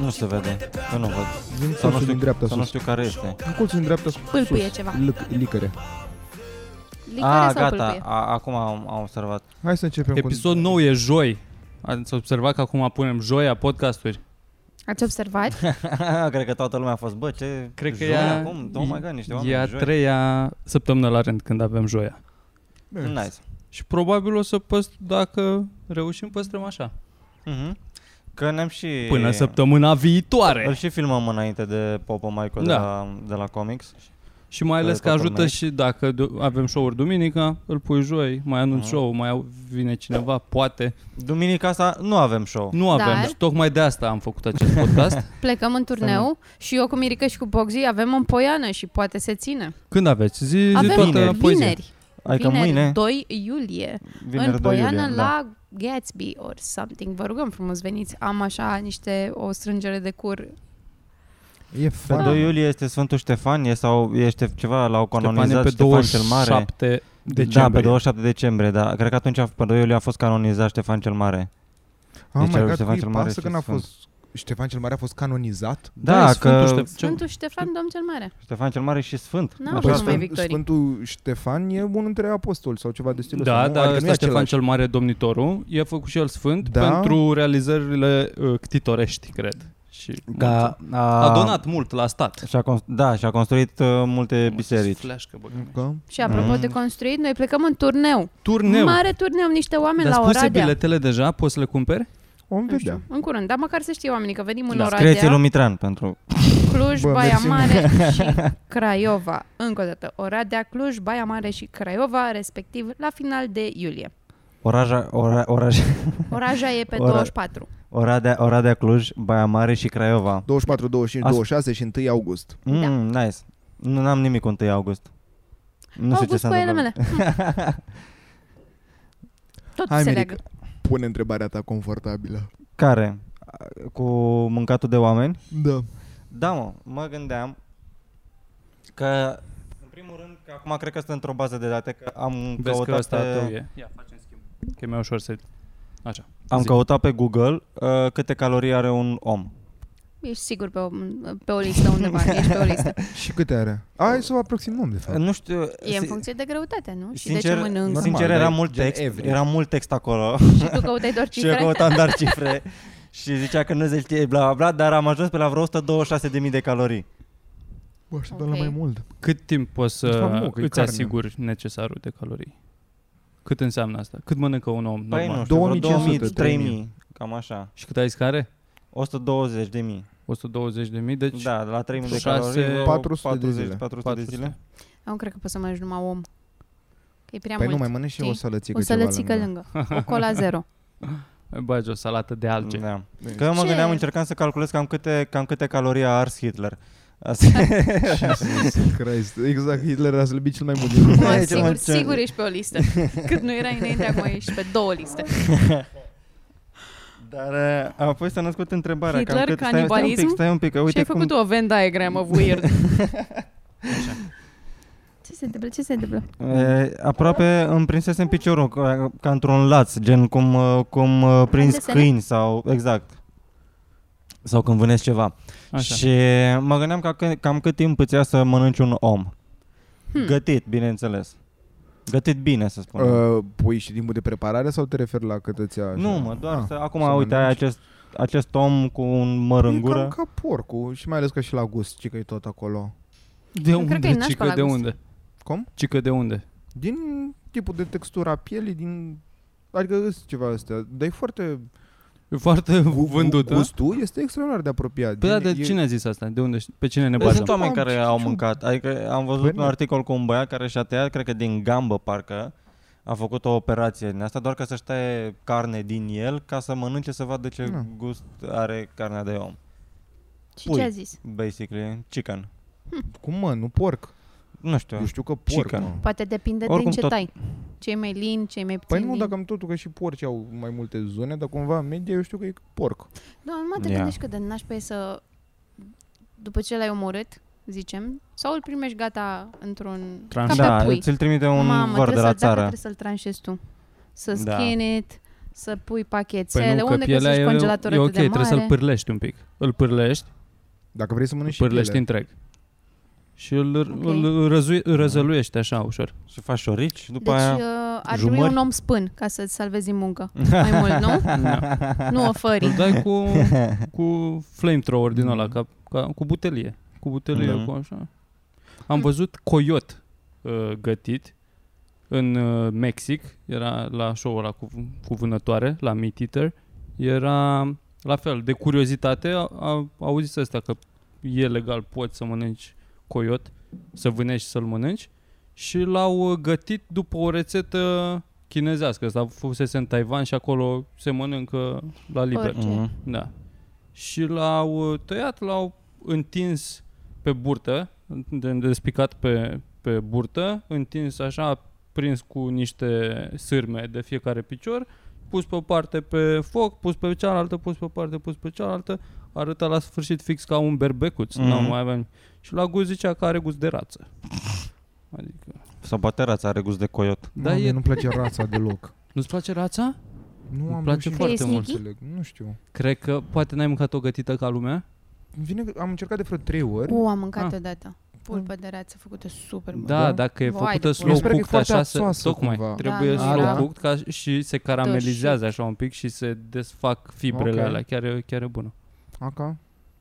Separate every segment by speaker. Speaker 1: Nu se vede, eu nu văd.
Speaker 2: Din
Speaker 1: Sau nu
Speaker 2: colțul din dreapta
Speaker 1: știu, sau nu
Speaker 2: sus.
Speaker 1: știu care este.
Speaker 2: Din colțul din dreapta sus. Ah,
Speaker 3: Pâlpâie ceva.
Speaker 2: Lâc- Licăre.
Speaker 3: Licare
Speaker 1: Ah,
Speaker 3: sau
Speaker 1: gata,
Speaker 3: pâlpâie?
Speaker 1: a, acum am, am observat.
Speaker 2: Hai să începem
Speaker 4: Episod
Speaker 2: cu...
Speaker 4: nou e joi. Ați observat că acum punem joia podcasturi.
Speaker 3: Ați observat?
Speaker 1: Cred că toată lumea a fost, bă, ce
Speaker 4: Cred că
Speaker 1: joi
Speaker 4: e a-
Speaker 1: acum, oh my god, niște oameni
Speaker 4: e a
Speaker 1: joi.
Speaker 4: treia săptămână la rând când avem joia.
Speaker 2: Nice.
Speaker 1: Nice.
Speaker 4: Și probabil o să păst, dacă reușim, păstrăm așa.
Speaker 1: Mhm. Că ne-am și...
Speaker 4: Până săptămâna
Speaker 1: Îl
Speaker 4: viitoare.
Speaker 1: și filmăm înainte de Popo Michael de,
Speaker 4: Da.
Speaker 1: la, de la comics.
Speaker 4: Și mai ales
Speaker 1: Îl
Speaker 4: că
Speaker 1: toată
Speaker 4: ajută
Speaker 1: lumea.
Speaker 4: și dacă du- avem show-uri duminica, îl pui joi, mai anunț
Speaker 1: Mhm.
Speaker 4: show, mai au- vine cineva, poate.
Speaker 1: Duminica asta nu avem show.
Speaker 4: Nu avem.
Speaker 3: Dar-
Speaker 4: Și tocmai de asta am făcut acest podcast.
Speaker 3: Plecăm în turneu și eu cu Mirica și cu Bogzi avem în poiană și poate se țină.
Speaker 4: Când aveți? Zi, zi
Speaker 3: Avem
Speaker 4: toată
Speaker 3: vineri,
Speaker 4: poezia.
Speaker 3: vineri,
Speaker 1: Adică
Speaker 3: vineri
Speaker 1: mâine,
Speaker 3: 2 iulie,
Speaker 1: vineri 2
Speaker 3: în poiană
Speaker 1: iulie. da.
Speaker 3: la Gatsby or something. Vă rugăm frumos, veniți. Am așa niște, o strângere de cur.
Speaker 2: E Ah,
Speaker 1: Pe
Speaker 2: fan.
Speaker 1: 2 iulie este Sfântul Ștefanie sau este ceva, l-au canonizat
Speaker 4: Ștefan e pe
Speaker 1: Ștefan, cel Mare.
Speaker 4: 27 decembrie.
Speaker 1: Da, pe 27 decembrie, da. Cred că atunci pe 2 iulie a fost canonizat Ștefan cel Mare.
Speaker 2: Ah,
Speaker 1: Deci
Speaker 2: my
Speaker 1: al
Speaker 2: God,
Speaker 1: Ștefan
Speaker 2: că
Speaker 1: cel
Speaker 2: îi
Speaker 1: Mare
Speaker 2: pasă
Speaker 1: și
Speaker 2: că n-a
Speaker 1: Sfânt.
Speaker 2: fost... Ștefan cel Mare a fost canonizat?
Speaker 1: Da,
Speaker 4: e
Speaker 1: că
Speaker 4: Sfântul Ștef-
Speaker 3: Sfântul Ștefan, Domn cel Mare.
Speaker 1: Ștefan cel Mare și Sfânt.
Speaker 3: N-am
Speaker 1: Așa
Speaker 3: fost
Speaker 1: spune.
Speaker 3: mai
Speaker 2: Păi, Sfânt-
Speaker 3: victorii.
Speaker 2: Sfântul Ștefan e unul dintre apostoli sau ceva de stilul
Speaker 4: Da,
Speaker 2: ăsta, nu?
Speaker 4: da,
Speaker 2: Adică nu e
Speaker 4: ăsta Ștefan
Speaker 2: același.
Speaker 4: cel Mare, domnitorul, i-a făcut și el sfânt
Speaker 2: Da.
Speaker 4: da. pentru realizările uh, ctitorești, cred. Și
Speaker 1: Da,
Speaker 4: a, a donat mult la stat.
Speaker 1: Și-a cons- da, și-a construit uh, multe biserici.
Speaker 4: Flash, că băgăm.
Speaker 2: Că-
Speaker 3: Și apropo
Speaker 1: Mm.
Speaker 3: de construit, noi plecăm în turneu.
Speaker 4: Turneu.
Speaker 3: Mare turneu, niște oameni
Speaker 4: Dar
Speaker 3: la
Speaker 4: spuse
Speaker 3: Oradea.
Speaker 4: biletele deja, poți să le cumperi?
Speaker 2: Vom
Speaker 3: Nu știu,
Speaker 2: vedea.
Speaker 3: În curând, dar măcar să știe oamenii că venim în
Speaker 4: Da.
Speaker 3: Oradea.
Speaker 1: Creție lui Mitran pentru...
Speaker 3: Cluj,
Speaker 2: Bă,
Speaker 3: Baia
Speaker 2: mersi
Speaker 3: Mare și Craiova. Încă o dată, Oradea, Cluj, Baia Mare și Craiova, respectiv la final de iulie.
Speaker 1: Oraja, ora, oraș,
Speaker 3: Oraja e pe
Speaker 1: Ora-
Speaker 3: 24.
Speaker 1: Oradea, Oradea, Cluj, Baia Mare și Craiova.
Speaker 2: 24, 25,
Speaker 1: Asta-
Speaker 2: 26 și 1 august.
Speaker 1: Mm,
Speaker 3: Da.
Speaker 1: Nice. Nu am nimic cu 1 august. Nu știu ce
Speaker 3: August
Speaker 1: s-a
Speaker 3: cu ele mele.
Speaker 1: întâmplat.
Speaker 3: Tot
Speaker 2: Hai,
Speaker 3: se
Speaker 2: Mirica.
Speaker 3: leagă.
Speaker 2: Pune întrebarea ta confortabilă.
Speaker 1: Care? Cu mâncatul de oameni?
Speaker 2: Da.
Speaker 1: Da, mă, mă gândeam că, în primul rând, că acum cred că sunt într-o bază de date, că am
Speaker 4: Vezi că
Speaker 1: căutat
Speaker 4: ăsta
Speaker 1: pe,
Speaker 4: tău e. Ia, facem schimb. Că e mai ușor să... Așa.
Speaker 1: am
Speaker 4: Zi.
Speaker 1: căutat pe Google uh, câte calorii are un om.
Speaker 3: Ești sigur pe o, pe o listă undeva. Ești pe o listă.
Speaker 2: Și câte are? Hai să o aproximăm, de fapt.
Speaker 1: Nu știu...
Speaker 3: E în
Speaker 1: si-
Speaker 3: funcție de greutate, nu? Și
Speaker 1: sincer,
Speaker 3: de ce mănâncă.
Speaker 1: Sincer,
Speaker 2: Normal,
Speaker 1: era
Speaker 2: dar
Speaker 1: mult
Speaker 2: gen
Speaker 1: text,
Speaker 2: average.
Speaker 1: era mult text acolo.
Speaker 3: Și tu căutai doar
Speaker 1: Și eu
Speaker 3: cifre?
Speaker 1: căutam doar cifre și zicea că nu se știe bla bla, bla, dar am ajuns pe la vreo 126.000 de calorii.
Speaker 2: Mă așteptam
Speaker 3: Ok.
Speaker 2: la mai mult.
Speaker 4: Cât timp poți
Speaker 2: De
Speaker 4: să
Speaker 2: fapt, nu, că e
Speaker 4: îți
Speaker 2: carne.
Speaker 4: asiguri necesarul de calorii? Cât înseamnă asta? Cât mănâncă un om
Speaker 1: Păi
Speaker 4: normal?
Speaker 1: nu știu,
Speaker 2: 2500,
Speaker 1: 2500, 2000, 3.000, cam așa.
Speaker 4: Și cât ai scare?
Speaker 1: 120 de mii.
Speaker 4: 120 de mii, deci...
Speaker 1: Da, de la 3.000 de
Speaker 4: Șase-
Speaker 1: calorii, vreo
Speaker 2: 400 de
Speaker 1: 40,
Speaker 2: zile.
Speaker 1: 400 de zile.
Speaker 3: Eu cred că poți să mănânci numai om. Că e prea
Speaker 2: Păi nu,
Speaker 3: mult.
Speaker 2: mai mănânci și eu o
Speaker 3: știi?
Speaker 2: sălățică
Speaker 3: o
Speaker 2: ceva
Speaker 3: sălățică lângă. O cola zero.
Speaker 4: Mai bagi o salată de alge.
Speaker 1: Da. Că mă
Speaker 3: Ce?
Speaker 1: gândeam, încercam să calculez cam câte, cam câte calorii a ars Hitler. Asta
Speaker 2: Jesus Christ. Exact, Hitler a slăbit cel mai mult din lume.
Speaker 3: Mă,
Speaker 1: E cel
Speaker 3: sigur,
Speaker 1: mai ce-
Speaker 3: sigur ești pe o listă. Cât nu erai înainte, acum ești pe două liste.
Speaker 1: Dar eh, apoi s-a născut întrebarea. cam
Speaker 3: Hitler,
Speaker 1: cât, stai, stai un
Speaker 3: canibalism?
Speaker 1: pic, stai un pic, că
Speaker 3: Uite și
Speaker 1: uite
Speaker 3: ai
Speaker 1: cum...
Speaker 3: făcut o Venn diagram of weird. ce se întâmplă? Ce se întâmplă?
Speaker 1: E, aproape îmi prinsese în piciorul, ca, ca într-un laț, gen cum, uh, cum uh, prins
Speaker 3: desene?
Speaker 1: câini sau, exact, sau când vânezi ceva.
Speaker 4: Așa.
Speaker 1: Și mă gândeam ca, că- cam cât timp îți ia să mănânci un om.
Speaker 3: Hmm.
Speaker 1: Gătit, bineînțeles. Gătit bine, să spun. Uh,
Speaker 2: Uh, pui și timpul de preparare sau te referi la cât îți ia? așa?
Speaker 1: nu, mă, doar
Speaker 2: Ah.
Speaker 1: să, acum,
Speaker 2: să
Speaker 1: uite, ai
Speaker 2: mănânci.
Speaker 1: acest, acest om cu un măr în
Speaker 2: E
Speaker 1: gură.
Speaker 2: cam ca porcul și mai ales că și la gust, ci că e tot acolo.
Speaker 4: De
Speaker 3: Eu
Speaker 4: unde?
Speaker 3: cred că e nașpa
Speaker 4: Cică
Speaker 3: la
Speaker 4: de
Speaker 3: gust.
Speaker 4: unde?
Speaker 2: Cum?
Speaker 4: Cică de unde?
Speaker 2: Din tipul de textura pielii, din... Adică îți ceva astea, dar e foarte...
Speaker 4: E foarte
Speaker 2: gu- gu-
Speaker 4: vândută.
Speaker 2: Gustul este extraordinar de apropiat.
Speaker 4: da? Păi da,
Speaker 2: Din-
Speaker 4: de
Speaker 2: e-
Speaker 4: cine a zis asta? De unde? ști- Pe cine ne
Speaker 1: Dar
Speaker 4: bazăm?
Speaker 1: Sunt oameni
Speaker 2: Am
Speaker 1: care
Speaker 2: citit
Speaker 1: au
Speaker 2: și un-
Speaker 1: mâncat. Adică am văzut
Speaker 2: Păi
Speaker 1: un
Speaker 2: nu.
Speaker 1: articol cu un băiat care și-a tăiat, cred că din gambă parcă, a făcut o operație din asta, doar că să-și taie carne din el ca să mănânce să vadă ce
Speaker 2: Da.
Speaker 1: gust are carnea de om.
Speaker 3: Și
Speaker 1: Pui.
Speaker 3: ce a zis?
Speaker 1: Basically, chicken.
Speaker 2: Cum mă, nu porc.
Speaker 1: Nu știu.
Speaker 2: Eu știu că porc,
Speaker 1: Chicken.
Speaker 2: mă.
Speaker 3: Poate depinde
Speaker 1: Oricum
Speaker 3: din ce
Speaker 1: tot-
Speaker 3: tai. Cei mai lin, cei mai puțin
Speaker 2: Păi nu,
Speaker 3: lin.
Speaker 2: dacă am totul că și porci au mai multe zone, dar cumva media eu știu că e porc.
Speaker 3: Da, numai te
Speaker 1: Ia.
Speaker 3: gândești cât de nașpa e să... După ce l-ai omorât, zicem, sau îl primești gata într-un...
Speaker 4: Trans-
Speaker 3: Ca
Speaker 1: da,
Speaker 3: pe pui.
Speaker 1: ți-l trimite un
Speaker 3: Mamă,
Speaker 1: văr de
Speaker 3: trebuie
Speaker 1: la
Speaker 3: să, dacă
Speaker 1: țară.
Speaker 3: trebuie să-l tranșezi tu. Să
Speaker 1: Da.
Speaker 3: skin it, să pui
Speaker 4: Păi
Speaker 3: pachetele,
Speaker 4: nu, că
Speaker 3: unde
Speaker 4: pielea
Speaker 3: găsești
Speaker 4: e,
Speaker 3: congelator
Speaker 4: e ok,
Speaker 3: atât de
Speaker 4: trebuie
Speaker 3: mare.
Speaker 4: să-l pârlești un pic. Îl pârlești,
Speaker 2: Dacă vrei să mănânci și
Speaker 4: pârlești
Speaker 2: piele.
Speaker 4: întreg. Da. Și îl,
Speaker 3: Ok.
Speaker 4: okay. îl răzui, îl răzăluiești așa ușor.
Speaker 1: Și faci șorici, după
Speaker 3: Deci
Speaker 1: aia...
Speaker 3: uh, ar trebui
Speaker 1: jumări.
Speaker 3: un om spân ca să-ți salvezi din muncă. Mai mult, nu?
Speaker 4: Da.
Speaker 3: nu o
Speaker 4: Îl
Speaker 3: fări.
Speaker 4: dai cu, cu flamethrower din ăla, ca, ca, cu butelie. Cu butelie,
Speaker 1: Mhm.
Speaker 4: cu așa. Am văzut coyot uh, gătit în uh, Mexic. Era la show-ul ăla cu, cu vânătoare, la Meat Eater. Era, la fel, de curiozitate, a, a, auzis asta că e legal, poți să mănânci coyot, să vânești și să-l mănânci. Și l-au uh, gătit după o rețetă chinezească. Asta fusese în Taiwan și acolo se mănâncă la liber.
Speaker 3: Orice.
Speaker 1: Mhm.
Speaker 4: Da. Și l-au uh, tăiat, l-au întins pe burtă, de- despicat pe, pe burtă, întins așa, prins cu niște sârme de fiecare picior, pus pe o parte pe foc, pus pe cealaltă, pus pe o parte, pus pe cealaltă, arăta la sfârșit fix ca un berbecuț.
Speaker 1: Mhm.
Speaker 4: Mm. Nu mai aveam. Și la gust zicea că are gust de rață. Adică,
Speaker 1: Sau poate rața are gust de coiot.
Speaker 4: Da,
Speaker 2: Da,
Speaker 4: e-
Speaker 2: nu-mi place rața deloc.
Speaker 4: nu-ți place rața?
Speaker 2: Nu am
Speaker 4: place
Speaker 2: reușit
Speaker 4: foarte
Speaker 2: să
Speaker 3: mult.
Speaker 2: înțeleg. Nu știu.
Speaker 4: Cred că poate n-ai mâncat o gătită ca lumea.
Speaker 2: Îmi Vine că am încercat de vreo trei ori.
Speaker 3: U, am mâncat
Speaker 4: Ah.
Speaker 3: odată. Pulpă de rață făcută super bună.
Speaker 4: Da,
Speaker 2: Da?
Speaker 4: dacă e
Speaker 3: Vai de
Speaker 4: făcută
Speaker 3: pula.
Speaker 4: slow
Speaker 3: Eu sper
Speaker 2: că e
Speaker 4: cooked
Speaker 2: foarte
Speaker 4: așa, se,
Speaker 2: apsoasă
Speaker 4: tocmai,
Speaker 2: cumva.
Speaker 4: trebuie
Speaker 3: Da,
Speaker 2: nu,
Speaker 4: slow
Speaker 2: da.
Speaker 4: cooked ca și se caramelizează așa un pic și se desfac fibrele
Speaker 2: Ok.
Speaker 4: alea, chiar e, chiar e bună.
Speaker 2: Aca.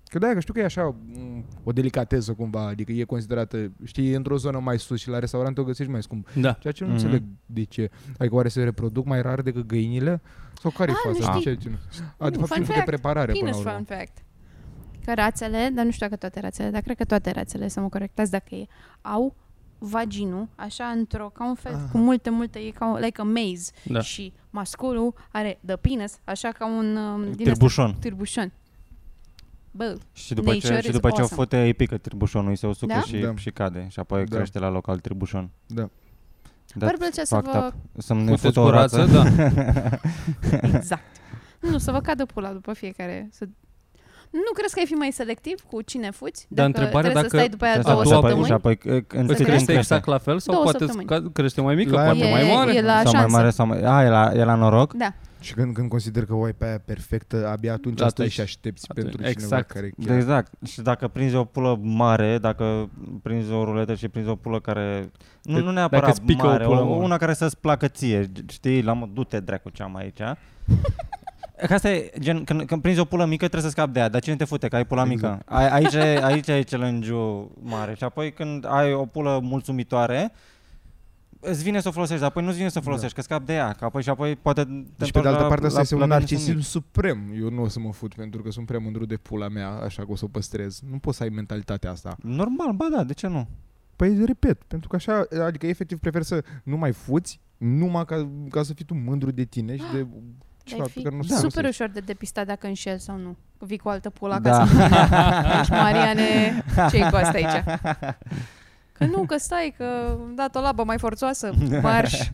Speaker 2: Că da, că știu că e așa m, o delicateză cumva, adică e considerată, știi, e într-o zonă mai sus și la restaurant o găsești mai scump.
Speaker 4: Da.
Speaker 2: Ceea ce nu
Speaker 1: Mhm.
Speaker 2: înțeleg de ce. Adică oare se reproduc mai rar decât găinile? Sau care e
Speaker 3: Ah, nu
Speaker 2: faza?
Speaker 3: știi.
Speaker 2: Ceea ce nu. A, de fapt, e
Speaker 3: Nu, fun
Speaker 2: un fel de
Speaker 3: fact.
Speaker 2: preparare până la
Speaker 3: Penis
Speaker 2: urmă.
Speaker 3: fun fact. Că rațele, dar nu știu dacă toate rațele, dar cred că toate rațele, să mă corectați dacă e, au vaginul, așa într-o, ca un fel,
Speaker 2: Aha.
Speaker 3: cu multe, multe, e ca un, like a maze.
Speaker 4: Da.
Speaker 3: Și masculul are the penis, așa ca un um, din ăsta,
Speaker 1: Tirbușon.
Speaker 3: târbușon. Bă,
Speaker 1: Și după ce,
Speaker 3: Nature
Speaker 1: și
Speaker 3: is
Speaker 1: după ce o
Speaker 3: awesome.
Speaker 1: fute, îi pică tirbușonul, îi se usucă
Speaker 3: Da?
Speaker 1: și,
Speaker 2: Da.
Speaker 1: și cade. Și apoi
Speaker 2: Da.
Speaker 1: crește la local tirbușon.
Speaker 2: Da.
Speaker 3: ar plăcea Păi să
Speaker 1: fucked
Speaker 3: vă...
Speaker 1: up. Să-mi ne
Speaker 4: Puteți
Speaker 1: fute
Speaker 4: cu
Speaker 1: o
Speaker 4: rață,
Speaker 1: rață.
Speaker 4: da.
Speaker 3: Exact. Nu, să vă cadă pula după fiecare. Să... Nu crezi că ai fi mai selectiv cu cine fuți?
Speaker 4: Dar
Speaker 3: dacă
Speaker 4: întrebarea
Speaker 3: trebuie
Speaker 4: dacă-
Speaker 3: să stai după aia
Speaker 1: Și asta-
Speaker 3: două
Speaker 1: și apoi- Și apoi
Speaker 3: săptămâni?
Speaker 1: c- în
Speaker 4: Îți
Speaker 1: timp
Speaker 4: crește
Speaker 1: crește.
Speaker 4: exact la fel sau
Speaker 3: Două
Speaker 4: poate
Speaker 3: săptămâni.
Speaker 4: sca- crește mai mică,
Speaker 2: La-
Speaker 4: poate
Speaker 3: E-
Speaker 4: mai mare?
Speaker 3: e la
Speaker 1: sau mai
Speaker 3: șansă.
Speaker 1: mare sau mai... A, e la, e la noroc?
Speaker 3: Da.
Speaker 2: Și când, când consider că oai pe aia perfectă, abia atunci,
Speaker 4: Da, Atunci-
Speaker 2: stai și aștepți
Speaker 4: atunci,
Speaker 2: pentru cineva
Speaker 4: exact.
Speaker 2: care
Speaker 1: Da,
Speaker 2: chiar...
Speaker 1: exact. Și dacă prinzi o pulă mare, dacă prinzi o ruletă și prinzi o pulă care... Nu,
Speaker 2: Deci
Speaker 4: Că-
Speaker 1: nu neapărat
Speaker 4: dacă-ți pică o
Speaker 1: mare,
Speaker 4: pulă
Speaker 1: o,
Speaker 4: mare.
Speaker 1: una care să-ți placă ție, știi? La mă, du-te dracu ce am aici. Că asta e, gen, când, când prinzi o pulă mică trebuie să scapi de ea, dar cine te fute că ai pula
Speaker 2: Exact.
Speaker 1: mică? A, aici, e- aici e challenge-ul mare. Și apoi când ai o pulă mulțumitoare, îți vine să o folosești, dar apoi nu-ți vine să o folosești, că scapi de ea, că apoi și apoi poate te
Speaker 2: Da. Deci, pe de
Speaker 1: întorci
Speaker 2: altă
Speaker 1: la-
Speaker 2: parte, asta
Speaker 1: la-
Speaker 2: este
Speaker 1: la
Speaker 2: un
Speaker 1: businessul
Speaker 2: narcisism
Speaker 1: mic.
Speaker 2: suprem. Eu nu o să mă fut pentru că sunt prea mândru de pula mea, așa că o să o păstrez. Nu poți să ai mentalitatea asta.
Speaker 1: Normal, ba da, de ce nu?
Speaker 2: Păi repet, pentru că așa, adică efectiv prefer să nu mai fuți, numai ca, ca să fii tu mândru de tine și de ceva
Speaker 3: Ah, Ai
Speaker 2: pe
Speaker 3: fi
Speaker 2: care nu
Speaker 3: da.
Speaker 2: da.
Speaker 3: super ușor de depistat dacă înșel sau nu. Vii cu altă pula
Speaker 1: Da.
Speaker 3: ca să Deci, Mariane, ce-i cu asta aici? Că nu, că stai, că am dat o labă mai forțoasă, marș.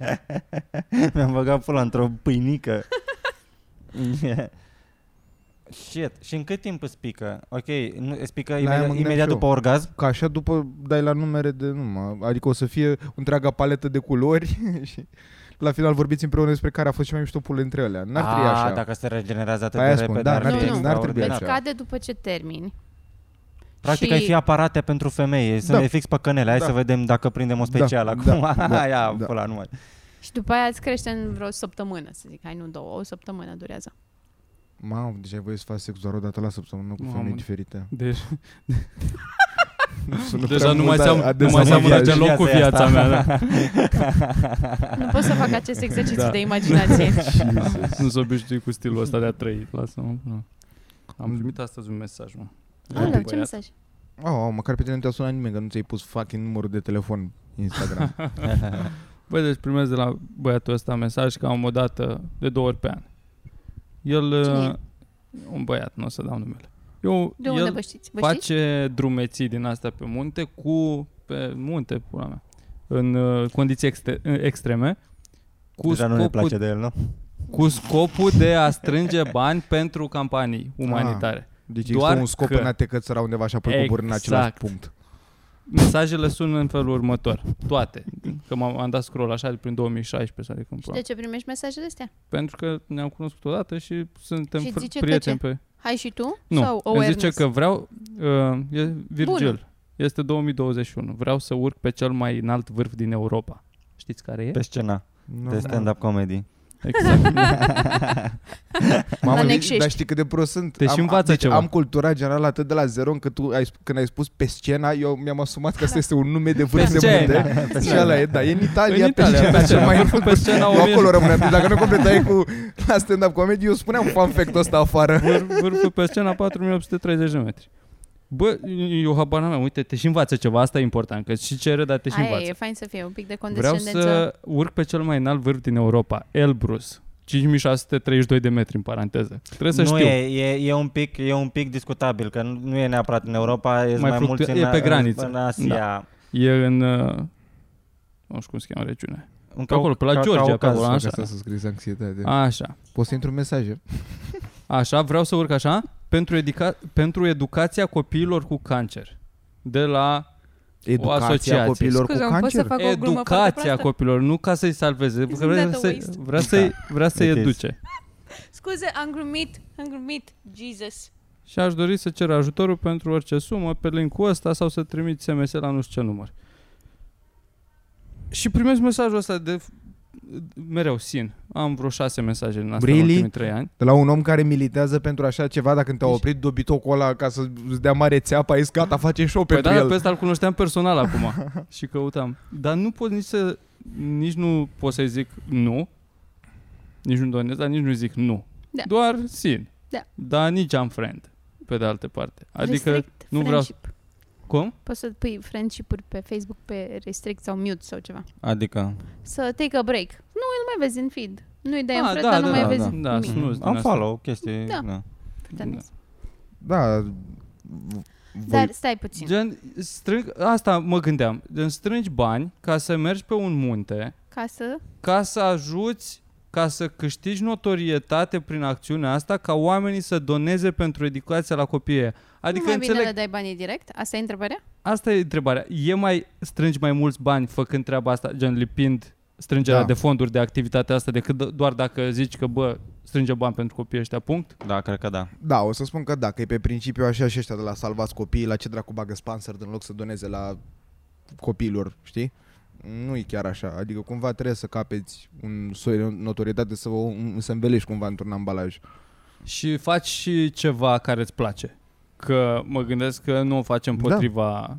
Speaker 1: Mi-am băgat pula într-o pâinică. Shit. Și în cât timp îți pică? Ok, nu, îți pică
Speaker 2: mă
Speaker 1: imediat,
Speaker 2: gândeam
Speaker 1: imediat
Speaker 2: și eu.
Speaker 1: după orgasm?
Speaker 2: Ca așa după dai la numere de numă, adică o să fie întreaga paletă de culori și la final vorbiți împreună despre care a fost cea mai mișto pulă între alea. N-ar trebui
Speaker 1: Ah,
Speaker 2: așa.
Speaker 4: da.
Speaker 1: dacă se regenerează atât de
Speaker 2: Aia spun,
Speaker 1: repede.
Speaker 2: da,
Speaker 1: ar
Speaker 3: n-ar
Speaker 1: fi
Speaker 3: trebui-
Speaker 1: extraordinar.
Speaker 2: n-ar trebui
Speaker 3: Deci
Speaker 2: așa.
Speaker 3: cade după ce termini.
Speaker 1: Practic
Speaker 3: și
Speaker 1: ai fi aparate pentru femei, sunt
Speaker 2: Da.
Speaker 1: e fix pe cănele. Hai
Speaker 2: Da.
Speaker 1: să vedem dacă prindem o
Speaker 2: Da,
Speaker 1: specială
Speaker 2: da,
Speaker 1: acum.
Speaker 2: da,
Speaker 1: Ia,
Speaker 2: da.
Speaker 1: pula, nu mai.
Speaker 3: și după aia îți crește în vreo săptămână, să zic, hai nu două, o săptămână durează.
Speaker 2: Mamă, deci ai voie să faci sex doar o dată la săptămână cu
Speaker 4: Mamă.
Speaker 2: femei diferite.
Speaker 4: Deci,
Speaker 2: Sună
Speaker 4: deja
Speaker 2: prea
Speaker 4: nu mai
Speaker 2: mult, dar
Speaker 4: seamănă, nu
Speaker 2: adesea
Speaker 4: mai
Speaker 1: nu
Speaker 4: seamănă
Speaker 1: e
Speaker 2: viața.
Speaker 4: deloc cu
Speaker 1: viața
Speaker 4: viața
Speaker 1: asta.
Speaker 4: mea. Da.
Speaker 3: Nu pot să fac acest exercițiu
Speaker 4: Da.
Speaker 3: de imaginație.
Speaker 4: Nu s-o obișnui cu stilul ăsta de a trăi. Lasă-mă. nu. Am primit astăzi un mesaj, mă.
Speaker 3: Alo, ce
Speaker 4: Băiat.
Speaker 3: mesaj?
Speaker 2: Oh, măcar pe tine nu te-a sunat nimeni, că nu ți-ai pus fucking numărul de telefon Instagram.
Speaker 4: Băi, deci primesc de la băiatul ăsta mesaj cam o dată, de două ori pe an. El...
Speaker 3: Cine e?
Speaker 4: uh, Un băiat, nu o să dau numele. Eu,
Speaker 3: De
Speaker 4: el
Speaker 3: unde vă știți? Vă știți?
Speaker 4: face drumeții din astea pe munte cu... Pe munte, pula mea. În uh, condiții exte- extreme. Cu
Speaker 1: Deja nu ne
Speaker 4: scopul
Speaker 1: place de el, nu?
Speaker 4: cu scopul de a strânge bani pentru campanii umanitare.
Speaker 2: Deci
Speaker 1: Ah.
Speaker 4: Doar
Speaker 2: există un scop
Speaker 4: că-
Speaker 2: în a te cățăra undeva și apoi
Speaker 4: Exact.
Speaker 2: cobori în același punct.
Speaker 4: Mesajele sună în felul următor. Toate. Că m-am am dat scroll așa de prin 2016 sau de cum
Speaker 3: Și de ce primești mesajele astea?
Speaker 4: Pentru că ne-am cunoscut odată și suntem
Speaker 3: Și
Speaker 4: fr-
Speaker 3: zice că
Speaker 4: prieteni
Speaker 3: ce?
Speaker 4: pe...
Speaker 3: Hai și tu?
Speaker 4: Nu,
Speaker 3: Sau
Speaker 4: îmi
Speaker 3: awareness?
Speaker 4: zice că vreau... Uh, e Virgil. Este 2021. Vreau să urc pe cel mai înalt vârf din Europa. Știți care e?
Speaker 1: Pe scena
Speaker 2: Nu,
Speaker 1: de stand-up comedy.
Speaker 4: Exact.
Speaker 2: Mamă,
Speaker 3: La
Speaker 2: deci-
Speaker 3: Necșești.
Speaker 2: dar știi cât de prost sunt?
Speaker 4: Te și învață
Speaker 2: deci
Speaker 4: ceva.
Speaker 2: am cultura generală atât de la zero încât tu ai, sp- când ai spus pe scena, eu mi-am asumat că asta este un nume de vârf de
Speaker 4: scena.
Speaker 2: munte. Și ala e, da, e în Italia,
Speaker 4: În Italia,
Speaker 2: pe
Speaker 4: pe
Speaker 2: scena, cel
Speaker 4: scena.
Speaker 2: mai
Speaker 4: Pe
Speaker 2: vârf.
Speaker 4: scena
Speaker 2: Eu
Speaker 4: 1000.
Speaker 2: acolo rămâneam. Deci dacă nu completai cu la stand-up comedy, eu spuneam fun fact-ul ăsta afară.
Speaker 4: Vâr- vârful pe scena 4830 de metri. Bă, eu habar n-am, uite, te și învață ceva, asta e important, că și cere, dar te și
Speaker 3: Aia e, e
Speaker 4: învață.
Speaker 3: fain să fie un pic de
Speaker 4: Vreau
Speaker 3: condescendență.
Speaker 4: să urc pe cel mai înalt vârf din Europa, Elbrus, 5632 de metri, în paranteză. Trebuie să
Speaker 1: nu
Speaker 4: știu.
Speaker 1: E, e, e, un pic, e un pic discutabil, că nu nu e neapărat în Europa, e
Speaker 4: Mai
Speaker 1: mai, mai mult
Speaker 4: fluctu-
Speaker 1: în,
Speaker 4: e pe graniță.
Speaker 1: în Asia. Da.
Speaker 4: E în... uh, Nu știu cum se cheamă regiunea.
Speaker 1: Un
Speaker 4: Pe acolo, pe la Georgia, pe acolo, da? așa.
Speaker 2: Asta să scrizi anxietate.
Speaker 4: Așa.
Speaker 2: Poți să intru în mesaje.
Speaker 4: Așa, vreau să urc așa, pentru, educa- pentru educația copiilor cu cancer. De la
Speaker 2: Educația
Speaker 4: asociație.
Speaker 2: copiilor cu
Speaker 5: Scuze, mă, pot să
Speaker 2: cancer.
Speaker 5: fac o glumă foarte
Speaker 4: educația
Speaker 5: proastă?
Speaker 4: copiilor, nu ca să-i salveze,
Speaker 5: Isn't
Speaker 4: că vrea
Speaker 5: that a
Speaker 4: să-i,
Speaker 5: waste?
Speaker 4: vrea să-i, vrea să-i
Speaker 1: Da. It is.
Speaker 4: educe.
Speaker 5: Scuze, am glumit, am glumit. Jesus.
Speaker 4: Și aș dori să cer ajutorul pentru orice sumă pe linkul ăsta sau să trimit SMS la nu știu ce număr. Și primesc mesajul ăsta de mereu sin. Am vreo șase mesaje din asta
Speaker 2: Really?
Speaker 4: în ultimii trei ani.
Speaker 2: De la un om care militează pentru așa ceva, dacă te-a
Speaker 1: Deci-
Speaker 2: oprit dobitocul ăla ca să îți dea mare țeapă, ai zis, gata, face show
Speaker 4: Păi
Speaker 2: pentru
Speaker 4: da,
Speaker 2: el.
Speaker 4: pe ăsta îl cunoșteam personal acum și căutam. Dar nu pot nici să, nici nu pot să-i zic nu, nici nu donez, dar nici nu zic nu.
Speaker 3: Da.
Speaker 4: Doar sin.
Speaker 3: Da.
Speaker 4: Dar nici am friend, pe de altă parte. Adică,
Speaker 3: Restrict
Speaker 4: nu vreau-
Speaker 3: friendship.
Speaker 4: cum?
Speaker 3: Poți să pui friendship-uri pe Facebook pe restrict sau mute sau ceva.
Speaker 1: Adică,
Speaker 3: Să take a break. Nu, nu mai vezi în feed. Nu-i dai în
Speaker 4: Ah,
Speaker 3: frât,
Speaker 4: da,
Speaker 3: dar nu
Speaker 4: da,
Speaker 3: mai
Speaker 1: da,
Speaker 3: vezi
Speaker 1: da.
Speaker 4: Da,
Speaker 3: nimic.
Speaker 4: nu din
Speaker 1: am
Speaker 4: asta.
Speaker 1: follow, chestii,
Speaker 3: Da.
Speaker 1: da. da.
Speaker 3: Foarte nice.
Speaker 2: Da. v- Voi,
Speaker 3: Dar stai puțin.
Speaker 4: Gen, strâng, asta mă gândeam, gen strângi bani ca să mergi pe un munte,
Speaker 3: Ca să...
Speaker 4: ca să ajuți, ca să câștigi notorietate prin acțiunea asta, ca oamenii să doneze pentru educația la copii. ăia. Adică
Speaker 3: nu mai
Speaker 4: înțeleg,
Speaker 3: bine le dai banii direct? Asta e întrebarea?
Speaker 4: asta e întrebarea. E mai strângi mai mulți bani făcând treaba asta, gen lipind strângerea
Speaker 2: Da.
Speaker 4: da. de fonduri de activitatea asta, decât do- doar dacă zici că, bă, strânge bani pentru copiii ăștia, punct?
Speaker 1: Da, cred că da.
Speaker 2: da, o să spun că da, că e pe principiu așa și ăștia de la salvați copiii, la ce dracu bagă sponsor în loc să doneze la copiilor, știi? Nu e chiar așa, adică cumva trebuie să capeți un soi de notorietate să, o, să învelești cumva într-un ambalaj.
Speaker 4: Și faci și ceva care îți place. Că mă gândesc că nu o facem
Speaker 2: Da.
Speaker 4: împotriva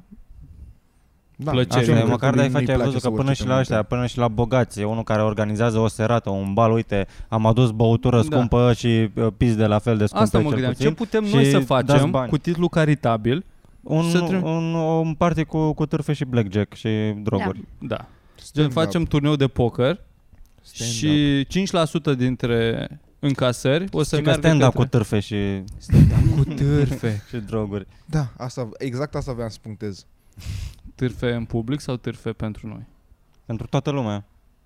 Speaker 2: Da,
Speaker 4: Plăcere.
Speaker 1: Asta e,
Speaker 2: așa cred că
Speaker 4: e,
Speaker 1: Păi măcar de
Speaker 2: nu-i
Speaker 1: face, ai
Speaker 2: place
Speaker 1: văzut
Speaker 2: să
Speaker 1: că până
Speaker 2: urce
Speaker 1: și
Speaker 2: pe
Speaker 1: la
Speaker 2: munte.
Speaker 1: ăștia, până și la bogați, e unul care organizează o serată, un bal, uite, am adus băutură
Speaker 4: Da.
Speaker 1: scumpă și uh, pizde la fel de scumpă.
Speaker 4: Asta mă
Speaker 1: cel
Speaker 4: gândeam.
Speaker 1: puțin.
Speaker 4: Ce putem
Speaker 1: și
Speaker 4: noi să
Speaker 1: dați
Speaker 4: facem
Speaker 1: bani.
Speaker 4: cu titlu caritabil?
Speaker 1: Un,
Speaker 4: Să trim-
Speaker 1: un, un party cu, cu târfe și blackjack și droguri.
Speaker 4: Da. Gen,
Speaker 2: Stand-up.
Speaker 4: facem turneu de poker
Speaker 2: Stand-up.
Speaker 4: și 5% dintre încasări o să
Speaker 1: și că
Speaker 4: meargă
Speaker 1: stand-up cu
Speaker 4: către...
Speaker 1: târfe și,
Speaker 4: cu târfe.
Speaker 1: și droguri.
Speaker 2: Da, asta, exact asta vreau să punctez.
Speaker 4: târfe în public sau târfe pentru noi?
Speaker 1: Pentru toată lumea.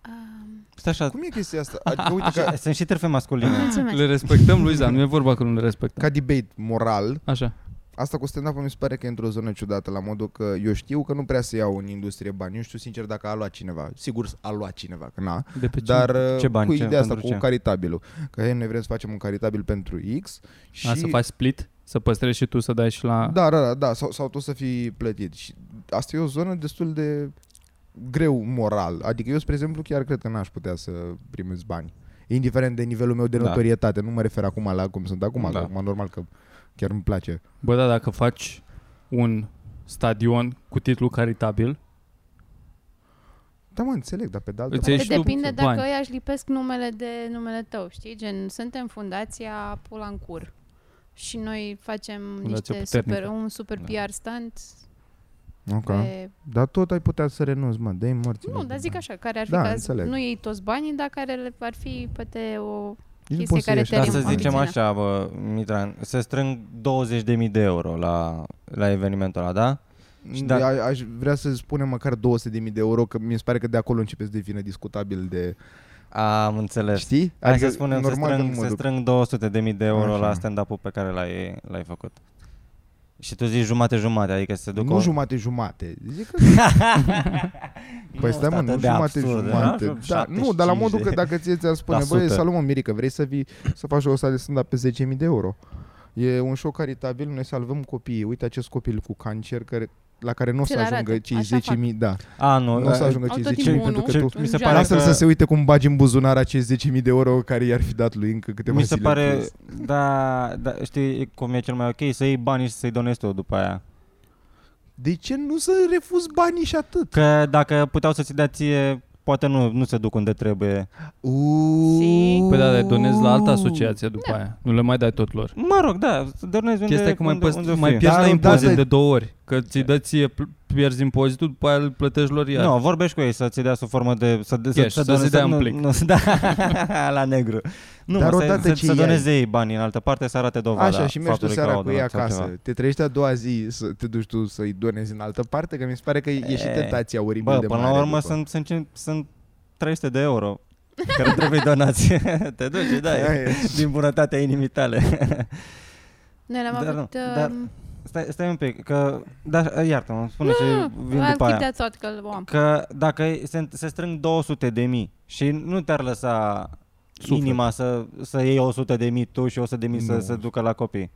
Speaker 3: Um,
Speaker 1: Stai așa,
Speaker 2: Cum e chestia asta? Adică uite, ca,
Speaker 1: sunt și târfe masculine.
Speaker 2: Ah,
Speaker 3: mulțumesc.
Speaker 4: Le respectăm, Luiza, nu e vorba că nu le respectăm.
Speaker 2: ca debate moral,
Speaker 4: Așa.
Speaker 2: Asta cu stand up mi se pare că e într-o zonă ciudată, la modul că eu știu că nu prea se iau în industrie bani. Eu știu sincer dacă a luat cineva. Sigur a luat cineva, că na.
Speaker 4: De pe
Speaker 2: Dar
Speaker 4: cine?
Speaker 2: uh,
Speaker 1: Păi ce bani?
Speaker 2: cu
Speaker 1: Ce-
Speaker 2: ideea asta,
Speaker 1: pentru
Speaker 2: cu
Speaker 1: ce?
Speaker 2: caritabilul. Că hei, noi vrem să facem un caritabil pentru X și...
Speaker 4: A, să faci split? Să păstrezi și tu, să dai și la...
Speaker 2: Da, da, da, da sau, sau tu să fii plătit. Și asta e o zonă destul de greu moral. Adică eu, spre exemplu, chiar cred că n-aș putea să primesc bani. Indiferent de nivelul meu de
Speaker 1: Da.
Speaker 2: notorietate. Nu mă refer acum la cum sunt acum, da.
Speaker 1: Da.
Speaker 2: acum normal că chiar îmi place.
Speaker 4: Bă, da, dacă faci un stadion cu titlu caritabil,
Speaker 2: Da, mă, înțeleg, dar pe de altă
Speaker 4: Îți
Speaker 2: parte-
Speaker 4: iei
Speaker 3: Păi
Speaker 4: Deci tu-
Speaker 3: depinde dacă
Speaker 4: bani.
Speaker 3: ei își lipesc numele de numele tău, știi? Gen, suntem fundația Pulancur și noi facem
Speaker 4: Fundația
Speaker 3: niște
Speaker 4: puternică.
Speaker 3: super, un super
Speaker 1: Da.
Speaker 3: PR stunt
Speaker 2: Ok.
Speaker 3: pe...
Speaker 2: Dar tot ai putea să renunți, mă, dă-i morți.
Speaker 3: Nu, dar zic așa, care ar fi
Speaker 2: Da,
Speaker 3: caz,
Speaker 2: înțeleg.
Speaker 3: nu iei toți banii, dar care le- ar fi poate o...
Speaker 2: Nici nu
Speaker 3: chestie
Speaker 2: poți să
Speaker 3: care
Speaker 2: ieși
Speaker 3: te
Speaker 1: Dar
Speaker 2: din
Speaker 1: să
Speaker 3: Terim,
Speaker 1: zicem
Speaker 3: Martina.
Speaker 1: așa, bă, Mitran, se strâng 20.000 de euro la, la evenimentul ăla, da? și da.
Speaker 2: A- aș vrea să spunem măcar 200.000 de euro, că mi se pare că de acolo începe să devină discutabil de...
Speaker 1: Am înțeles.
Speaker 2: Știi? Adică
Speaker 1: Hai să spunem, se
Speaker 2: normal că nu
Speaker 1: strâng,
Speaker 2: mă
Speaker 1: se
Speaker 2: duc.
Speaker 1: strâng 200.000 de euro
Speaker 2: Așa.
Speaker 1: la stand-up-ul pe care l-ai, l-ai făcut. Și tu zici jumate-jumate, adică să ducă...
Speaker 2: Nu
Speaker 1: o-
Speaker 2: jumate-jumate. Zic că...
Speaker 1: Nu,
Speaker 2: Păi stai mă,
Speaker 1: atât
Speaker 2: nu
Speaker 1: de
Speaker 2: jumate,
Speaker 1: absurd,
Speaker 2: jumate.
Speaker 1: da?
Speaker 2: Da, nu, dar la
Speaker 1: 75
Speaker 2: modul că
Speaker 1: de-
Speaker 2: dacă ție ți-ar spune,
Speaker 1: la
Speaker 2: băi,
Speaker 1: sută.
Speaker 2: salut mă, Mirica, vrei să vii să faci o sală de stand pe 10.000 de euro? E un show caritabil, noi salvăm copiii. Uite acest copil cu cancer care, la care nu o să
Speaker 3: Ți-l arată.
Speaker 2: ajungă cei
Speaker 3: Așa
Speaker 2: 10.000, da.
Speaker 1: A, nu,
Speaker 2: Nu o să
Speaker 1: a-
Speaker 2: ajungă
Speaker 3: Au
Speaker 2: cei
Speaker 3: tot
Speaker 2: 10.000
Speaker 3: timpul
Speaker 2: pentru
Speaker 3: unul
Speaker 2: că tu...
Speaker 1: mi se
Speaker 3: în
Speaker 1: pare
Speaker 3: geană.
Speaker 1: că-
Speaker 2: Lasă-l să se uite cum bagi în buzunar acei 10.000 de euro care i-ar fi dat lui încă câteva
Speaker 1: Mi se
Speaker 2: zile în
Speaker 1: pare,
Speaker 2: plus.
Speaker 1: da, da, știi cum e cel mai ok? Să iei banii și să-i donezi tu după aia.
Speaker 2: De ce nu să refuz banii și atât?
Speaker 1: Că dacă puteau să-ți dea ție, poate nu, nu se duc unde trebuie.
Speaker 2: Uuuu.
Speaker 4: Păi da, le donezi la altă asociație după aia. Nu le mai dai tot lor.
Speaker 1: Mă rog, da, să donezi unde,
Speaker 4: Chestia e că mai,
Speaker 1: unde,
Speaker 4: păst,
Speaker 1: unde o
Speaker 4: mai
Speaker 1: fi.
Speaker 4: pierzi
Speaker 2: Dar
Speaker 4: la
Speaker 2: nu, da,
Speaker 4: impozit
Speaker 2: asta e-
Speaker 4: de două ori. Că ți dă ție, pl- pierzi impozitul, după aia îl plătești lor iar.
Speaker 1: Nu, vorbești cu ei să-ți dea sub formă de... Să, de,
Speaker 4: Cash, să-ți dea în
Speaker 1: nu-
Speaker 4: plic.
Speaker 1: nu- da, la negru. Nu,
Speaker 2: Dar
Speaker 1: mă, să,
Speaker 2: odată
Speaker 1: să,
Speaker 2: ce
Speaker 1: să
Speaker 2: i-ai-
Speaker 1: doneze ei banii în altă parte, să arate dovada.
Speaker 2: Așa, și mergi tu
Speaker 1: faptului da, că
Speaker 2: seara
Speaker 1: au
Speaker 2: cu ei
Speaker 1: donat sau
Speaker 2: acasă.
Speaker 1: ceva.
Speaker 2: Te trăiești a doua zi să te duci tu să-i donezi în altă parte, că mi se pare că e, e și
Speaker 1: E,
Speaker 2: tentația oribil
Speaker 1: Bă,
Speaker 2: de
Speaker 1: până
Speaker 2: mare
Speaker 1: la urmă
Speaker 2: după.
Speaker 1: sunt, sunt, cin- sunt 300 de euro care trebuie donați. Te duci,
Speaker 2: Aia
Speaker 1: dai,
Speaker 2: e.
Speaker 1: din bunătatea inimii tale.
Speaker 3: Noi l-am
Speaker 1: Dar nu,
Speaker 3: avut... uh,
Speaker 1: dar- Stai, stai un pic, că... Da, iartă-mă, spune și vin
Speaker 5: I'll
Speaker 1: după aia.
Speaker 5: keep that thought că îl am.
Speaker 1: Că dacă se, se strâng 200 de mii și nu te-ar lăsa
Speaker 4: Suflet.
Speaker 1: Suflet. inima să, să iei 100 de mii tu și 100 de mii să
Speaker 2: Nu.
Speaker 1: se ducă la copii.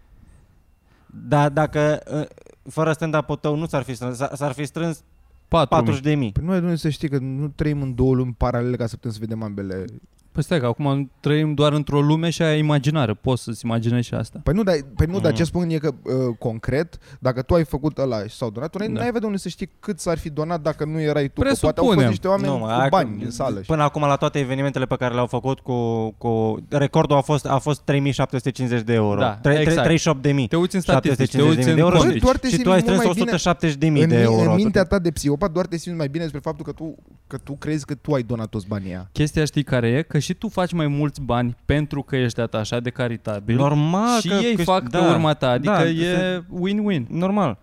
Speaker 1: Dar dacă uh, fără stand-up-ul tău nu s-ar fi strâns, s-ar s-ar fi strâns 40
Speaker 4: 40.
Speaker 1: de mii.
Speaker 2: Păi noi Dumnezeu să știi că nu trăim în două lumi paralele ca să putem să vedem ambele.
Speaker 4: Păi stai că acum trăim doar într-o lume și aia e imaginară. Poți să-ți imaginezi și asta.
Speaker 2: Păi nu, dar, păi nu, dar
Speaker 1: Mm.
Speaker 2: ce spun e că uh, concret, dacă tu ai făcut ăla și s-au donat, tu n-ai,
Speaker 4: Da.
Speaker 2: n-ai vedea unde să știi cât s-ar fi donat dacă nu erai tu. Că poate au fost
Speaker 4: Presupunem.
Speaker 2: niște oameni nu,
Speaker 1: mă,
Speaker 2: cu
Speaker 1: ac-
Speaker 2: bani în sală. Până...
Speaker 1: Până acum la toate evenimentele pe care le-au făcut cu, cu recordul a fost a fost 3750 de euro.
Speaker 4: Da, exact.
Speaker 1: 38 de mii.
Speaker 4: Te uiți în statistici, te uiți
Speaker 1: 750.000 de
Speaker 4: în
Speaker 1: euro.
Speaker 4: condici.
Speaker 2: Păi, Doar te
Speaker 1: Și
Speaker 2: simți
Speaker 1: tu ai
Speaker 2: mult
Speaker 1: strâns
Speaker 2: mai bine
Speaker 1: 170 de mii
Speaker 2: în,
Speaker 1: de
Speaker 2: mi-
Speaker 1: euro.
Speaker 2: în mintea ta de psihopat doar te simți mai bine despre faptul că tu, că tu crezi că tu ai donat toți banii aia.
Speaker 4: Chestia știi care e? Că și tu faci mai mulți bani pentru că ești atașat de caritabil.
Speaker 1: Normal
Speaker 4: și
Speaker 1: că
Speaker 4: ei
Speaker 1: câș-
Speaker 4: fac
Speaker 1: da,
Speaker 4: pe urma ta, adică
Speaker 1: da,
Speaker 4: e win-win.
Speaker 1: Normal.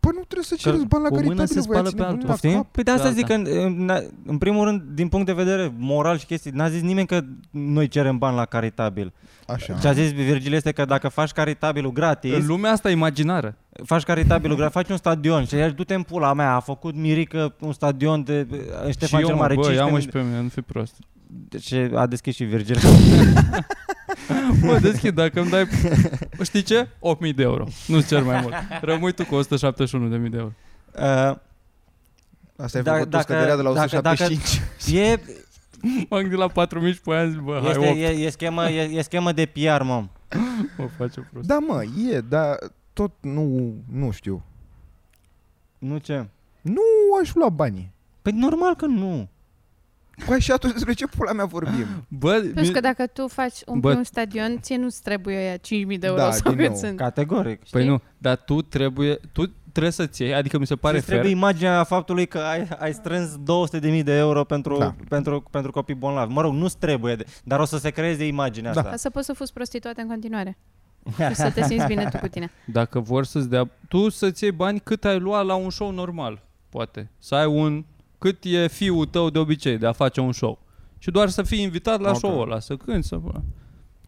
Speaker 2: Păi nu trebuie să cereți bani la
Speaker 4: o mână
Speaker 2: caritabile,
Speaker 4: se
Speaker 2: voi ați
Speaker 4: spală pe
Speaker 2: nebunit
Speaker 4: altul.
Speaker 2: la
Speaker 1: Poftim?
Speaker 2: cap.
Speaker 1: Păi de asta
Speaker 4: Da,
Speaker 1: zic
Speaker 4: da.
Speaker 1: că, în, na- în primul rând, din punct de vedere moral și chestii, n-a zis nimeni că noi cerem bani la caritabil.
Speaker 2: Așa.
Speaker 1: Ce a zis Virgil este că dacă faci caritabilul gratis,
Speaker 4: În lumea asta imaginară.
Speaker 1: faci caritabilul gratis, faci un stadion și iar du-te în pula mea, a făcut Mirică un stadion de uh, Ștefan
Speaker 4: și
Speaker 1: cel
Speaker 4: eu,
Speaker 1: Mare.
Speaker 4: mă, bă,
Speaker 1: 15.000
Speaker 4: ia mă și
Speaker 1: de-
Speaker 4: pe mine, nu fi prost.
Speaker 1: Și a deschis și Virgil. Uh,
Speaker 4: Mă, deschid, dacă îmi dai, știi ce? 8.000 de euro. Nu-ți cer mai mult. Rămâi tu cu 171.000 de euro.
Speaker 1: Uh,
Speaker 2: Asta ai
Speaker 1: Da- dacă-
Speaker 2: făcut tu scăderea de la
Speaker 1: dacă-
Speaker 2: 175.
Speaker 1: e,
Speaker 4: M-am gândit la 4.000 și pe aia zic, bă, hai,
Speaker 1: este,
Speaker 4: 8,
Speaker 1: e, e, schemă, e, e schemă de PR, mă.
Speaker 4: mă face prost.
Speaker 2: Da, mă, e, dar tot nu, nu știu.
Speaker 1: Nu ce?
Speaker 2: Nu aș lua banii.
Speaker 1: Păi normal că nu.
Speaker 2: Păi și atunci despre ce pula mea vorbim?
Speaker 4: Bă,
Speaker 3: Plus
Speaker 4: mi-
Speaker 3: că dacă tu faci un,
Speaker 4: Bă-
Speaker 3: un stadion, ție nu-ți trebuie aia 5.000 de euro
Speaker 2: Da,
Speaker 3: sau
Speaker 2: din
Speaker 3: cât
Speaker 2: nou.
Speaker 3: sunt.
Speaker 1: Categoric.
Speaker 4: Păi
Speaker 3: știi?
Speaker 4: nu, dar tu trebuie, tu trebuie să-ți iei, adică mi se pare
Speaker 1: Îți
Speaker 4: fair.
Speaker 1: trebuie imaginea faptului că ai, ai strâns 200.000 de euro pentru,
Speaker 2: Da.
Speaker 1: da. pentru, pentru copii bolnavi. Mă rog, nu-ți trebuie, de- dar o să se creeze imaginea
Speaker 2: Da.
Speaker 1: asta.
Speaker 3: Ca să poți să fuți prostituată în continuare. și să te simți bine tu cu tine.
Speaker 4: Dacă vor să-ți dea... Tu să-ți iei bani cât ai lua la un show normal, poate. Să ai un... Cât e fiul tău de obicei de a face un show. Și doar să fii invitat la
Speaker 2: Ok.
Speaker 4: okay. show-ul ăla, să cânti, să...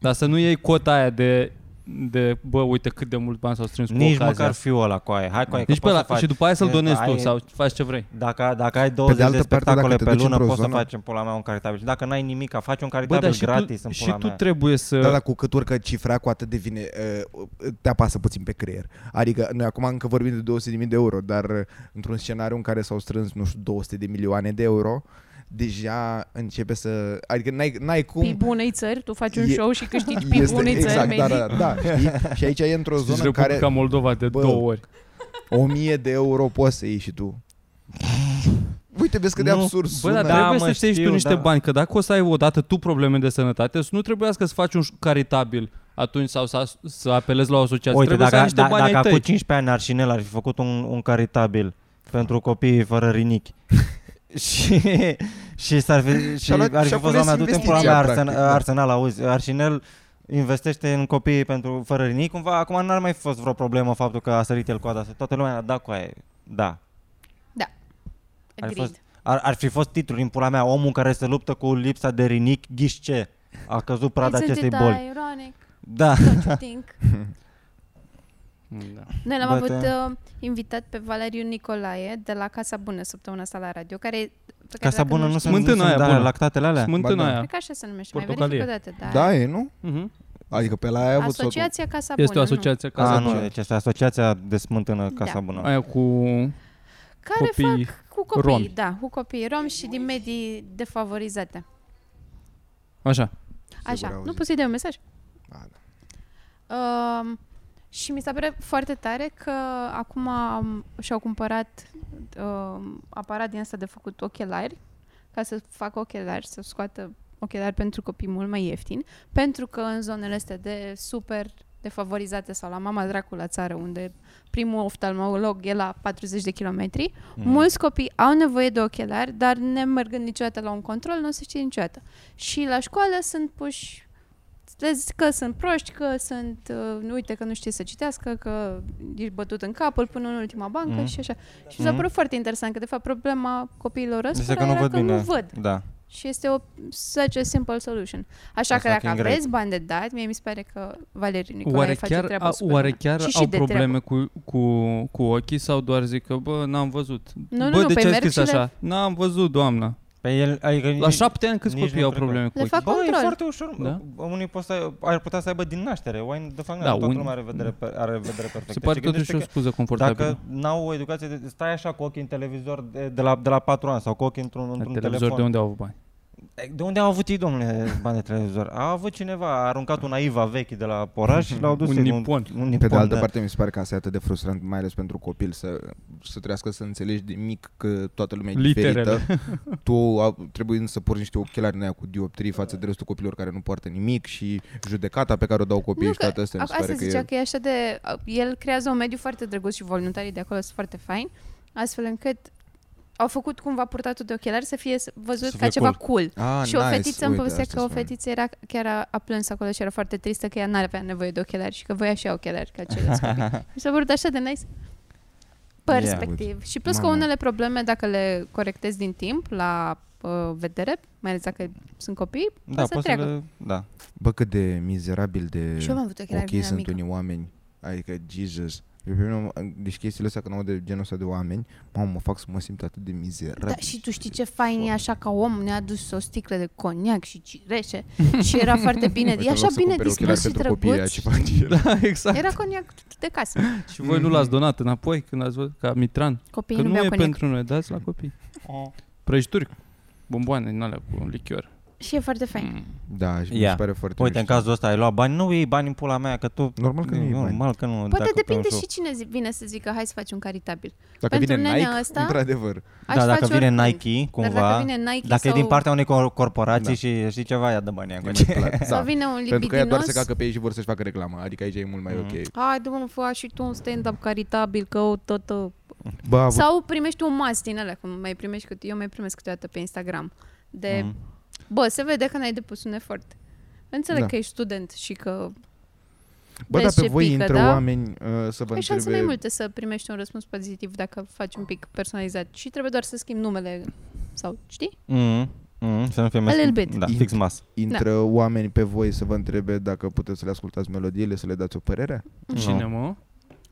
Speaker 4: Dar să nu iei cota aia de, de bă, uite cât de mult bani s-au strâns cu
Speaker 1: Nici
Speaker 4: ocazia.
Speaker 1: măcar fiul ăla cu aia. Hai cu aia,
Speaker 4: Deci pe
Speaker 1: că poți
Speaker 4: ăla,
Speaker 1: să faci.
Speaker 4: și după aia să-l
Speaker 1: Că
Speaker 4: donezi tu
Speaker 1: ai-
Speaker 4: sau faci ce vrei.
Speaker 1: Dacă, dacă ai 20 de,
Speaker 2: altă parte, dacă
Speaker 1: spectacole
Speaker 2: te
Speaker 1: pe
Speaker 2: duci
Speaker 1: lună,
Speaker 2: într-o
Speaker 1: poți să
Speaker 2: zonă-
Speaker 1: faci în pula mea un caritabil. Și dacă n-ai nimic, a faci un
Speaker 4: Bă,
Speaker 1: caritabil
Speaker 4: dar și
Speaker 1: gratis
Speaker 4: tu,
Speaker 1: în
Speaker 4: și
Speaker 1: pula
Speaker 4: tu
Speaker 1: mea.
Speaker 4: trebuie să...
Speaker 2: Da, dar cu cât urcă cifra, cu atât devine, uh, te apasă puțin pe creier. Adică, noi acum încă vorbim de 200.000 de euro, dar uh, într-un scenariu în care s-au strâns, nu știu, 200 de milioane de euro, deja începe să... Adică n-ai, n-ai cum...
Speaker 3: Pe bunei țări, tu faci un
Speaker 2: E-
Speaker 3: show și câștigi pe bunei țări,
Speaker 2: exact, da,
Speaker 3: maybe.
Speaker 2: da, da, știi? Și aici e într-o
Speaker 4: Deci
Speaker 2: zonă în
Speaker 4: Republica
Speaker 2: care
Speaker 4: Moldova de
Speaker 2: Bă.
Speaker 4: două ori.
Speaker 2: 1000 de euro poți să iei și tu. Uite, vezi că de
Speaker 1: Nu,
Speaker 2: absurd
Speaker 4: Bă,
Speaker 2: sună.
Speaker 4: dar
Speaker 1: Da,
Speaker 4: trebuie
Speaker 1: mă,
Speaker 4: să-ți iei și tu
Speaker 1: știu,
Speaker 4: niște
Speaker 1: da.
Speaker 4: bani, că dacă o să ai odată tu probleme de sănătate, să nu trebuiască să faci un ș- caritabil atunci sau să, as- să apelezi la o asociație.
Speaker 1: Uite,
Speaker 4: trebuie să ai
Speaker 1: dacă,
Speaker 4: niște
Speaker 1: da,
Speaker 4: bani
Speaker 1: dacă
Speaker 4: ai tăi.
Speaker 1: acum 15 ani Arșinel ar fi făcut un, un caritabil pentru copiii fără rinichi și, și s-ar fi, și
Speaker 2: Și-a luat-
Speaker 1: ar fi
Speaker 2: și-a
Speaker 1: fost
Speaker 2: pus
Speaker 1: doamna du-te în pula
Speaker 2: investiția,
Speaker 1: mea Arsen,
Speaker 2: practic, da.
Speaker 1: Arsenal, auzi, Arșinel investește în copiii pentru fără rinichi, cumva acum n-ar mai fi fost vreo problemă faptul că a sărit el coada, toată lumea a dat cu aia, da. Ar fi,
Speaker 3: Agreed.
Speaker 1: fost, ar, ar fi fost titlul din pula mea, omul care se luptă cu lipsa de rinichi, ghiși ce? A căzut prada
Speaker 3: Exact, da,
Speaker 5: Isn't
Speaker 1: acestei
Speaker 5: it
Speaker 1: boli.
Speaker 5: ironic,
Speaker 1: Da.
Speaker 5: don't you think?
Speaker 4: Da.
Speaker 3: Noi l-am
Speaker 1: But,
Speaker 3: avut uh, invitat pe Valeriu Nicolae de la Casa Bună săptămâna asta la radio, care... Pe care
Speaker 1: Casa
Speaker 3: dacă
Speaker 1: bună nu
Speaker 3: știi-
Speaker 1: sunt, nu
Speaker 4: Smântână
Speaker 1: sunt
Speaker 4: aia
Speaker 1: dar
Speaker 4: bună.
Speaker 1: lactatele alea.
Speaker 4: Smântână
Speaker 2: Ba da.
Speaker 4: aia.
Speaker 3: Cred că așa se numește,
Speaker 4: Portocalie.
Speaker 3: mai verific o dată, da.
Speaker 2: Da, e, nu?
Speaker 4: Mhm.
Speaker 2: Adică pe la aia ai avut soțul.
Speaker 3: Asociația Casa
Speaker 4: Este o
Speaker 3: Bună,
Speaker 4: asociație
Speaker 1: Casa
Speaker 4: Casa
Speaker 1: A, nu,
Speaker 4: Bună.
Speaker 1: deci asta e asociația de smântână Casa
Speaker 3: Da.
Speaker 1: Bună.
Speaker 4: Aia cu
Speaker 3: nu? Care
Speaker 4: copii.
Speaker 3: fac cu copii,
Speaker 4: romi.
Speaker 3: da, cu copii romi și din medii defavorizate.
Speaker 4: Așa.
Speaker 3: Așa,
Speaker 2: auzi.
Speaker 3: nu poți să-i dai un mesaj?
Speaker 2: A, da.
Speaker 3: Um, și mi s-a părut foarte tare că acum am- și-au cumpărat um, aparat din asta de făcut ochelari, ca să facă ochelari, să scoată ochelari pentru copii mult mai ieftin, pentru că în zonele astea de super defavorizate sau la mama dracu la țară, unde primul oftalmolog e la 40 de kilometri, Mm. Mulți copii au nevoie de ochelari, dar ne mergând niciodată la un control, nu se știe niciodată. Și la școală sunt puși vezi că sunt proști, că sunt, uh, uite că nu știe să citească, că ești bătut în capul până în ultima bancă
Speaker 1: Mhm.
Speaker 3: mm. și așa. Și mi s-a
Speaker 1: Mhm.
Speaker 3: părut foarte interesant că, de fapt, problema copiilor ăsta
Speaker 1: Este
Speaker 3: era că nu văd.
Speaker 1: Da.
Speaker 3: Și este o such a simple solution. Așa
Speaker 1: Asta
Speaker 3: că dacă
Speaker 1: fiind greu.
Speaker 3: aveți bani de dat, mie mi se pare că Valeriu Nicolae
Speaker 4: Oare
Speaker 3: face
Speaker 4: chiar,
Speaker 3: treaba
Speaker 4: a,
Speaker 3: superbă.
Speaker 4: oare chiar
Speaker 3: Și și
Speaker 4: au
Speaker 3: de
Speaker 4: probleme cu, cu, cu ochii sau doar zic că, bă, n-am văzut?
Speaker 3: Nu, nu,
Speaker 4: bă,
Speaker 3: nu,
Speaker 4: de
Speaker 3: pe
Speaker 4: ce ai
Speaker 3: merg
Speaker 4: scris
Speaker 3: și le-
Speaker 4: așa? N-am văzut, doamna.
Speaker 1: Pe el, adică,
Speaker 4: La
Speaker 1: nici-
Speaker 4: șapte ani câți
Speaker 1: nici
Speaker 4: copii
Speaker 1: nu
Speaker 4: au
Speaker 1: cred că-
Speaker 4: probleme cu
Speaker 3: Le fac
Speaker 4: ochii?
Speaker 1: Bă,
Speaker 3: control.
Speaker 1: e foarte ușor.
Speaker 4: Da?
Speaker 1: Da? Omul poți să, ar putea să aibă din naștere. Why the fuck not?
Speaker 4: Da,
Speaker 1: Toată
Speaker 4: un-
Speaker 1: lumea are vedere, pe, are vedere perfectă.
Speaker 4: Se pare
Speaker 1: Și gândește
Speaker 4: totuși o
Speaker 1: că
Speaker 4: scuză confortabilă.
Speaker 1: Dacă n-au o educație, de, stai așa cu ochii în televizor de, de, la, de la 4 ani sau cu ochii într-un,
Speaker 4: La
Speaker 1: într-un
Speaker 4: televizor
Speaker 1: telefon.
Speaker 4: de unde au avut bani?
Speaker 1: De unde au avut ei, domnule, bani de televizor? A avut cineva, a aruncat un aiva vechi de la oraș și l-au dus
Speaker 4: Un
Speaker 1: ei,
Speaker 4: nipon.
Speaker 1: Un, un nipon
Speaker 2: Pe de altă
Speaker 1: da.
Speaker 2: parte, mi se pare că asta e atât de frustrant, mai ales pentru copil, să, să trească să înțelegi de mic că toată lumea e
Speaker 4: Literele.
Speaker 2: diferită. Tu a, trebuie să porți niște ochelari în aia cu dioptrii față de restul copilor care nu poartă nimic și judecata pe care o dau copiii
Speaker 3: Nu,
Speaker 2: și toate astea, mi se
Speaker 3: a-
Speaker 2: pare
Speaker 3: asta
Speaker 2: că
Speaker 3: zicea
Speaker 2: e...
Speaker 3: că e așa de... a, El creează un mediu foarte drăguț și voluntarii de acolo sunt foarte faini, astfel încât au făcut cumva purtatul de ochelari să fie s- văzut
Speaker 1: Să
Speaker 3: ca
Speaker 1: fie
Speaker 3: ceva cool.
Speaker 2: Ah,
Speaker 3: și o fetiță îmi
Speaker 2: uite,
Speaker 3: povestea
Speaker 2: asta
Speaker 3: că o
Speaker 2: spun.
Speaker 3: fetiță era, chiar a, a plâns acolo și era foarte tristă că ea n-avea nevoie de ochelari și că voia și ea ochelari ca ceilalți copii. Mi s-a părut așa de nice perspectiv. Yeah, și plus că
Speaker 2: Mamă.
Speaker 3: unele probleme, dacă le corectezi din timp la uh, vedere, mai ales dacă sunt copii,
Speaker 1: Da,
Speaker 3: poți să
Speaker 1: poți să
Speaker 3: treacă.
Speaker 1: le... Da.
Speaker 2: Bă, cât de mizerabil de...
Speaker 3: Și eu am avut ochelari
Speaker 2: ok
Speaker 3: okay,
Speaker 2: sunt unii oameni, adică Jesus. Eu pe mine, am- deci chestiile astea când aud de genul ăsta de oameni, mamă, mă fac să mă simt atât de mizerabil.
Speaker 3: Da, și tu știi ce fain e așa ca om, ne-a dus o sticlă de coniac și cireșe și era foarte bine,
Speaker 2: Uite,
Speaker 3: e
Speaker 2: în
Speaker 3: așa
Speaker 2: loc Adică să
Speaker 3: bine
Speaker 2: cumperi ochelari
Speaker 3: dispus și
Speaker 2: pentru copii, aia ce
Speaker 3: drăguț.
Speaker 2: fac el.
Speaker 4: Da, exact.
Speaker 3: Era coniac de casă.
Speaker 4: Și voi nu l-ați donat înapoi când ați văzut ca Mitran.
Speaker 3: Copiii
Speaker 4: Că
Speaker 3: Păi nu
Speaker 4: nu
Speaker 3: beau
Speaker 4: e
Speaker 3: coniac.
Speaker 4: pentru noi, dați la copii. Oh. Prăjituri, bomboane din alea cu lichior.
Speaker 3: Și e foarte fain.
Speaker 4: Mm.
Speaker 2: Da, și mi
Speaker 1: Ia.
Speaker 2: se pare foarte
Speaker 1: Uite, în
Speaker 2: mișto.
Speaker 1: cazul ăsta ai luat bani, nu iei bani în pula mea, că tu...
Speaker 2: Normal că nu iei bani.
Speaker 1: Normal că nu.
Speaker 3: Poate
Speaker 1: dacă pe
Speaker 3: depinde
Speaker 1: un
Speaker 3: și cine zi- vine să zică hai să faci un caritabil.
Speaker 2: Dacă
Speaker 3: pentru
Speaker 2: vine
Speaker 3: nenea
Speaker 2: Nike,
Speaker 3: ăsta,
Speaker 2: într-adevăr.
Speaker 3: Aș
Speaker 1: da, dacă
Speaker 3: face
Speaker 1: vine
Speaker 3: oricând.
Speaker 1: Nike, cumva,
Speaker 3: Dar dacă vine Nike
Speaker 1: dacă
Speaker 3: sau,
Speaker 1: e din partea unei cor- corporații
Speaker 2: Da.
Speaker 1: și știi ceva, ea dă banii acolo.
Speaker 2: e mai plat.
Speaker 3: sau
Speaker 2: Da.
Speaker 3: vine un
Speaker 2: Pentru că ea doar se
Speaker 3: libidinos,
Speaker 2: cacă pe ei și vor să-și facă reclamă. Adică aici e mult mai
Speaker 1: Mhm.
Speaker 2: ok.
Speaker 3: hai du mă, fă și tu un stand-up caritabil, că o tot, tot.
Speaker 2: Bă, a avut-
Speaker 3: Sau primești un mas din alea, cum mai primești, cât, eu mai primesc câteodată pe Instagram, de
Speaker 1: Mhm.
Speaker 3: Bă, se vede că n-ai depus un efort. Înțeleg
Speaker 2: Da.
Speaker 3: da. că ești student și că
Speaker 2: Bă, dar
Speaker 3: vezi
Speaker 2: pe
Speaker 3: ce
Speaker 2: voi
Speaker 3: pică,
Speaker 2: intră
Speaker 3: da?
Speaker 2: oameni uh, să vă
Speaker 3: ai păi șanse mai
Speaker 2: întrebe...
Speaker 3: multe să primești un răspuns pozitiv dacă faci un pic personalizat. Și trebuie doar să schimbi numele sau, știi?
Speaker 1: Mm, mm, să nu fie
Speaker 3: little
Speaker 1: mes-
Speaker 3: bit.
Speaker 1: Da, fix mas.
Speaker 2: Intră oameni pe voi să vă întrebe dacă puteți să le ascultați melodiile, să le dați o părere?
Speaker 4: Cine,
Speaker 1: Nu.
Speaker 4: mă?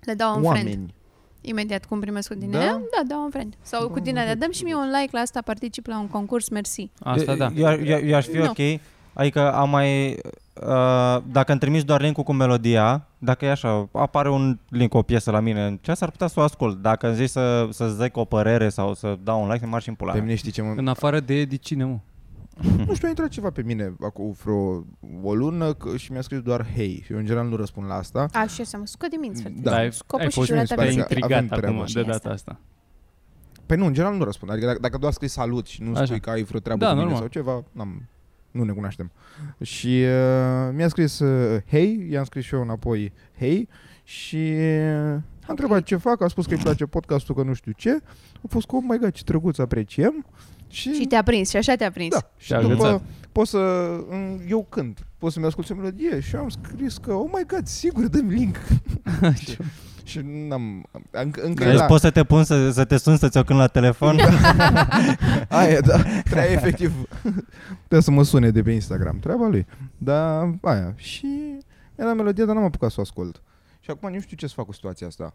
Speaker 3: Le dau un friend.
Speaker 2: Oameni.
Speaker 3: Imediat cum primesc cu din
Speaker 2: Da?
Speaker 3: da? da, dau un friend. Sau
Speaker 2: Da,
Speaker 3: cu din
Speaker 2: mă,
Speaker 3: alea.
Speaker 2: bă,
Speaker 3: Dăm și mie un like la asta, particip la un concurs, mersi.
Speaker 4: Asta
Speaker 1: Eu-
Speaker 4: da.
Speaker 1: Eu, eu, eu aș fi
Speaker 3: Nu.
Speaker 1: ok. Adică am mai... Uh, dacă îmi trimiți doar link cu melodia, dacă e așa, apare un link cu o piesă la mine în ceas, ar putea să o ascult. Dacă îmi zici să, să zic o părere sau să dau un like, mă și în pula
Speaker 2: Pe
Speaker 1: mea.
Speaker 2: mine știi ce mă...
Speaker 4: În afară de Edi, cine, mă?
Speaker 2: Nu știu, a intrat ceva pe mine acum vreo o lună că- și mi-a scris doar hei. Și eu în general nu răspund la asta.
Speaker 3: A, și eu să mă scot din minți. frate.
Speaker 2: Da.
Speaker 4: ai,
Speaker 3: Scopul
Speaker 4: ai
Speaker 3: și
Speaker 4: fost
Speaker 3: durata
Speaker 4: te-ai
Speaker 2: vieții.
Speaker 4: intrigat
Speaker 2: Avem treabă.
Speaker 4: acum de
Speaker 3: Și
Speaker 4: data
Speaker 3: asta.
Speaker 4: asta.
Speaker 2: Păi nu, în general nu răspund. Adică dacă, dacă doar scrii salut și nu
Speaker 4: Așa.
Speaker 2: Așa. spui că ai vreo treabă
Speaker 4: Da,
Speaker 2: da, cu mine
Speaker 4: normal.
Speaker 2: sau ceva, n-am, nu ne cunoaștem. Și uh, mi-a scris uh, hei, i-am scris și eu înapoi hei și uh, a întrebat ce fac, a spus că îi place podcastul, că nu știu ce. A fost cu, oh my god, ce drăguț, apreciem. Și,
Speaker 3: Și te-a prins, și așa te-a prins.
Speaker 2: da, și
Speaker 4: Te-a agățat.
Speaker 2: după pot să, în- eu cânt, pot să-mi ascult o melodie și am scris că, oh my god, sigur, dă-mi link. și, și n-am, încă, încă
Speaker 1: Deci
Speaker 2: era-
Speaker 1: poți să te pun să, să te sun să-ți o cânt la telefon?
Speaker 2: Aia, da, treia efectiv Trebuie să mă sune de pe Instagram Treaba lui Dar aia Și era melodia, dar n-am apucat să o ascult Și acum nu știu ce să fac cu situația asta.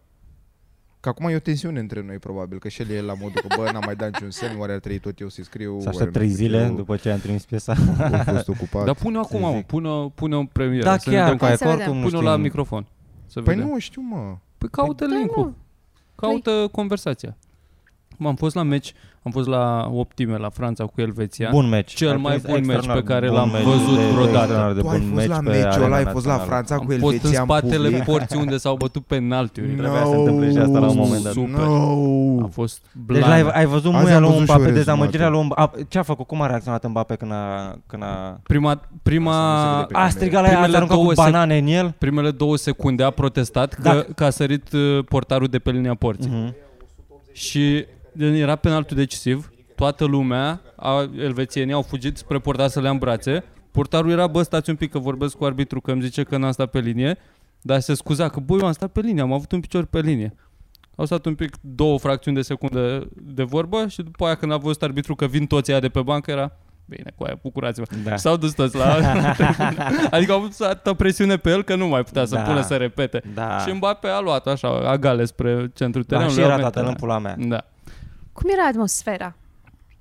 Speaker 2: Că acum e o tensiune între noi, probabil, că și el e la modul că, bă, n-am mai dat niciun semn, oare ar trebui tot eu să-i scriu.
Speaker 1: Să
Speaker 2: oare
Speaker 1: aștept
Speaker 2: nu
Speaker 1: trei
Speaker 2: știu
Speaker 1: zile
Speaker 2: ce,
Speaker 1: după Da, ce am trimis piesa.
Speaker 2: Am fost ocupat.
Speaker 4: Dar pune acum, mă, pune, pune o premieră.
Speaker 1: Da,
Speaker 4: să ne
Speaker 1: chiar,
Speaker 4: dăm
Speaker 1: cu
Speaker 4: cu
Speaker 1: aia,
Speaker 3: Să
Speaker 1: că
Speaker 3: vedem.
Speaker 1: oricum nu
Speaker 4: Pune-o la
Speaker 1: știm.
Speaker 4: microfon. Să
Speaker 2: Păi
Speaker 4: vedem.
Speaker 2: nu știu, mă.
Speaker 4: Păi caută
Speaker 3: Da,
Speaker 4: link-ul.
Speaker 3: nu.
Speaker 4: Caută conversația. Cum Am fost la meci, am fost la optime la Franța cu Elveția.
Speaker 1: Bun meci.
Speaker 4: Cel
Speaker 1: Ai
Speaker 4: mai
Speaker 1: prins
Speaker 4: bun meci
Speaker 1: extraordinar
Speaker 4: pe care
Speaker 1: bun
Speaker 4: l-am
Speaker 1: meci
Speaker 4: văzut
Speaker 1: de- de
Speaker 4: vreodată.
Speaker 1: extraordinar de
Speaker 2: Tu ai
Speaker 1: bun
Speaker 2: fost
Speaker 1: meci
Speaker 2: la
Speaker 1: pe
Speaker 2: meciul ăla,
Speaker 1: arena
Speaker 2: ai fost la
Speaker 1: națională.
Speaker 2: Franța cu
Speaker 4: Am fost în
Speaker 2: Elveția în
Speaker 4: spatele
Speaker 2: public.
Speaker 4: porții unde s-au bătut penaltiuri.
Speaker 1: No. Trebuia să se întâmple și asta la un moment dat.
Speaker 4: Super.
Speaker 2: No.
Speaker 4: A fost
Speaker 1: Deci l-ai,
Speaker 4: blană.
Speaker 1: ai văzut
Speaker 2: Azi
Speaker 1: muia
Speaker 2: am
Speaker 1: lui
Speaker 2: văzut și eu
Speaker 1: Mbappé,
Speaker 2: rezumatul.
Speaker 1: dezamăgirea lui Mbappé. Ce a făcut? Cum a reacționat Mbappé când a... Când a...
Speaker 4: Prima,
Speaker 2: Asta nu se
Speaker 4: prima,
Speaker 2: vede pe
Speaker 1: a strigat la el, a
Speaker 4: Primele
Speaker 1: aruncat cu
Speaker 4: două sec-
Speaker 1: banane în el?
Speaker 4: primele două secunde a protestat că,
Speaker 1: Dacă-
Speaker 4: că a sărit uh, portarul de pe linia porții.
Speaker 1: Mhm.
Speaker 4: Și era penaltul decisiv, toată lumea, a, elvețienii au fugit spre portar să le îmbrațe. Portarul era, bă, stați un pic că vorbesc cu arbitru că îmi zice că n-am stat pe linie, dar se scuza că, bă, eu am stat pe linie, am avut un picior pe linie. Au stat un pic două fracțiuni de secundă de vorbă și după aia când a văzut arbitru că vin toți aia de pe bancă era Bine, cu aia, bucurați-vă.
Speaker 1: Da.
Speaker 4: S-au dus toți la... adică au avut atâta presiune pe el că nu mai putea să
Speaker 1: Da.
Speaker 4: pună să repete.
Speaker 1: Da.
Speaker 4: Și Mbappe a luat așa, agale spre centrul
Speaker 1: da,
Speaker 4: terenului.
Speaker 1: și era
Speaker 4: au venit
Speaker 1: toată în
Speaker 4: ăla.
Speaker 1: pula mea.
Speaker 4: Da.
Speaker 3: Cum era atmosfera?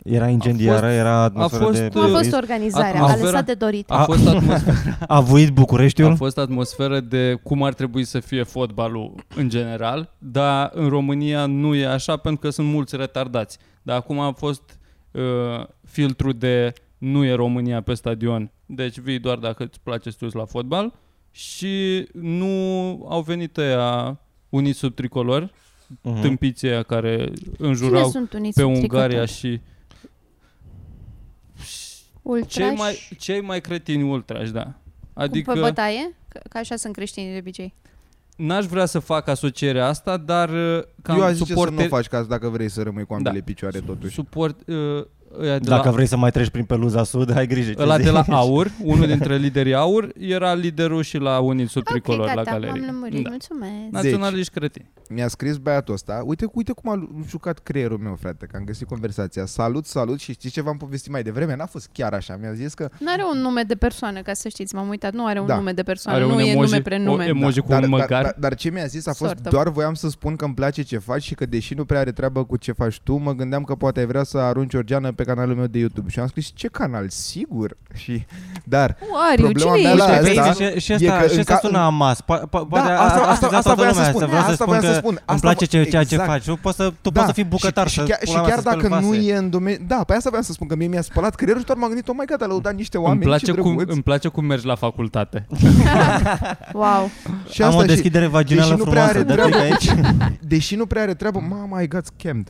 Speaker 1: Era incendiară,
Speaker 4: A fost-
Speaker 1: era atmosferă
Speaker 4: fost,
Speaker 1: de...
Speaker 4: uh,
Speaker 3: Cum a fost
Speaker 1: Is-
Speaker 3: organizarea? A
Speaker 4: atmosfera-
Speaker 3: lăsat de dorit.
Speaker 4: A,
Speaker 1: A-
Speaker 4: fost atmosferă,
Speaker 1: A vuit Bucureștiul?
Speaker 4: a fost atmosferă de cum ar trebui să fie fotbalul în general, dar în România nu e așa pentru că sunt mulți retardați. Dar acum a fost uh, filtru de nu e România pe stadion, deci vii doar dacă îți place să te uiți la fotbal și nu au venit ăia uniți sub tricolor, mm.
Speaker 1: Mhm.
Speaker 4: tâmpiții ăia care
Speaker 3: Cine
Speaker 4: înjurau
Speaker 3: sunt uniți
Speaker 4: pe
Speaker 3: sub
Speaker 4: Ungaria
Speaker 3: tricotul?
Speaker 4: și
Speaker 3: Ultrași?
Speaker 4: Cei mai, cei mai cretini ultrași, da.
Speaker 3: Cu pe
Speaker 4: Adică
Speaker 3: bătaie? Că, că așa sunt creștinii de obicei.
Speaker 4: n-aș vrea să fac asocierea asta, dar uh,
Speaker 2: Eu
Speaker 4: cam
Speaker 2: aș zice să nu o
Speaker 4: suporte,
Speaker 2: faci ca dacă vrei să rămâi cu ambele
Speaker 4: Da.
Speaker 2: picioare totuși.
Speaker 4: suport uh, ăia de
Speaker 1: Dacă
Speaker 4: la,
Speaker 1: vrei să mai treci prin peluza sud, ai grijă ce
Speaker 4: ăla de
Speaker 1: zici.
Speaker 4: la Aur, unul dintre liderii Aur, era liderul și la unit sub
Speaker 3: Ok,
Speaker 4: tricolor
Speaker 3: gata,
Speaker 4: la
Speaker 3: m-am
Speaker 4: galerie.
Speaker 3: lămurit, mulțumesc.
Speaker 2: Da.
Speaker 4: Naționaliști cretini.
Speaker 2: Mi-a scris băiatul ăsta, uite, uite cum a jucat creierul meu, frate, că am găsit conversația. Salut, salut și știi ce v-am povestit mai devreme? N-a fost chiar așa, mi-a zis că...
Speaker 3: Nu are un nume de persoană, ca să știți, m-am uitat. Nu are un
Speaker 2: Da.
Speaker 3: nume de persoană,
Speaker 4: Are
Speaker 3: nu
Speaker 4: un
Speaker 3: e nume
Speaker 4: emoji, o
Speaker 3: prenume.
Speaker 4: emoji cu un
Speaker 2: dar,
Speaker 4: măgar.
Speaker 2: dar, dar, ce mi-a zis a fost,
Speaker 3: Sort of.
Speaker 2: doar voiam să spun că îmi place ce faci și că deși nu prea are treabă cu ce faci tu, mă gândeam că poate ai vrea să arunci o geană pe canalul meu de YouTube. Și am scris, ce canal? Sigur! Și, dar,
Speaker 3: Oariu,
Speaker 2: Problema
Speaker 3: cine
Speaker 2: mea
Speaker 3: ești?
Speaker 2: Da, la
Speaker 1: Uite,
Speaker 2: asta
Speaker 1: vezi, și, și
Speaker 2: e
Speaker 1: asta,
Speaker 2: că
Speaker 1: și
Speaker 2: în
Speaker 1: asta
Speaker 2: ca- Da,
Speaker 1: sună amas. Po- po- poate
Speaker 2: asta-
Speaker 1: a- a-
Speaker 2: asta-
Speaker 1: a suzat
Speaker 2: asta
Speaker 1: toată
Speaker 2: voiam să
Speaker 1: lumea
Speaker 2: spun,
Speaker 1: Vreau
Speaker 2: asta
Speaker 1: să spun
Speaker 2: voiam să
Speaker 1: că
Speaker 2: spun.
Speaker 1: Îmi
Speaker 2: Asta
Speaker 1: place
Speaker 2: vo-
Speaker 1: ce, ceea ce
Speaker 2: exact.
Speaker 1: faci. Tu poți să, tu poți să fii bucătar.
Speaker 2: și,
Speaker 1: să-
Speaker 2: și, chiar,
Speaker 1: pula
Speaker 2: și
Speaker 1: mea, să
Speaker 2: chiar dacă
Speaker 1: speli
Speaker 2: nu
Speaker 1: vase.
Speaker 2: e în domeniu... Da, pe asta vreau să spun, că mie mi-a spălat creierul și doar m-am gândit, oh my god, a lăudat niște oameni,
Speaker 4: Îmi place,
Speaker 2: ce
Speaker 4: cum,
Speaker 2: drăguț.
Speaker 4: îmi place cum mergi la facultate.
Speaker 3: Wow.
Speaker 2: Și
Speaker 1: Am o
Speaker 2: asta și-
Speaker 1: deschidere vaginală
Speaker 2: deși nu prea
Speaker 1: frumoasă.
Speaker 2: are
Speaker 1: Dă click
Speaker 2: treabă.
Speaker 1: aici.
Speaker 2: deși nu prea are treabă, mama, I got scammed.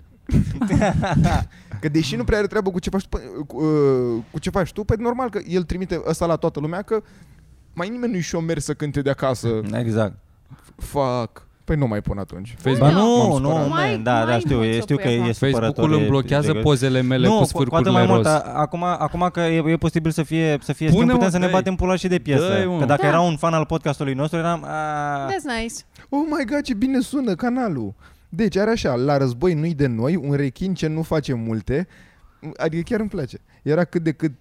Speaker 2: că deși nu prea are treabă cu ce faci tu, pă- cu, uh, cu ce faci tu, păi normal că el trimite ăsta la toată lumea că mai nimeni nu-i șomer să cânte de acasă.
Speaker 1: Exact.
Speaker 2: Fuck. Păi nu mai pun atunci.
Speaker 1: Ba
Speaker 4: Facebook,
Speaker 1: nu,
Speaker 2: M-am
Speaker 1: nu, man,
Speaker 2: supărat.
Speaker 5: Mai-
Speaker 1: da, da,
Speaker 5: mai
Speaker 1: știu,
Speaker 5: mult
Speaker 1: e,
Speaker 5: o
Speaker 1: știu că
Speaker 5: problemă.
Speaker 1: e
Speaker 4: Facebook-ul
Speaker 1: supărător.
Speaker 4: îmi
Speaker 1: e-
Speaker 4: blochează
Speaker 1: e găt-
Speaker 4: pozele mele
Speaker 1: nu,
Speaker 4: cu
Speaker 1: cu, cu atât
Speaker 4: sfârcurile
Speaker 1: mai mult,
Speaker 4: roz.
Speaker 1: a- acum, acum că e, e posibil să fie, să fie
Speaker 4: Pune-mă,
Speaker 1: Pune putem să ne
Speaker 4: dă-i.
Speaker 1: batem pula și de piesă.
Speaker 4: Dă-i, mă.
Speaker 1: Că dacă
Speaker 3: Da.
Speaker 1: era un fan al podcastului nostru, eram...
Speaker 4: Da.
Speaker 1: A,
Speaker 3: That's nice.
Speaker 2: Oh my god, ce bine sună canalul. Deci are așa, la război nu-i de noi, un rechin ce nu face multe, adică chiar îmi place. Era cât de cât,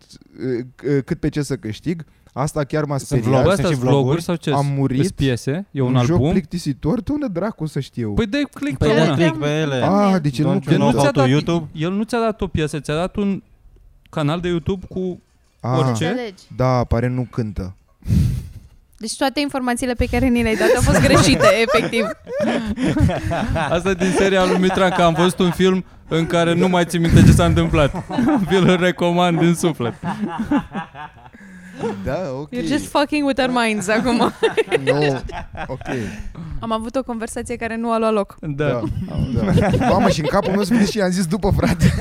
Speaker 2: uh, uh, cât pe ce să câștig, asta chiar m-a
Speaker 1: Sunt
Speaker 2: speriat.
Speaker 4: Bă,
Speaker 1: vloguri,
Speaker 4: astea
Speaker 1: sunt
Speaker 4: sunt
Speaker 1: și vloguri.
Speaker 4: vloguri sau ce?
Speaker 2: Am murit.
Speaker 4: Sunt piese? E un,
Speaker 2: joc
Speaker 4: album?
Speaker 2: plictisitor? De unde dracu să știu?
Speaker 4: Păi dai click pe
Speaker 1: Păi
Speaker 3: da,
Speaker 4: una.
Speaker 1: dai click pe ele.
Speaker 2: ah, deci el nu
Speaker 1: Don't you
Speaker 4: El
Speaker 1: know
Speaker 4: nu ți-a
Speaker 1: how
Speaker 4: dat
Speaker 1: to YouTube?
Speaker 4: El nu ți-a dat o piesă, ți-a dat un canal de YouTube cu
Speaker 2: Ah,
Speaker 4: orice.
Speaker 3: Înțelegi.
Speaker 2: Da, pare nu cântă.
Speaker 3: Deci toate informațiile pe care ni le-ai dat au fost greșite, efectiv.
Speaker 4: asta din seria lui Mitra că am văzut un film în care nu mai țin minte ce s-a întâmplat. Vi-l recomand din suflet.
Speaker 2: Da, ok.
Speaker 3: You're just fucking with our minds acum.
Speaker 2: No. Ok.
Speaker 3: Am avut o conversație care nu a luat loc.
Speaker 4: Da.
Speaker 2: Da. da. Mamă, și în capul meu spune și i-am zis după, frate.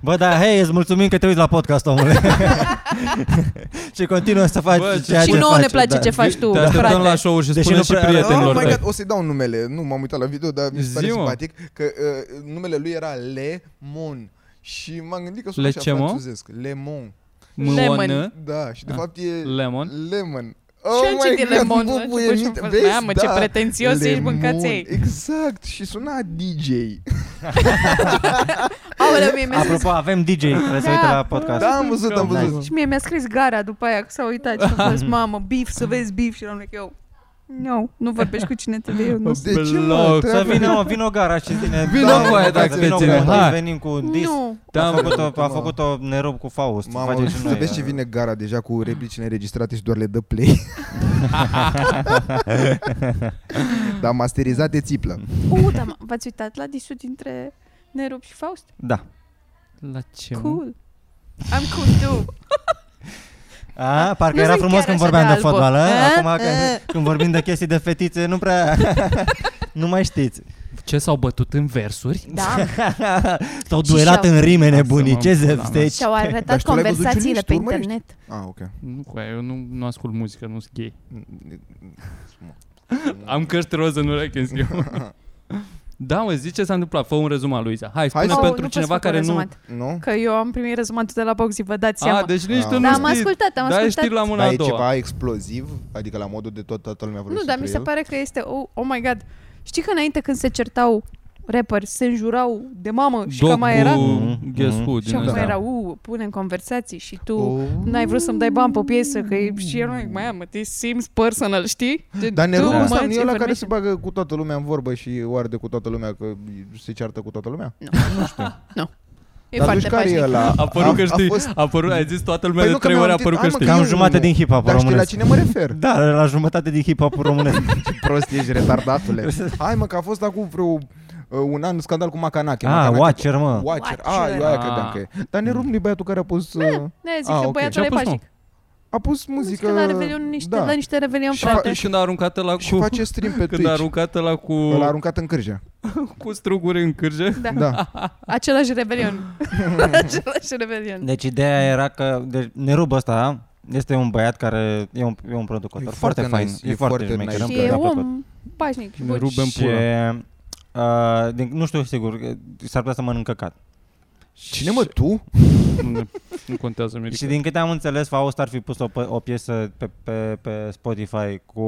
Speaker 1: Bă, dar hei, îți mulțumim că te uiți la podcast, omule. și continuă să faci
Speaker 4: Bă,
Speaker 1: ceea
Speaker 3: și
Speaker 1: ce
Speaker 3: nouă
Speaker 1: faci,
Speaker 3: ne place
Speaker 1: da.
Speaker 3: ce faci tu,
Speaker 4: Te așteptăm
Speaker 3: frate.
Speaker 4: la show-uri și
Speaker 1: Deși
Speaker 4: spune
Speaker 1: nu
Speaker 4: și
Speaker 1: prea-
Speaker 4: prietenilor
Speaker 2: oh my
Speaker 4: tăi.
Speaker 2: God, o să-i dau numele. Nu m-am uitat la video, dar mi se pare
Speaker 4: Zi, mă.
Speaker 2: simpatic că uh, numele lui era Lemon. Și m-am gândit că sună
Speaker 4: Le
Speaker 2: așa
Speaker 4: ce, mă?
Speaker 2: franțuzesc. Lemon.
Speaker 4: Mână,
Speaker 2: Da, și de fapt e
Speaker 4: Ah. lemon.
Speaker 2: Lemon. Oh
Speaker 3: Și eu citit Lemon,
Speaker 2: bubu,
Speaker 3: mă,
Speaker 2: e
Speaker 3: și am
Speaker 2: nit-
Speaker 3: fost,
Speaker 2: vezi?
Speaker 3: mamă, ce
Speaker 2: Da.
Speaker 3: pretențios ești,
Speaker 2: Lemon,
Speaker 3: mâncaței.
Speaker 2: Exact, și suna DJ.
Speaker 3: Aoleu, mie mi-a scris,
Speaker 1: Apropo, avem DJ care se uită
Speaker 3: Da.
Speaker 1: la podcast.
Speaker 2: Da, am văzut, am
Speaker 1: Nice.
Speaker 2: văzut.
Speaker 3: și mie mi-a scris gara după aia, că s-a uitat și a fost, mamă, beef, să vezi beef. Și am zis, eu, No, nu vorbești cu cine trebuie, eu nu
Speaker 2: De ce, mă?
Speaker 4: Bloc.
Speaker 1: Să
Speaker 2: Treabă-
Speaker 1: vină, vină o gara și zine,
Speaker 2: Vină
Speaker 1: da,
Speaker 2: cu
Speaker 1: mă,
Speaker 2: aia,
Speaker 1: dacă
Speaker 2: dacă
Speaker 1: vină
Speaker 4: ți-e
Speaker 1: cu
Speaker 4: hai.
Speaker 1: venim cu dis.
Speaker 3: Nu,
Speaker 1: A
Speaker 4: Da,
Speaker 1: făcut-o, a
Speaker 2: mă.
Speaker 1: făcut-o nerob cu Faust.
Speaker 2: Mamă,
Speaker 1: Facem și
Speaker 2: să
Speaker 1: noi,
Speaker 2: vezi ce
Speaker 1: uh,
Speaker 2: vine gara deja cu replicile înregistrate și doar le dă play. Dar masterizate țiplă.
Speaker 3: U, dar m- v-ați uitat la disul dintre Nerup și Faust?
Speaker 1: Da.
Speaker 4: La ce? mă?
Speaker 3: Cool. I'm cool too.
Speaker 1: A, parcă
Speaker 3: Nu
Speaker 1: era
Speaker 3: sunt
Speaker 1: frumos
Speaker 3: chiar
Speaker 1: când
Speaker 3: așa
Speaker 1: vorbeam
Speaker 3: de
Speaker 1: de,
Speaker 3: albă.
Speaker 1: fotbal, a?
Speaker 3: A?
Speaker 1: Acum că, când vorbim de chestii de fetițe, nu prea... nu mai știți.
Speaker 4: Ce s-au bătut în versuri?
Speaker 3: Da,
Speaker 1: S-au
Speaker 3: Și
Speaker 1: duelat
Speaker 3: și-au-
Speaker 1: în rime nebunii,
Speaker 4: Lasă-mă,
Speaker 1: ce
Speaker 4: pula mea.
Speaker 1: zevsteci.
Speaker 3: și-au
Speaker 2: Dar
Speaker 3: arătat
Speaker 2: și tu l-ai văzut
Speaker 3: conversațiile
Speaker 2: ciunist,
Speaker 3: pe
Speaker 2: tu urmărești?
Speaker 3: internet.
Speaker 2: Ah, ok.
Speaker 4: Nu, cu aia, eu nu, nu ascult muzică, nu sunt gay. Am căști roz în urechi în schimb. Da, mă, zi ce s-a întâmplat. Fă un rezumat, Luiza. Hai, spune
Speaker 2: să-
Speaker 4: Hai,
Speaker 3: Oh,
Speaker 4: pentru
Speaker 3: nu
Speaker 4: cineva
Speaker 3: pot să
Speaker 4: care
Speaker 3: fac
Speaker 4: nu...
Speaker 3: rezumat,
Speaker 2: Nu?
Speaker 3: Că eu am primit rezumatul de la Boxy, vă dați seama.
Speaker 4: A, deci nici
Speaker 2: Ah.
Speaker 4: tu nu
Speaker 3: Dar am
Speaker 4: știi.
Speaker 3: ascultat, am
Speaker 4: da,
Speaker 3: ascultat.
Speaker 4: știi la mâna
Speaker 2: Dar
Speaker 4: a
Speaker 2: e
Speaker 4: doua.
Speaker 2: ceva exploziv? Adică la modul de tot toată lumea
Speaker 3: Nu,
Speaker 2: vorbește
Speaker 3: dar mi
Speaker 2: despre
Speaker 3: se
Speaker 2: el?
Speaker 3: pare că este, oh, oh my god, știi că înainte când se certau rapperi, se înjurau de mamă și
Speaker 4: Doc
Speaker 3: că mai era...
Speaker 4: cu
Speaker 1: Mhm,
Speaker 4: Guess
Speaker 1: mhm.
Speaker 4: Who
Speaker 3: Și
Speaker 4: din
Speaker 3: acum
Speaker 4: ăsta.
Speaker 3: era, u, pune în conversații și tu...
Speaker 2: Oh.
Speaker 3: N-ai vrut să-mi dai bani pe piesă, că e și eu nu mai am, this seems personal, știi? De,
Speaker 2: Dar ne
Speaker 1: mă,
Speaker 2: ăsta
Speaker 3: îți
Speaker 2: nu e la care
Speaker 3: information.
Speaker 2: se bagă cu toată lumea în vorbă și o arde cu toată lumea, că se ceartă cu toată lumea?
Speaker 3: E
Speaker 2: Dar
Speaker 3: foarte
Speaker 2: atunci care e
Speaker 3: pașnic.
Speaker 2: ăla?
Speaker 4: A părut că știi,
Speaker 2: A fost...
Speaker 4: a părut, ai zis toată lumea
Speaker 2: Păi
Speaker 4: de
Speaker 2: nu, că
Speaker 4: trei
Speaker 2: mi-am
Speaker 4: ori, a
Speaker 2: amintit-
Speaker 4: părut
Speaker 2: hai,
Speaker 4: că
Speaker 2: mă,
Speaker 4: știi.
Speaker 2: că
Speaker 1: Cam
Speaker 2: eu-
Speaker 1: jumate din hip-hop
Speaker 2: Dar știi la
Speaker 1: românesc.
Speaker 2: cine mă refer?
Speaker 1: Da, la jumătate din hip-hop românesc.
Speaker 2: Prost ești, retardatule. Hai mă, că a fost acum vreo uh, un an scandal cu Macanache.
Speaker 1: Ah, Mm.
Speaker 2: Macanache-
Speaker 1: Watcher, mă.
Speaker 2: Watcher. Ah,
Speaker 3: Watcher. Da.
Speaker 2: eu aia
Speaker 4: Ah.
Speaker 2: credeam că e. Dar ne nu băiatul care a pus... Uh,
Speaker 3: Ne zic
Speaker 2: Ah,
Speaker 3: că
Speaker 2: ok.
Speaker 3: băiatul
Speaker 4: Ce-a
Speaker 3: ăla e
Speaker 4: pus, mă?
Speaker 3: pașnic.
Speaker 2: a pus
Speaker 3: Zic
Speaker 2: muzică...
Speaker 3: că la Revelion niște,
Speaker 2: da.
Speaker 3: la niște Revelion,
Speaker 4: Și, fa-
Speaker 3: frate.
Speaker 4: și când a aruncat la
Speaker 2: Și
Speaker 4: cu...
Speaker 2: face stream pe
Speaker 4: Când a
Speaker 2: Twitch.
Speaker 4: aruncat la cu,
Speaker 2: L-a aruncat în cârja.
Speaker 4: cu struguri în cârje.
Speaker 3: Da. da.
Speaker 2: Da.
Speaker 3: Același Revelion. Același Revelion.
Speaker 1: Deci ideea era că deci, Nerub ăsta este un băiat care e un, e un producător
Speaker 2: E
Speaker 1: foarte,
Speaker 2: foarte
Speaker 1: fain,
Speaker 2: nice,
Speaker 1: e,
Speaker 2: e
Speaker 1: foarte
Speaker 2: foarte
Speaker 1: șmecher,
Speaker 2: nice.
Speaker 1: îmi
Speaker 3: Și
Speaker 1: plăcea
Speaker 3: e
Speaker 1: pe tot.
Speaker 3: om pașnic și bun.
Speaker 4: Ruben
Speaker 1: Și,
Speaker 4: pula.
Speaker 1: uh, din, nu știu sigur, că s-ar putea să mănânc căcat.
Speaker 2: Cine mă, tu?
Speaker 4: Nu, ne- nu contează, Mirica.
Speaker 1: Și din câte am înțeles, Faust ar fi pus o, o piesă pe, pe, pe Spotify cu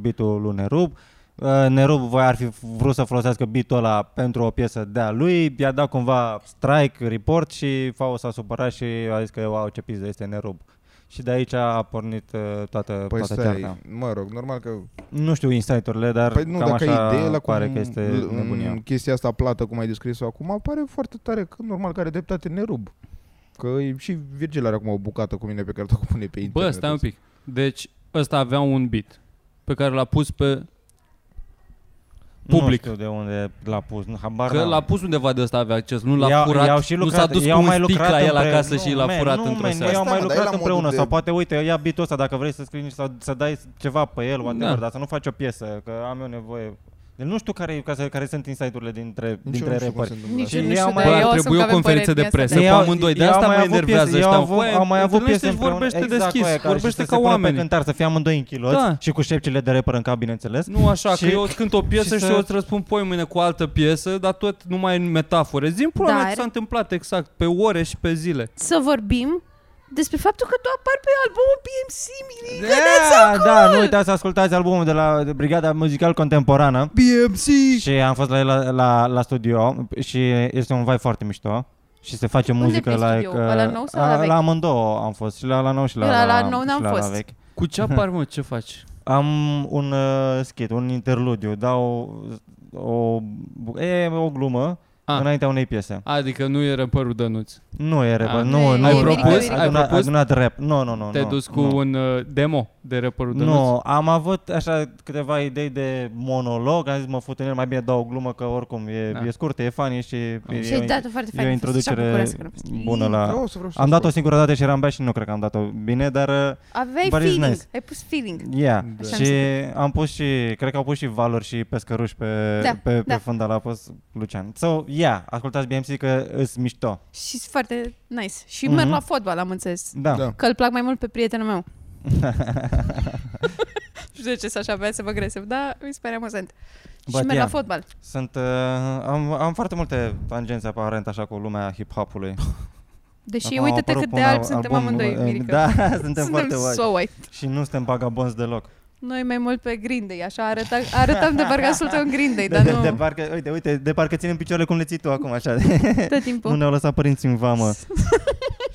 Speaker 1: bitul lui Nerub. Uh, Nerub voi ar fi vrut să folosească bitul ăla pentru o piesă de-a lui, i-a dat cumva strike, report și Faust s-a supărat și a zis că, wow, ce pizdă este Nerub. Și de aici a pornit uh, toată,
Speaker 2: Păi
Speaker 1: toată cearta.
Speaker 2: stai, mă rog, normal că...
Speaker 1: Nu știu insight-urile, da. dar
Speaker 2: Păi nu,
Speaker 1: cam
Speaker 2: dacă
Speaker 1: așa
Speaker 2: ideea la cum
Speaker 1: pare că este
Speaker 2: l- în
Speaker 1: nebunia.
Speaker 2: chestia asta plată, cum ai descris-o acum, pare foarte tare că normal că are dreptate nerub. Că e- și Virgil are acum o bucată cu mine pe care o pune pe internet.
Speaker 4: Bă, stai un pic. Deci, ăsta avea un beat pe care l-a pus pe... public.
Speaker 1: Nu știu de unde l-a pus, nu, habar
Speaker 4: Că
Speaker 1: n-am.
Speaker 4: l-a pus undeva de ăsta avea acces, nu l-a
Speaker 1: I-au-
Speaker 4: furat,
Speaker 1: i-au și
Speaker 4: nu
Speaker 1: lucrat,
Speaker 4: s-a dus
Speaker 1: i-au
Speaker 4: cu
Speaker 1: mai
Speaker 4: un stick
Speaker 1: lucrat
Speaker 4: la el
Speaker 1: împreună.
Speaker 4: acasă și l-a
Speaker 1: man,
Speaker 4: furat
Speaker 1: nu,
Speaker 4: într-o
Speaker 1: man,
Speaker 4: seară.
Speaker 1: I-au
Speaker 2: Asta,
Speaker 1: mai
Speaker 2: dar el
Speaker 1: lucrat
Speaker 2: la modul
Speaker 1: împreună
Speaker 2: de-
Speaker 1: sau poate, uite, ia bitul ăsta dacă vrei să scrii niște- sau să dai ceva pe el, whatever,
Speaker 4: Da.
Speaker 1: dar să nu faci o piesă, că am eu nevoie. Deci nu știu care, care, care sunt insight-urile dintre,
Speaker 2: Nici eu
Speaker 1: dintre
Speaker 2: nu știu cum se
Speaker 1: rapperi.
Speaker 2: întâmplă
Speaker 3: Nici
Speaker 2: asta.
Speaker 1: Și
Speaker 3: eu nu
Speaker 1: i-au
Speaker 3: știu,
Speaker 1: mai-
Speaker 3: dar
Speaker 1: Bă,
Speaker 3: eu o
Speaker 4: trebuie
Speaker 3: să-mi
Speaker 4: o
Speaker 3: cavem
Speaker 4: conferință de
Speaker 3: părerea
Speaker 4: presă
Speaker 1: Ei
Speaker 4: pe
Speaker 1: au-
Speaker 4: amândoi, de
Speaker 1: ei au
Speaker 4: asta
Speaker 1: mai
Speaker 4: mă
Speaker 1: avut
Speaker 4: enervează
Speaker 1: piese, ei
Speaker 4: ăștia.
Speaker 1: au avut-
Speaker 4: Băi,
Speaker 1: au mai avut
Speaker 4: întâlnește-și,
Speaker 1: piese împreună.
Speaker 4: vorbește
Speaker 1: Exact,
Speaker 4: deschis,
Speaker 1: aia, ca și
Speaker 4: vorbește
Speaker 1: să se
Speaker 4: ca
Speaker 1: pună pe
Speaker 4: oameni.
Speaker 1: cântar, să fie amândoi în chiloți
Speaker 4: Da.
Speaker 1: și cu șepcile de rapper în cap, bineînțeles.
Speaker 4: Nu așa, că
Speaker 1: Și-
Speaker 4: eu îți cânt o piesă
Speaker 1: și
Speaker 4: și,
Speaker 1: să-
Speaker 4: eu îți răspund poi mâine cu altă piesă, dar tot numai în metafore. Zi pula mea
Speaker 3: Dar-
Speaker 4: ce s-a întâmplat exact, pe ore și pe zile.
Speaker 3: Să vorbim despre faptul că tu apar pe albumul BMC, Mirica,
Speaker 1: Da,
Speaker 3: that's so
Speaker 1: da,
Speaker 3: cool!
Speaker 1: nu uitați să ascultați albumul de la Brigada Muzical Contemporană.
Speaker 2: BMC!
Speaker 1: Și am fost la el la, la, la studio și este un vibe foarte mișto. Și se face
Speaker 3: Unde
Speaker 1: muzică
Speaker 3: pe
Speaker 1: la,
Speaker 3: studio? Ăla nou sau la vechi?
Speaker 1: la amândouă am fost și la, la nou și la,
Speaker 3: Eu la- la nou
Speaker 1: și
Speaker 3: n-am
Speaker 1: la,
Speaker 3: fost.
Speaker 1: La vechi.
Speaker 4: Cu ce apar, mă, ce faci?
Speaker 1: Am un uh, skit, un interludiu, dau o, e, o glumă
Speaker 4: Ah.
Speaker 1: A. înaintea unei piese.
Speaker 4: Adică nu e răpărul Dănuț.
Speaker 1: Nu e rap,
Speaker 4: Ah.
Speaker 1: nu, nu.
Speaker 3: Ai propus?
Speaker 1: propus?
Speaker 4: Ai
Speaker 1: Adunat,
Speaker 4: propus?
Speaker 1: adunat rap. Nu, nu, nu.
Speaker 4: Te-ai
Speaker 1: nu,
Speaker 4: dus cu
Speaker 1: nu.
Speaker 4: un uh, demo de rapperul Dănuț?
Speaker 1: Nu, am avut așa câteva idei de monolog, am zis mă fut în el, mai bine dau o glumă că oricum e,
Speaker 4: Da.
Speaker 1: e scurtă, e funny și e, e,
Speaker 3: Și da, ai dat-o foarte
Speaker 1: E o
Speaker 3: fain.
Speaker 1: introducere bună la...
Speaker 2: Vreau să vreau să
Speaker 1: Am
Speaker 2: ascult.
Speaker 1: dat-o singură dată și eram bea și nu cred că am dat-o bine, dar...
Speaker 3: Aveai
Speaker 1: But it's
Speaker 3: feeling,
Speaker 1: nice.
Speaker 3: ai pus feeling.
Speaker 1: uh, Yeah.
Speaker 2: Da.
Speaker 1: Și am pus și... Cred că au pus și valori și pescăruși pe,
Speaker 3: Da,
Speaker 1: pe, pe
Speaker 3: da.
Speaker 1: fundal. A pus Lucian. So, yeah. Ascultați BMC că îs mișto.
Speaker 3: Și sunt foarte nice. Și
Speaker 1: Mhm.
Speaker 3: merg la fotbal, am înțeles.
Speaker 1: Da.
Speaker 2: Da.
Speaker 3: Că îl plac mai mult pe prietenul meu. Știu de ce să așa vrea să vă grăsesc, dar mi se pare amuzant.
Speaker 1: But
Speaker 3: și merg
Speaker 1: yeah.
Speaker 3: la fotbal.
Speaker 1: Sunt... Uh, am, am foarte multe tangențe aparent așa cu lumea hip-hop-ului.
Speaker 3: Deși,
Speaker 1: Acum au
Speaker 3: uite-te
Speaker 1: apărut
Speaker 3: cât
Speaker 1: cu
Speaker 3: de
Speaker 1: un
Speaker 3: albi suntem
Speaker 1: album,
Speaker 3: amândoi,
Speaker 1: uh,
Speaker 3: Mirica.
Speaker 1: Da, suntem foarte
Speaker 3: so
Speaker 1: white.
Speaker 3: white.
Speaker 1: Și nu suntem vagabonzi deloc.
Speaker 3: Noi mai mult pe Green Day, așa arăta, arătam de parcă ascultăm Green Day,
Speaker 1: De,
Speaker 3: Păi, dar
Speaker 1: de, de,
Speaker 3: nu
Speaker 1: parcă, uite, uite, de parcă ținem picioarele cum le ții tu acum, așa.
Speaker 3: tot
Speaker 1: nu
Speaker 3: timpul.
Speaker 1: ne-au lăsat părinții în vamă.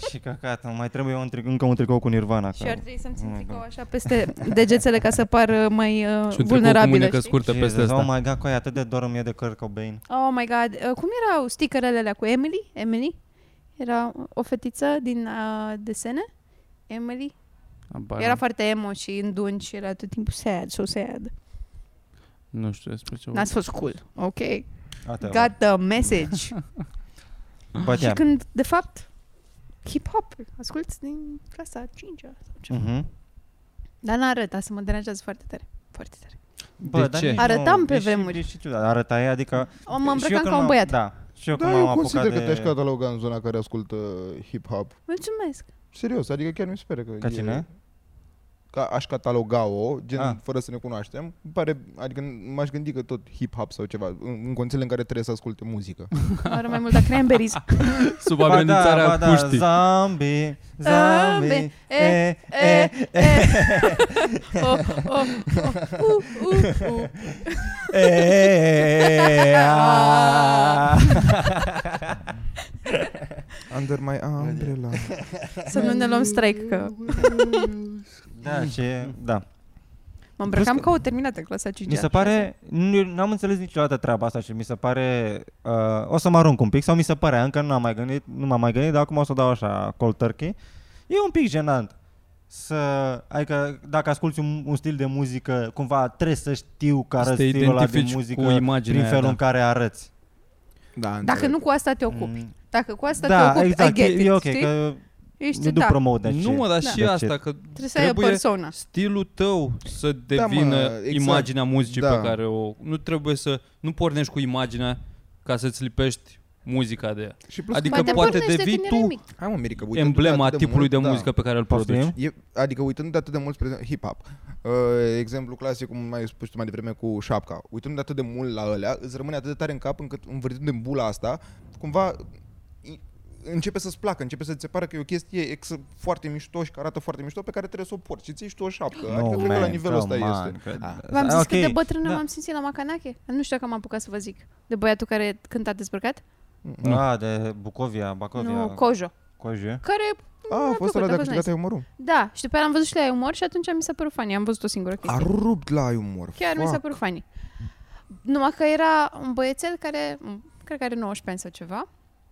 Speaker 1: Și căcată, mai trebuie un tric- încă un tricou cu Nirvana.
Speaker 3: Și
Speaker 1: că-
Speaker 3: ar trebui să-mi
Speaker 1: Oh
Speaker 3: țin
Speaker 1: my
Speaker 3: tricou
Speaker 1: God.
Speaker 3: așa peste degețele ca să par uh, mai uh,
Speaker 4: Și un tricou cu
Speaker 3: vulnerabilă,
Speaker 4: mânecă
Speaker 3: știi?
Speaker 4: scurtă peste
Speaker 1: Jesus,
Speaker 4: asta.
Speaker 1: Oh my god, coi, atât de dor îmi e de Kurt Cobain.
Speaker 3: Oh my god, uh, cum erau stickerele alea cu Emily? Emily? Era o fetiță din uh, desene? Emily?
Speaker 4: Abar
Speaker 3: Era
Speaker 4: n-am.
Speaker 3: foarte emo și în dungi și era tot timpul sad, so sad.
Speaker 4: Nu știu despre ce
Speaker 3: N-ați fost cool, ok?
Speaker 1: Whatever.
Speaker 3: Got the message.
Speaker 1: But
Speaker 3: și
Speaker 1: yeah.
Speaker 3: când, de fapt, hip-hop, asculti din clasa 5
Speaker 1: Mhm.
Speaker 3: Dar n-arăt, asta mă deranjează foarte tare. Foarte tare.
Speaker 1: Bă,
Speaker 4: De
Speaker 1: dar
Speaker 4: ce?
Speaker 1: nici nu-
Speaker 3: Arătam pe
Speaker 1: e și-
Speaker 3: vremuri.
Speaker 1: E și ciudat, arătai, adică...
Speaker 3: O, mă
Speaker 1: și eu
Speaker 3: îmbrăcam
Speaker 1: când
Speaker 3: ca un
Speaker 1: m-am-
Speaker 3: băiat.
Speaker 1: Da. Și eu
Speaker 2: Da,
Speaker 1: cum am
Speaker 2: eu
Speaker 1: apucat
Speaker 2: consider
Speaker 1: de...
Speaker 2: că te-aș cataloga în zona care ascultă hip-hop.
Speaker 3: Mulțumesc.
Speaker 2: Serios, adică chiar mi se pare că
Speaker 1: Ca
Speaker 2: e-
Speaker 1: cine?
Speaker 2: Ca aș cataloga-o, gen,
Speaker 1: Ah.
Speaker 2: ah. fără să ne cunoaștem, îmi pare, adică m-aș gândi că tot hip-hop sau ceva, în, în condițiile în care trebuie să asculte muzică.
Speaker 3: Oare mai mult la cranberries.
Speaker 4: Sub
Speaker 1: Ba da,
Speaker 4: amenințarea
Speaker 1: ba da,
Speaker 4: puștii.
Speaker 1: Zombie, zombie,
Speaker 3: Zombie,
Speaker 1: e, e,
Speaker 3: e,
Speaker 1: e,
Speaker 3: Oh, oh, oh, uh, uh, uh.
Speaker 1: e, e, a.
Speaker 2: Under my umbrella.
Speaker 3: Să nu ne luăm strike, că
Speaker 1: Da, ce, da.
Speaker 3: mă îmbrăcam ca o terminată în clasa 5
Speaker 1: Mi se pare, nu- n-am înțeles niciodată treaba asta și mi se pare, uh, o să mă arunc un pic sau mi se pare, încă nu am mai gândit, nu m-am mai gândit, dar acum o să o dau așa, cold turkey. E un pic jenant să, adică dacă asculti un, un stil de muzică, cumva trebuie să știu care
Speaker 4: Să te
Speaker 1: este stilul ăla de
Speaker 4: identifici cu
Speaker 1: muzică
Speaker 4: imaginea
Speaker 1: prin
Speaker 4: aia,
Speaker 1: felul
Speaker 4: da.
Speaker 1: în care arăți.
Speaker 2: Da,
Speaker 3: Dacă nu cu asta te ocupi.
Speaker 1: Mm.
Speaker 3: Dacă cu asta
Speaker 1: Da,
Speaker 3: te ocupi,
Speaker 1: exact,
Speaker 3: I get
Speaker 1: e,
Speaker 3: it,
Speaker 1: e ok,
Speaker 3: știi?
Speaker 1: că
Speaker 3: Ești,
Speaker 1: nu
Speaker 3: da.
Speaker 1: promote
Speaker 4: Nu, mă, dar și
Speaker 1: Da.
Speaker 4: asta, că
Speaker 3: Trebuie să ai o
Speaker 4: Trebuie-
Speaker 3: persoană.
Speaker 4: stilul tău să
Speaker 2: mă,
Speaker 4: devină da, mă,
Speaker 2: exact.
Speaker 4: exact. imaginea muzicii da.
Speaker 2: Da.
Speaker 4: pe care o... Nu trebuie să... Nu pornești cu imaginea ca să-ți lipești muzica de ea.
Speaker 2: Și plus,
Speaker 4: Adică
Speaker 2: că-
Speaker 3: Poate
Speaker 4: poate
Speaker 3: pornești de
Speaker 4: devii
Speaker 3: când
Speaker 4: tu
Speaker 3: erai mic.
Speaker 2: Hai mă, Mirica,
Speaker 4: Uite,
Speaker 2: uitându-te
Speaker 4: Emblema
Speaker 2: atât
Speaker 4: tipului de,
Speaker 2: mult,
Speaker 4: de muzică da. pe care îl
Speaker 1: Poftim?
Speaker 4: produci.
Speaker 2: E, adică uitându-te atât de mult spre hip-hop, uh, exemplu clasic, cum mai spus tu mai devreme cu șapca, uitându-te atât de mult la alea, îți rămâne atât de tare în cap încât învârtindu în bula asta, cumva i- începe să-ți placă, începe să-ți se pară că e o chestie ex- foarte mișto și că arată foarte mișto pe care trebuie să o porți și ții și tu o șapcă.
Speaker 1: No,
Speaker 2: adică cred că la
Speaker 1: man,
Speaker 2: nivelul ăsta
Speaker 1: come on,
Speaker 2: este.
Speaker 1: că-
Speaker 2: Ah.
Speaker 3: V-am zis
Speaker 1: Ok,
Speaker 3: cât de bătrână
Speaker 1: da.
Speaker 3: m-am simțit la Macanache? Nu știu dacă am apucat să vă zic. De băiatul care cânta dezbrăcat?
Speaker 4: Nu.
Speaker 1: Ah, de Bucovia, Bacovia,
Speaker 3: Nu, Cojo.
Speaker 1: Coje.
Speaker 3: Care
Speaker 2: A,
Speaker 3: mi-a
Speaker 2: a fost
Speaker 3: plăcut,
Speaker 2: ăla de a
Speaker 3: fost
Speaker 2: câștigat
Speaker 3: nice.
Speaker 2: ai umorul.
Speaker 3: Da, și după aia am văzut și la umor și atunci mi s-a părut funny. Am văzut o singură
Speaker 2: A
Speaker 3: chestie.
Speaker 2: rupt la ai umor.
Speaker 3: da, Chiar mi s-a
Speaker 2: fuck.
Speaker 3: părut funny. Numai că era un băiețel care, m, cred că are 19 ani sau ceva,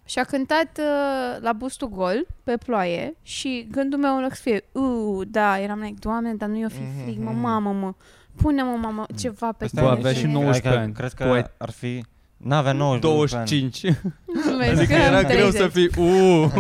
Speaker 3: și a cântat uh, la bustul gol, pe ploaie, și gândul meu în loc să fie, uuu, da, eram like, doamne, dar nu i-o fi frig, mă, mamă, mă, pune-mă, mamă, ceva pe
Speaker 4: Bă, avea și
Speaker 3: și-
Speaker 4: 19
Speaker 1: Adică
Speaker 4: ani.
Speaker 1: Cred
Speaker 4: Tu ai-
Speaker 1: că ar fi... N-avea 19 ani.
Speaker 4: 25.
Speaker 3: Mulțumesc,
Speaker 4: Adică
Speaker 3: că
Speaker 4: era
Speaker 3: am
Speaker 4: greu să
Speaker 3: 30.
Speaker 4: fii... Uh.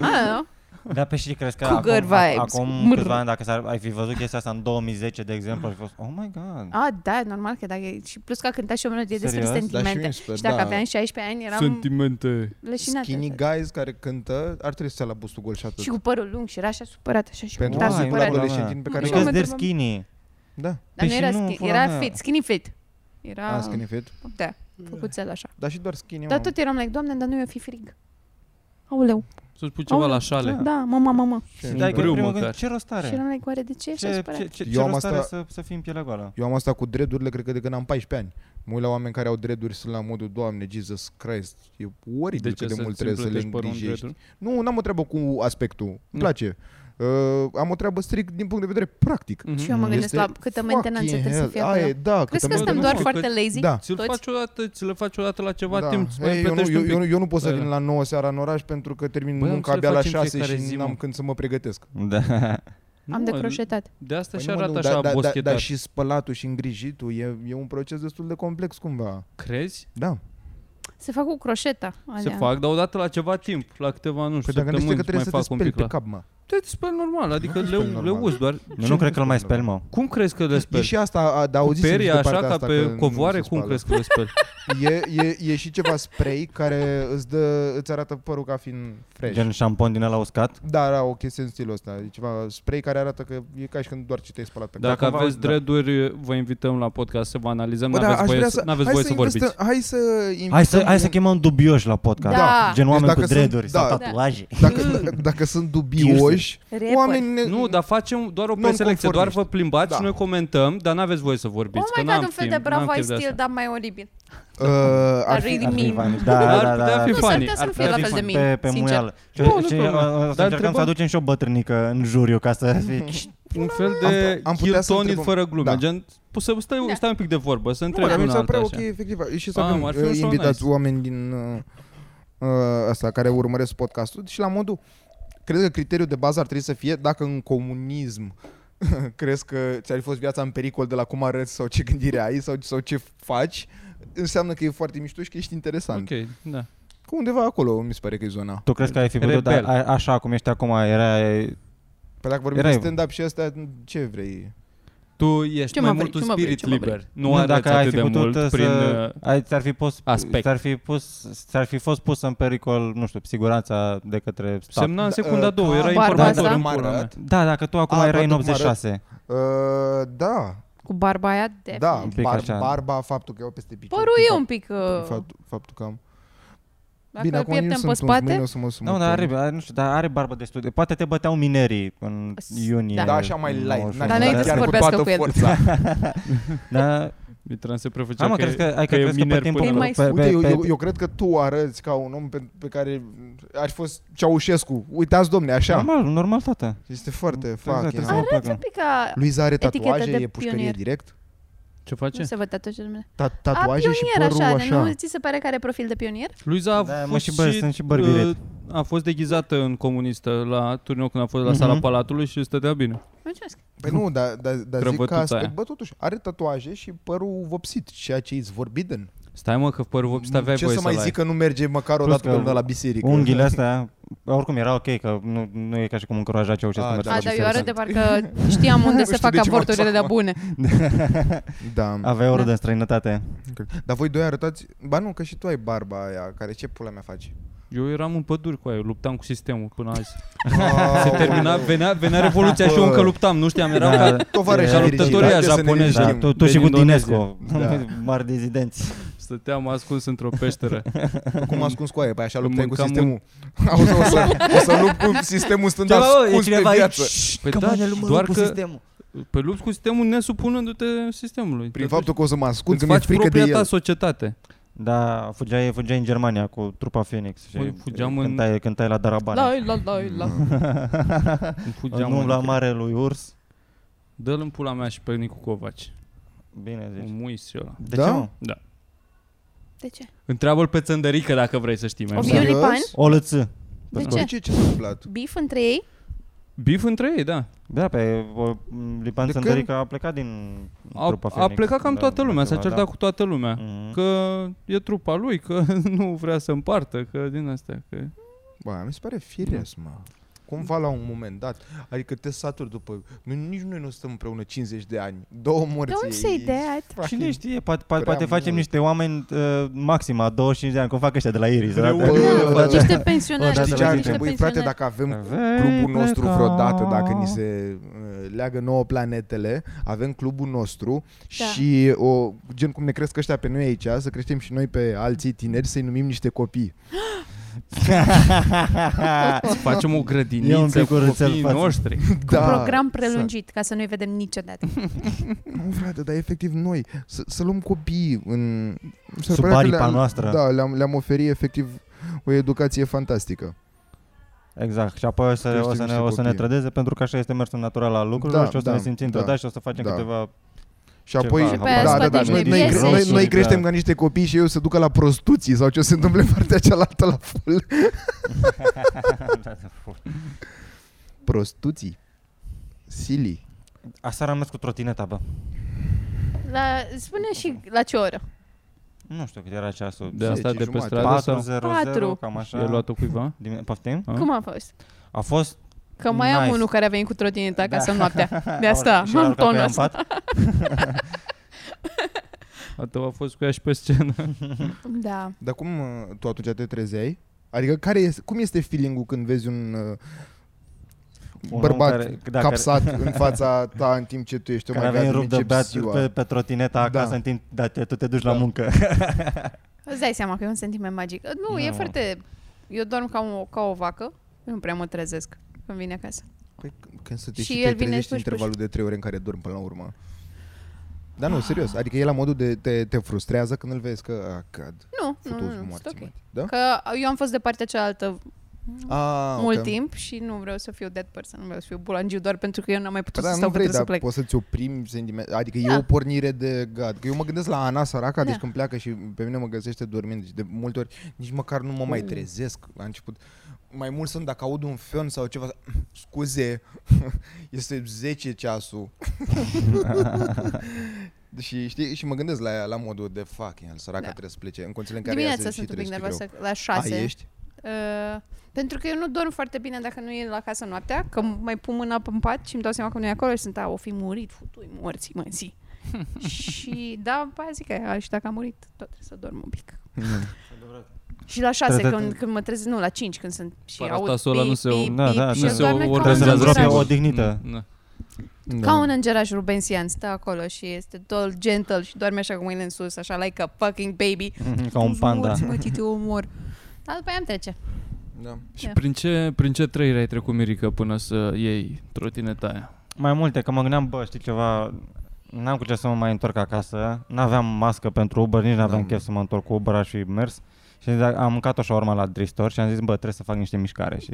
Speaker 3: Ah, nu?
Speaker 1: Da, pe și crezi că
Speaker 3: Cu
Speaker 1: acum,
Speaker 3: girl vibes.
Speaker 1: acum
Speaker 3: Mrr.
Speaker 1: câțiva ani, dacă s-ar, ai fi văzut chestia asta în 2010, de exemplu, ar fi fost, oh my god.
Speaker 3: Ah, da, normal că dacă... Și plus că a cântat și o melodie despre
Speaker 1: Serios? Da, și
Speaker 2: Dar și
Speaker 3: sentimente.
Speaker 2: mie
Speaker 3: Și,
Speaker 2: sper,
Speaker 3: dacă
Speaker 2: da.
Speaker 3: aveam 16 ani, eram
Speaker 4: Sentimente.
Speaker 3: leșinată.
Speaker 2: Skinny guys care cântă ar trebui să stea la bustul gol și atât.
Speaker 3: Și cu părul lung și era așa supărat, așa și
Speaker 2: Pentru păi,
Speaker 3: da,
Speaker 1: Uai,
Speaker 2: mulți
Speaker 3: supărat.
Speaker 1: pula mea.
Speaker 2: adolescentini pe care
Speaker 1: Deci
Speaker 3: eu
Speaker 1: că
Speaker 2: l-au.
Speaker 3: mă
Speaker 1: de
Speaker 3: întrebam-
Speaker 1: skinny.
Speaker 2: Da,
Speaker 3: Dar
Speaker 1: Păi
Speaker 3: nu
Speaker 1: și
Speaker 3: era,
Speaker 1: nu,
Speaker 3: skin,
Speaker 1: pula
Speaker 3: era
Speaker 1: mea.
Speaker 3: fit, skinny fit. Era,
Speaker 2: a, Ah, skinny fit.
Speaker 3: da, făcuțel așa.
Speaker 2: Dar și doar skinny,
Speaker 3: Ah. Dar
Speaker 2: mă.
Speaker 3: tot eram like, doamne, dar nu i-o fi frig. Aoleu,
Speaker 4: Să-ți pui ceva
Speaker 3: Au,
Speaker 4: la șale.
Speaker 3: da, mama, mama.
Speaker 2: Ce
Speaker 1: Dar e că
Speaker 4: Brâu
Speaker 1: în primul
Speaker 4: măcar.
Speaker 1: gând, ce rost
Speaker 3: Și
Speaker 1: are?
Speaker 3: eram like, oare de ce
Speaker 1: Ce,
Speaker 3: așa
Speaker 1: ce,
Speaker 3: supărat?
Speaker 1: ce, ce,
Speaker 2: Eu am
Speaker 1: rost are
Speaker 2: asta-
Speaker 1: să, să fii în pielea goală?
Speaker 2: Eu am asta cu dreadurile, cred că de când am 14 ani. Mă uit la oameni care au dreaduri sunt la modul, Doamne, Jesus Christ, e oribil
Speaker 4: De
Speaker 2: de
Speaker 4: ce
Speaker 2: cât
Speaker 4: deci,
Speaker 2: de
Speaker 4: să
Speaker 2: mult
Speaker 4: mult
Speaker 2: trebuie să le
Speaker 4: părul în
Speaker 2: îngrijești.
Speaker 4: dreadul?
Speaker 2: Nu, n-am o treabă cu aspectul,
Speaker 4: păi, Nu.
Speaker 2: îmi place. Uh, am o treabă strict din punct de vedere practic.
Speaker 3: Și eu mă
Speaker 4: Mhm.
Speaker 3: gândesc la câtă mentenanță
Speaker 2: fucking
Speaker 3: trebuie să
Speaker 2: hell.
Speaker 3: fie
Speaker 2: Aia e,
Speaker 3: acolo.
Speaker 2: da,
Speaker 3: Crezi
Speaker 2: câtă
Speaker 3: că suntem
Speaker 4: mă-
Speaker 3: doar
Speaker 4: nu,
Speaker 2: mentenanță.
Speaker 4: că-
Speaker 3: foarte lazy?
Speaker 2: Da.
Speaker 4: Ți-l
Speaker 3: Toți?
Speaker 4: faci odată, ți le faci odată la Păi, ceva
Speaker 2: da.
Speaker 4: timp, îți mai
Speaker 2: Ei, eu, nu,
Speaker 4: plătești
Speaker 2: eu,
Speaker 4: un pic.
Speaker 2: eu, nu- eu, nu pot să
Speaker 4: Da.
Speaker 2: vin la 9 seara în oraș pentru că termin
Speaker 4: Băi, am
Speaker 2: munca
Speaker 4: ce
Speaker 2: abia la
Speaker 4: facem
Speaker 2: 6
Speaker 4: fiecare
Speaker 2: și
Speaker 4: zi, mă.
Speaker 2: n-am când să mă pregătesc.
Speaker 1: Da.
Speaker 3: Am
Speaker 4: Nu,
Speaker 3: decroșetat.
Speaker 4: De asta și
Speaker 2: Păi nu mă,
Speaker 4: arată
Speaker 2: nu, da,
Speaker 4: așa
Speaker 2: dar- dar- dar-
Speaker 4: boschetat.
Speaker 2: Dar și spălatul și îngrijitul e, e un proces destul de complex cumva.
Speaker 4: Crezi?
Speaker 2: Da.
Speaker 3: Se fac cu croșeta.
Speaker 4: Se
Speaker 3: alea.
Speaker 4: fac, dar odată la ceva timp, la câteva, nu știu,
Speaker 2: Păi dacă nu știi că
Speaker 4: săptămâni
Speaker 2: trebuie
Speaker 4: mai
Speaker 2: să te
Speaker 4: fac un
Speaker 2: speli
Speaker 4: pic
Speaker 2: pe
Speaker 4: la...
Speaker 2: cap, mă.
Speaker 4: Te speli normal, adică
Speaker 2: Nu te
Speaker 4: le,
Speaker 2: speli
Speaker 4: le
Speaker 2: normal.
Speaker 4: uzi doar.
Speaker 1: Nu,
Speaker 2: Ce
Speaker 1: nu
Speaker 2: nu
Speaker 1: cred că îl mai
Speaker 2: spun,
Speaker 1: speli, mă.
Speaker 4: Cum crezi că le speli?
Speaker 2: E și asta, a, da,
Speaker 4: Cu
Speaker 2: auziți
Speaker 4: peria așa ca
Speaker 2: asta că
Speaker 4: pe
Speaker 2: nu
Speaker 4: covoare,
Speaker 2: se
Speaker 4: cum
Speaker 2: spală.
Speaker 4: crezi că le speli?
Speaker 2: E, e, e și ceva spray care îți, dă, îți arată părul ca fiind fresh.
Speaker 1: Gen șampon din ăla uscat?
Speaker 2: Da, da, o chestie în stilul ăsta. E ceva spray care arată că e ca și când doar ce te-ai spălat pe
Speaker 4: Dacă
Speaker 2: cap. Cumva,
Speaker 4: aveți dreaduri, vă invităm la podcast să vă analizăm,
Speaker 2: da. Bă, da,
Speaker 4: n-aveți
Speaker 2: aș
Speaker 4: voie
Speaker 2: vrea
Speaker 4: să,
Speaker 2: să,
Speaker 4: n-aveți
Speaker 2: hai
Speaker 4: voie
Speaker 2: să
Speaker 4: să vorbiți.
Speaker 2: investăm- Hai să
Speaker 1: Hai să,
Speaker 2: invităm
Speaker 1: hai să
Speaker 2: un-
Speaker 1: chemăm dubioși la podcast.
Speaker 3: Da.
Speaker 1: Gen
Speaker 2: Deci
Speaker 1: oameni cu
Speaker 2: dacă sunt-
Speaker 1: dreaduri sau
Speaker 2: da.
Speaker 1: tatuaje.
Speaker 2: dacă, dacă sunt dubioși, deci
Speaker 5: Rapper.
Speaker 2: oamenii... Ne...
Speaker 4: Nu, dar facem doar o
Speaker 2: Non-conformiști.
Speaker 4: preselecție, doar vă plimbați
Speaker 2: Da.
Speaker 4: și noi comentăm, dar n-aveți voie să vorbiți,
Speaker 5: Oh
Speaker 4: că
Speaker 5: my
Speaker 4: n-am
Speaker 5: god, un fel
Speaker 4: timp,
Speaker 5: de bravo da.
Speaker 4: n-am
Speaker 5: ai
Speaker 4: chef de
Speaker 5: stil,
Speaker 4: asta.
Speaker 5: dar mai oribil.
Speaker 2: Uh, ar
Speaker 5: Dar
Speaker 2: fi,
Speaker 5: really
Speaker 1: Ar fi
Speaker 5: mean.
Speaker 1: funny. Da, da,
Speaker 4: Ar
Speaker 1: da.
Speaker 4: putea fi
Speaker 5: Nu, s-ar
Speaker 4: funny.
Speaker 5: putea
Speaker 4: Ar
Speaker 5: să-mi fie
Speaker 1: Ar
Speaker 5: la
Speaker 1: fi
Speaker 5: fel de
Speaker 1: funny.
Speaker 5: mine,
Speaker 1: Da, Pe, pe
Speaker 5: sincer.
Speaker 1: muială. Și,
Speaker 4: Nu, nu
Speaker 1: și,
Speaker 4: problemă.
Speaker 1: o- o- o să
Speaker 4: Dar
Speaker 1: încercăm
Speaker 4: întrebăm-
Speaker 1: să aducem și o bătrânică în juriu ca să fie...
Speaker 4: Un fel de
Speaker 2: am
Speaker 4: am,
Speaker 2: putea să
Speaker 4: Hiltonit
Speaker 2: întrebăm.
Speaker 4: fără glume,
Speaker 2: da.
Speaker 4: gen, pus să stai,
Speaker 5: Da.
Speaker 4: stai un pic de vorbă, să
Speaker 2: nu,
Speaker 4: întrebi
Speaker 2: dar mi
Speaker 4: una
Speaker 2: s-a
Speaker 4: alta
Speaker 2: prea ok,
Speaker 4: așa.
Speaker 2: efectiv. Și să
Speaker 4: Ah,
Speaker 2: avem
Speaker 4: ar fi
Speaker 2: uh,
Speaker 4: un show
Speaker 2: invitați
Speaker 4: nice.
Speaker 2: oameni din uh, uh, asta, care urmăresc podcastul și la modul, cred că criteriul de bază ar trebui să fie dacă în comunism crezi că ți-ar fi fost viața în pericol de la cum arăți sau ce gândire ai sau, sau ce faci, înseamnă că e foarte mișto și că ești interesant. Okay.
Speaker 4: Ok, da.
Speaker 2: Că undeva acolo mi se pare că e zona.
Speaker 1: Tu crezi că ai fi putut,
Speaker 4: Rebel.
Speaker 1: a- a- așa cum ești acum, era
Speaker 2: Păi dacă vorbim
Speaker 1: Erai-
Speaker 2: de stand-up și astea, ce vrei?
Speaker 4: Tu ești
Speaker 5: Ce
Speaker 4: mai
Speaker 5: mă
Speaker 4: mult
Speaker 5: vrei? Ce
Speaker 4: un
Speaker 5: mă vrei?
Speaker 4: spirit
Speaker 5: Ce mă vrei?
Speaker 4: liber. Nu, arăți atât de mult
Speaker 1: uh,
Speaker 4: prin... uh,
Speaker 1: să, ai, ți-ar fi pus,
Speaker 4: aspect.
Speaker 1: Ți-ar fi, pus, ți-ar fi fost pusă în pericol, nu știu, siguranța de către stat.
Speaker 4: Semna în
Speaker 2: Da,
Speaker 4: secunda
Speaker 2: uh,
Speaker 4: 2, era
Speaker 3: barba
Speaker 4: informator
Speaker 3: asta?
Speaker 4: în pula mea.
Speaker 2: Marat.
Speaker 1: Da, dacă tu acum
Speaker 2: A,
Speaker 1: erai în
Speaker 2: toată cum arăt.
Speaker 1: 86.
Speaker 2: Uh, da,
Speaker 3: Cu barba aia, de.
Speaker 2: da,
Speaker 1: Un pic
Speaker 2: bar,
Speaker 1: așa.
Speaker 2: barba, faptul că iau peste picior.
Speaker 3: Părul e
Speaker 2: fapt-
Speaker 3: un pic... Uh,
Speaker 2: Faptul, faptul că am.
Speaker 3: dacă
Speaker 2: Bine,
Speaker 3: îl
Speaker 2: acum eu
Speaker 3: pieptem
Speaker 2: sunt
Speaker 3: pe
Speaker 2: un
Speaker 3: spate,
Speaker 2: zmâine, o să mă sumă
Speaker 1: Nu, dar are, are, nu știu, dar are barbă de studiu. Poate te băteau minerii în
Speaker 3: S-
Speaker 1: iunie.
Speaker 3: da.
Speaker 2: Da, așa mai light.
Speaker 1: 91.
Speaker 2: n-aș
Speaker 3: Dar
Speaker 2: da,
Speaker 3: n-ai
Speaker 1: Da.
Speaker 3: să
Speaker 2: chiar cu
Speaker 3: vorbească
Speaker 2: toată
Speaker 3: cu el.
Speaker 2: forța.
Speaker 1: Da,
Speaker 4: Mitran se prefăcea
Speaker 1: da mă,
Speaker 4: că,
Speaker 1: crezi că, ai, că,
Speaker 4: e
Speaker 1: crezi că pe
Speaker 4: miner
Speaker 1: timpul...
Speaker 4: până
Speaker 5: Te
Speaker 4: la-
Speaker 5: mai-
Speaker 1: pe, Da, pe,
Speaker 2: Uite, eu, eu,
Speaker 1: pe,
Speaker 2: eu cred că tu arăți ca un om pe, pe care ar fi fost Ceaușescu. Uitați, domne, așa.
Speaker 1: normal, normal, tată.
Speaker 2: Este foarte
Speaker 1: Trebuie să-
Speaker 2: fuck.
Speaker 1: trebuie
Speaker 2: yeah.
Speaker 1: să mă
Speaker 3: arată un
Speaker 1: placă.
Speaker 3: pic ca...
Speaker 2: Luiza are
Speaker 3: Eticheta
Speaker 2: tatuaje,
Speaker 3: de
Speaker 2: e pușcărie
Speaker 3: pionier.
Speaker 2: direct.
Speaker 4: Ce face?
Speaker 3: Nu se văd tatuaje de mine.
Speaker 2: Ta-
Speaker 3: A,
Speaker 2: tatuaje și
Speaker 3: pionier
Speaker 2: părul
Speaker 3: așa,
Speaker 2: așa.
Speaker 3: de nu ți se pare că are profil de pionier?
Speaker 4: Luiza a
Speaker 1: Da, mă,
Speaker 4: fost
Speaker 1: și bă- sunt și bărbiret.
Speaker 4: uh, A fost deghizată în comunistă la turneu când a fost la sala
Speaker 1: Mhm.
Speaker 4: Palatului și stătea bine.
Speaker 3: Mulțumesc.
Speaker 2: Păi nu, dar da, da zic
Speaker 4: Crăvătuța
Speaker 2: că aspect,
Speaker 4: aia.
Speaker 2: bă, totuși, are tatuaje și părul vopsit, ceea ce is forbidden.
Speaker 4: Stai mă că părul vopsit aveai
Speaker 2: Ce
Speaker 4: voie
Speaker 2: să mai
Speaker 4: ai.
Speaker 2: zic că nu merge măcar o
Speaker 1: Plus
Speaker 2: dată
Speaker 1: că
Speaker 2: când la biserică?
Speaker 3: Adică-
Speaker 1: Unghiile astea, oricum era ok, că nu, nu e ca și cum încuraja Ceaușescu.
Speaker 2: Ah,
Speaker 1: mergea
Speaker 2: Da,
Speaker 1: la
Speaker 3: A,
Speaker 2: și
Speaker 3: dar eu
Speaker 1: biserică.
Speaker 3: arăt de parcă știam unde
Speaker 2: știu
Speaker 3: se fac
Speaker 2: de ce m-am
Speaker 3: avorturile de
Speaker 2: seama.
Speaker 3: bune.
Speaker 2: Da.
Speaker 1: Avea oră
Speaker 3: Da.
Speaker 1: de străinătate.
Speaker 2: Cred. Dar voi doi arătați... Ba nu, că și tu ai barba aia, care ce pula mea faci?
Speaker 4: Eu eram în păduri cu aia, eu luptam cu sistemul până azi.
Speaker 1: Ah.
Speaker 2: Se
Speaker 4: Termina, venea, venea revoluția și eu încă luptam, nu știam, eram
Speaker 1: Da.
Speaker 4: ca
Speaker 2: Tovarăși
Speaker 1: Ca
Speaker 4: luptătoria japoneză.
Speaker 1: Da,
Speaker 4: Știm,
Speaker 1: tu, tu și
Speaker 4: din
Speaker 1: cu
Speaker 4: Indonezia.
Speaker 1: Dinescu,
Speaker 2: Da.
Speaker 1: mari dezidenți.
Speaker 4: Stăteam ascuns într-o peșteră.
Speaker 2: Cum ascuns cu aia? Păi așa luptai cu
Speaker 4: Mâncam
Speaker 2: sistemul. Auzi, o să, o să lupt cu sistemul stând ascuns pe viață.
Speaker 4: Păi da, doar că pe lupți cu sistemul nesupunându-te sistemului.
Speaker 2: Prin
Speaker 4: Te
Speaker 2: faptul că o să mă ascund,
Speaker 4: Îți
Speaker 2: că mi-e
Speaker 4: faci
Speaker 2: frică de
Speaker 4: propria ta
Speaker 2: el.
Speaker 4: societate.
Speaker 1: Da, fugeai, fugeai în Germania cu trupa Phoenix și
Speaker 4: Păi, fugeam în-
Speaker 1: cântai, în... cântai la Darabane.
Speaker 3: Da.
Speaker 5: La, la, la,
Speaker 1: Mm.
Speaker 5: la.
Speaker 4: Îmi fugeam
Speaker 1: nu
Speaker 4: în-
Speaker 1: la mare lui Urs.
Speaker 4: Dă-l în pula mea și pe Nicu Covaci.
Speaker 1: Bine
Speaker 4: Un
Speaker 1: zici.
Speaker 4: muis ăla.
Speaker 1: De
Speaker 2: Da?
Speaker 1: ce mă?
Speaker 3: De ce?
Speaker 4: Întreabă-l pe țăndărică dacă vrei să știi mai
Speaker 3: O
Speaker 4: mult.
Speaker 2: Serios?
Speaker 3: Violi Pan?
Speaker 1: O lăță.
Speaker 3: De
Speaker 2: Bă,
Speaker 3: ce?
Speaker 2: ce? Ce s-a întâmplat?
Speaker 3: Beef între ei?
Speaker 4: Bif între ei, da.
Speaker 1: Da, pe o, m, Lipan
Speaker 2: De când?
Speaker 1: Țăndărică a plecat din
Speaker 4: A,
Speaker 1: trupa
Speaker 4: a
Speaker 1: Phoenix.
Speaker 4: plecat cam
Speaker 1: Da,
Speaker 4: toată lumea, s-a
Speaker 1: ceva,
Speaker 4: certat cu toată lumea.
Speaker 1: Mhm.
Speaker 4: Că e trupa lui, că nu vrea să împartă, că din astea, că...
Speaker 2: Bă, mi se pare firesc, mă. Cumva la un moment dat, adică te saturi după, nu, nici noi nu stăm împreună 50 de ani, două morți.
Speaker 3: Don't
Speaker 2: e-
Speaker 3: say
Speaker 2: e
Speaker 3: that.
Speaker 1: Cine
Speaker 2: fucking-
Speaker 1: știe, poate, poate,
Speaker 2: Prea
Speaker 1: poate facem
Speaker 2: mult.
Speaker 1: niște oameni uh, maxim a 25 de ani, cum fac ăștia de la Iris.
Speaker 4: Reună.
Speaker 1: odată.
Speaker 2: Bă,
Speaker 3: Da,
Speaker 2: bă,
Speaker 3: niște pensionari.
Speaker 1: Bă,
Speaker 2: Știi
Speaker 1: da,
Speaker 2: ce
Speaker 1: da,
Speaker 2: ar
Speaker 1: da,
Speaker 3: niște
Speaker 2: trebui, frate,
Speaker 3: pensionari.
Speaker 2: dacă avem
Speaker 1: Vei
Speaker 2: clubul nostru
Speaker 1: pleca.
Speaker 2: vreodată, dacă ni se uh, leagă nouă planetele, avem clubul nostru
Speaker 3: Da.
Speaker 2: și o, gen cum ne cresc ăștia pe noi aici, să creștem și noi pe alții tineri, să-i numim niște copii.
Speaker 4: Facem o
Speaker 1: E un
Speaker 4: grădiniță cu
Speaker 1: picuruțel
Speaker 4: copiii
Speaker 1: față.
Speaker 4: noștri.
Speaker 3: Cu Da.
Speaker 2: Da.
Speaker 3: program prelungit, ca să nu-i vedem niciodată.
Speaker 2: Nu, frate, dar efectiv noi să, să luăm copii în... mi se
Speaker 1: Sub
Speaker 2: pare că
Speaker 1: aripa
Speaker 2: le-am-
Speaker 1: noastră.
Speaker 2: Da, le-am, le-am oferit efectiv o educație fantastică.
Speaker 1: Exact. Și apoi o să,
Speaker 2: Creștem
Speaker 1: o să, ne,
Speaker 2: niște
Speaker 1: o să ne
Speaker 2: copii.
Speaker 1: trădeze pentru că așa este mersul natural al lucrurilor
Speaker 2: Da,
Speaker 1: și o să
Speaker 2: da,
Speaker 1: ne simțim
Speaker 2: da,
Speaker 1: trădați și o să facem
Speaker 2: da.
Speaker 1: câteva...
Speaker 2: Și apoi,
Speaker 1: Și pe
Speaker 2: da,
Speaker 3: aia
Speaker 2: da,
Speaker 3: scoate
Speaker 2: da,
Speaker 3: niște
Speaker 2: noi, noi,
Speaker 3: piese.
Speaker 2: noi, noi
Speaker 1: Da.
Speaker 2: creștem ca niște copii și eu se ducă la prostituții sau ce o se întâmple în partea cealaltă la ful. Prostuții. Silly.
Speaker 1: Aseară am mers cu trotineta, bă.
Speaker 3: La, spune și la ce oră.
Speaker 1: Nu știu cât era ceasul.
Speaker 4: De
Speaker 2: Ce,
Speaker 4: asta
Speaker 2: ce
Speaker 4: de pe
Speaker 2: jumate?
Speaker 4: stradă sau...
Speaker 1: 400,
Speaker 3: Patru.
Speaker 1: cam
Speaker 4: E
Speaker 1: așa.
Speaker 4: luat-o cuiva?
Speaker 1: Dimine- Poftim?
Speaker 4: A?
Speaker 3: Cum a fost?
Speaker 1: A fost
Speaker 3: Că mai am
Speaker 1: Nice.
Speaker 3: unul care a venit cu trotineta
Speaker 1: Da.
Speaker 3: acasă noaptea. De asta
Speaker 1: Și l-a
Speaker 3: am
Speaker 1: urcat pe ea
Speaker 3: tonul
Speaker 1: în
Speaker 3: ăsta.
Speaker 1: pat.
Speaker 4: A tău a fost cu ea și pe scenă.
Speaker 3: Da.
Speaker 2: Dar cum uh, tu atunci te trezeai? Adică care este, cum este feeling-ul când vezi un, uh,
Speaker 1: om
Speaker 2: bărbat
Speaker 1: care- da,
Speaker 2: capsat în fața ta în timp ce tu ești
Speaker 1: Care
Speaker 2: oh my
Speaker 1: avea în
Speaker 2: God,
Speaker 1: rup de
Speaker 2: încep
Speaker 1: beat
Speaker 2: ziua.
Speaker 1: pe, pe trotineta
Speaker 2: Da.
Speaker 1: acasă în timp, dar te, tu te duci la
Speaker 2: Da.
Speaker 1: muncă.
Speaker 3: Îți dai seama că e un sentiment magic. Nu, e
Speaker 1: Nu.
Speaker 3: foarte... Eu dorm ca, o, ca o vacă. Nu prea mă trezesc. când vine acasă.
Speaker 2: Păi c- când să te
Speaker 3: Și
Speaker 2: și,
Speaker 3: el
Speaker 2: te
Speaker 3: vine
Speaker 2: trezești
Speaker 3: puș, puș.
Speaker 2: intervalul de trei ore în care dormi până la urmă. Dar
Speaker 3: Ah.
Speaker 2: nu, serios, adică e la modul de te, te frustrează când îl vezi că, a, cad,
Speaker 3: Nu, nu,
Speaker 2: futu
Speaker 3: nu, nu,
Speaker 2: moarți,
Speaker 3: sunt ok.
Speaker 2: mă. Da?
Speaker 3: Că eu am fost de partea cealaltă
Speaker 2: A,
Speaker 3: mult
Speaker 2: Ah, ok.
Speaker 3: timp și nu vreau să fiu dead person, nu vreau să fiu bulangiu doar pentru că eu n-am mai
Speaker 2: Păi
Speaker 3: putut
Speaker 2: da,
Speaker 3: să
Speaker 2: nu
Speaker 3: stau
Speaker 2: vrei,
Speaker 3: pentru să
Speaker 2: dar
Speaker 3: plec.
Speaker 2: poți să-ți oprim sentimentul. Adică e
Speaker 3: Da.
Speaker 2: o pornire de gad. Că eu mă gândesc la Ana Saraca,
Speaker 3: Da.
Speaker 2: deci când pleacă și pe mine mă găsește dormind. Deci de multe ori nici măcar nu mă
Speaker 3: Uh.
Speaker 2: mai trezesc la început. Mai mult sunt dacă aud un fion sau ceva. Scuze, este 10 ceasul. și, știi, și mă gândesc la, la modul de fuck, el, săraca
Speaker 3: Da.
Speaker 2: trebuie să plece în condițiile în care ea
Speaker 3: Dimineața
Speaker 2: se și
Speaker 3: sunt un pic
Speaker 2: trezește greu.
Speaker 3: nervoasă la șase.
Speaker 2: A, Ah, ești?
Speaker 3: Uh, pentru că eu nu dorm foarte bine dacă nu e la casă noaptea, că mai pun mâna pe pat și îmi dau seama că nu e acolo și sunt, a, o fi murit, futui morții, mă, în zi. și da, pe aia zic că a, și dacă a murit, tot trebuie să dorm un pic. Și la șase,
Speaker 1: Trebuie-
Speaker 3: când, când mă trezesc, nu, la cinci, când sunt și aud
Speaker 4: Paratasul ăla
Speaker 3: pip,
Speaker 4: nu se-
Speaker 3: pip,
Speaker 1: Da,
Speaker 3: pip,
Speaker 1: da,
Speaker 3: și
Speaker 1: nu
Speaker 3: el
Speaker 1: se
Speaker 3: doarme ca
Speaker 1: Trebuie
Speaker 3: un
Speaker 1: să-l îngropi
Speaker 3: îngeraș.
Speaker 1: o dignită.
Speaker 4: Nu, nu.
Speaker 1: da.
Speaker 3: Ca un îngeraș rubensian, stă acolo și este tot gentle și doarme așa cu mâinile în sus, așa, like a fucking baby.
Speaker 1: Mhm, Ca un
Speaker 3: Tu
Speaker 1: panda.
Speaker 3: morți, Mă, titi, omor. Dar după aia îmi trece.
Speaker 2: Da.
Speaker 4: Și prin ce, prin ce trăire ai trecut, Mirica, până să iei trotineta aia?
Speaker 1: Mai multe, că mă gândeam, bă, știi ceva, n-am cu ce să mă mai întorc acasă, n-aveam mască pentru Uber, nici n-aveam
Speaker 2: Da.
Speaker 1: chef să mă întorc cu Uber, aș fi mers. Și am zis, am mâncat o șaurma la Dristor și am zis, bă, trebuie să fac niște mișcare și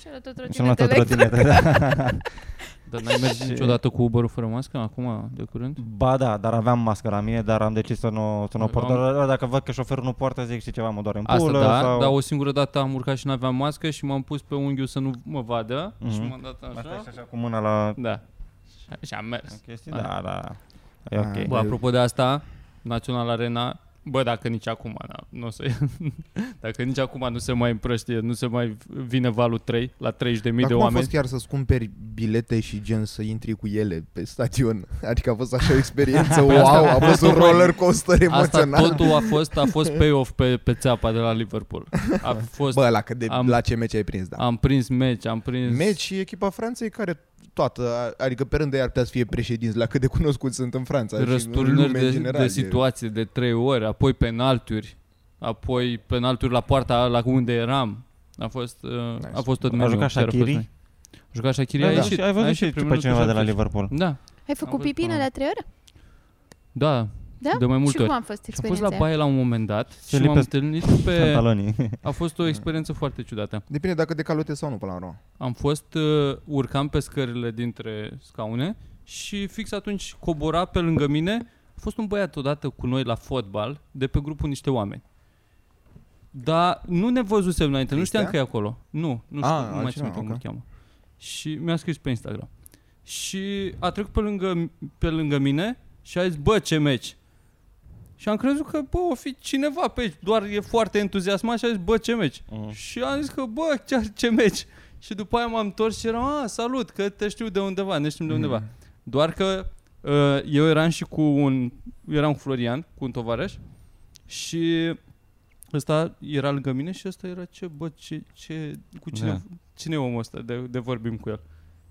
Speaker 3: Și la tot
Speaker 1: și am luat o
Speaker 3: trotinetele.
Speaker 1: trotinetă. Da.
Speaker 4: Dar n-ai mers
Speaker 1: Și-
Speaker 4: niciodată cu uber fără mască acum, de curând?
Speaker 1: Ba da, dar aveam mască la mine, dar am decis să nu, să nu o port.
Speaker 4: Am-
Speaker 1: Dar dacă văd că șoferul nu poartă, zic și ceva, mă doare în
Speaker 4: Asta
Speaker 1: pulă.
Speaker 4: da,
Speaker 1: sau...
Speaker 4: dar o singură dată am urcat și n-aveam mască și m-am pus pe unghiul să nu mă vadă și
Speaker 1: Mhm.
Speaker 4: m-am dat
Speaker 1: Asta ești
Speaker 4: așa.
Speaker 1: așa cu mâna la
Speaker 4: Da. Și- Și am mers.
Speaker 1: chestii?
Speaker 4: Hai.
Speaker 1: Da, da, da. E ok.
Speaker 4: Bă,
Speaker 2: Eu-
Speaker 4: apropo de asta, Național Arena, bă, dacă nici acum, da, nu o să, dacă nici acum nu se mai împrăștie, nu se mai vine valul 3 la 30.000
Speaker 2: Dar
Speaker 4: de
Speaker 2: cum a
Speaker 4: oameni.
Speaker 2: fost chiar să-ți cumperi bilete și gen să intri cu ele pe stadion? Adică a fost așa o experiență, wow, a fost un roller coaster
Speaker 4: Păi Asta
Speaker 2: emoțional.
Speaker 4: totul a fost, a fost payoff pe, pe țeapa de la Liverpool. A fost,
Speaker 2: Bă, da. la, cât de,
Speaker 4: Am-
Speaker 2: la ce meci ai prins, da.
Speaker 4: am prins meci, am prins...
Speaker 2: Meci și echipa Franței care toată, adică pe rând de ei ar putea să fie președinți, la cât de cunoscuți sunt în Franța da, și în
Speaker 4: răsturnări
Speaker 2: lume
Speaker 4: de,
Speaker 2: în general.
Speaker 4: de
Speaker 2: e-
Speaker 4: situație de trei ori, apoi penalturi, apoi penalturi la poarta la unde eram. A fost, uh,
Speaker 2: Nice.
Speaker 4: a fost tot
Speaker 1: A
Speaker 4: meciul.
Speaker 1: jucat
Speaker 4: chiar a fost
Speaker 1: Shaqiri?
Speaker 4: nice. A jucat Shaqiri,
Speaker 1: Da,
Speaker 4: a
Speaker 1: da.
Speaker 4: ieșit.
Speaker 1: Și ai
Speaker 4: a
Speaker 1: văzut
Speaker 4: ieșit
Speaker 1: și tu
Speaker 4: primul
Speaker 1: pe cineva de la
Speaker 4: minut,
Speaker 1: Liverpool.
Speaker 4: Da,
Speaker 3: Ai
Speaker 4: Am
Speaker 3: făcut
Speaker 4: văzut
Speaker 3: pipi în
Speaker 4: până
Speaker 3: alea
Speaker 4: la-
Speaker 3: trei ore?
Speaker 4: da,
Speaker 3: Da?
Speaker 4: de mai multe
Speaker 3: și
Speaker 4: ori.
Speaker 3: cum a fost
Speaker 4: Am fost
Speaker 3: experiența?
Speaker 4: la baie la un moment dat și
Speaker 1: Felipe-
Speaker 4: m-am întâlnit pe...
Speaker 1: Pantalonii.
Speaker 4: A fost o experiență foarte ciudată.
Speaker 2: Depinde dacă de calote sau nu până la urmă.
Speaker 4: Am fost, uh, urcam pe scările dintre scaune și fix atunci cobora pe lângă mine. A fost un băiat odată cu noi la fotbal, de pe grupul niște oameni. Dar nu ne văzusem înainte, nu știam că e
Speaker 2: Cristian?
Speaker 4: acolo. Nu, nu
Speaker 2: A,
Speaker 4: știu, nu mai
Speaker 2: altcineva,
Speaker 4: țin minte cum
Speaker 2: ok.
Speaker 4: îl cheamă. Și mi-a scris pe Instagram. Și a trecut pe lângă, pe lângă mine și a zis, bă, ce meci! Și am crezut că, bă, o fi cineva pe aici, doar e foarte entuziasmat și a zis, bă, ce meci!
Speaker 1: Mhm.
Speaker 4: Și am zis că, bă, chiar ce meci. Și după aia m-am întors și eram, a, salut, că te știu de undeva, ne știm de undeva.
Speaker 2: Mhm.
Speaker 4: Doar că uh, eu eram și cu un, eram cu Florian, cu un tovarăș și ăsta era lângă mine și ăsta era ce, bă, ce, ce cu cine,
Speaker 1: Da.
Speaker 4: cine e omul ăsta de, de vorbim cu el.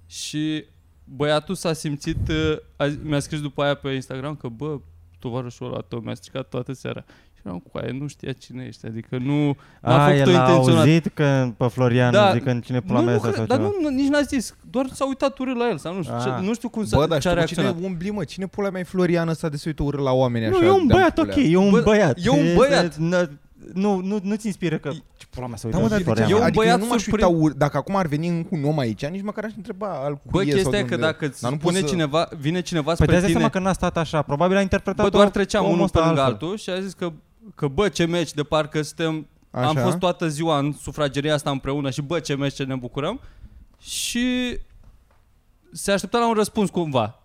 Speaker 4: Și băiatul s-a simțit, uh, a, zis- mi-a scris după aia pe Instagram că, bă, tovarășul ăla tău mi-a stricat toată seara. Și eram cu aia, nu știa cine ești, adică nu... N-a
Speaker 1: A,
Speaker 4: făcut-o
Speaker 1: Ah, el a
Speaker 4: intenționat.
Speaker 1: auzit că pe Florian
Speaker 4: Da,
Speaker 1: zicând cine pula
Speaker 4: Nu,
Speaker 1: mea
Speaker 4: nu,
Speaker 1: este
Speaker 4: cred,
Speaker 1: sau
Speaker 4: dar
Speaker 1: ceva.
Speaker 4: nu, nu, nici n-a zis, doar s-a uitat urât la el sau nu știu,
Speaker 1: Ah.
Speaker 4: ce, nu știu cum s-a,
Speaker 2: Bă, dar
Speaker 4: ce a
Speaker 2: știu cine
Speaker 4: reacționat.
Speaker 2: umbli, mă, cine pula mea e Florian ăsta de să uită urât la oameni așa?
Speaker 1: Nu, e un
Speaker 2: de-am
Speaker 1: băiat,
Speaker 2: pulea?
Speaker 1: ok, e un
Speaker 4: Bă,
Speaker 1: băiat.
Speaker 4: e un
Speaker 1: E-
Speaker 4: băiat.
Speaker 1: n- Nu, nu, nu-ți inspiră că... Ce pula mea să
Speaker 4: Păi
Speaker 2: Da, mă,
Speaker 1: uită
Speaker 2: dar
Speaker 1: la
Speaker 2: de ce?
Speaker 1: Florian. Păi,
Speaker 4: Eu-
Speaker 2: Adică
Speaker 4: un băiat
Speaker 2: nu m-aș uita
Speaker 4: surprins.
Speaker 2: ur- dacă acum ar veni încă un om aici, nici măcar aș întreba al cui
Speaker 4: Bă,
Speaker 2: e sau de
Speaker 4: chestia e că
Speaker 2: unde.
Speaker 4: dacă îți
Speaker 2: Dar nu
Speaker 4: spune
Speaker 2: poți să-
Speaker 4: cineva, vine cineva
Speaker 1: Păi de-aia
Speaker 4: spre
Speaker 1: îți dai
Speaker 4: tine,
Speaker 1: seama că n-a stat așa, probabil a interpretat
Speaker 4: bă, doar treceam unul pe lângă
Speaker 1: altul.
Speaker 4: altul și a zis că, că bă, ce meci, de parcă suntem,
Speaker 2: Așa.
Speaker 4: am fost toată ziua în sufrageria asta împreună și bă, ce meci, ce ne bucurăm. Și se aștepta la un răspuns cumva,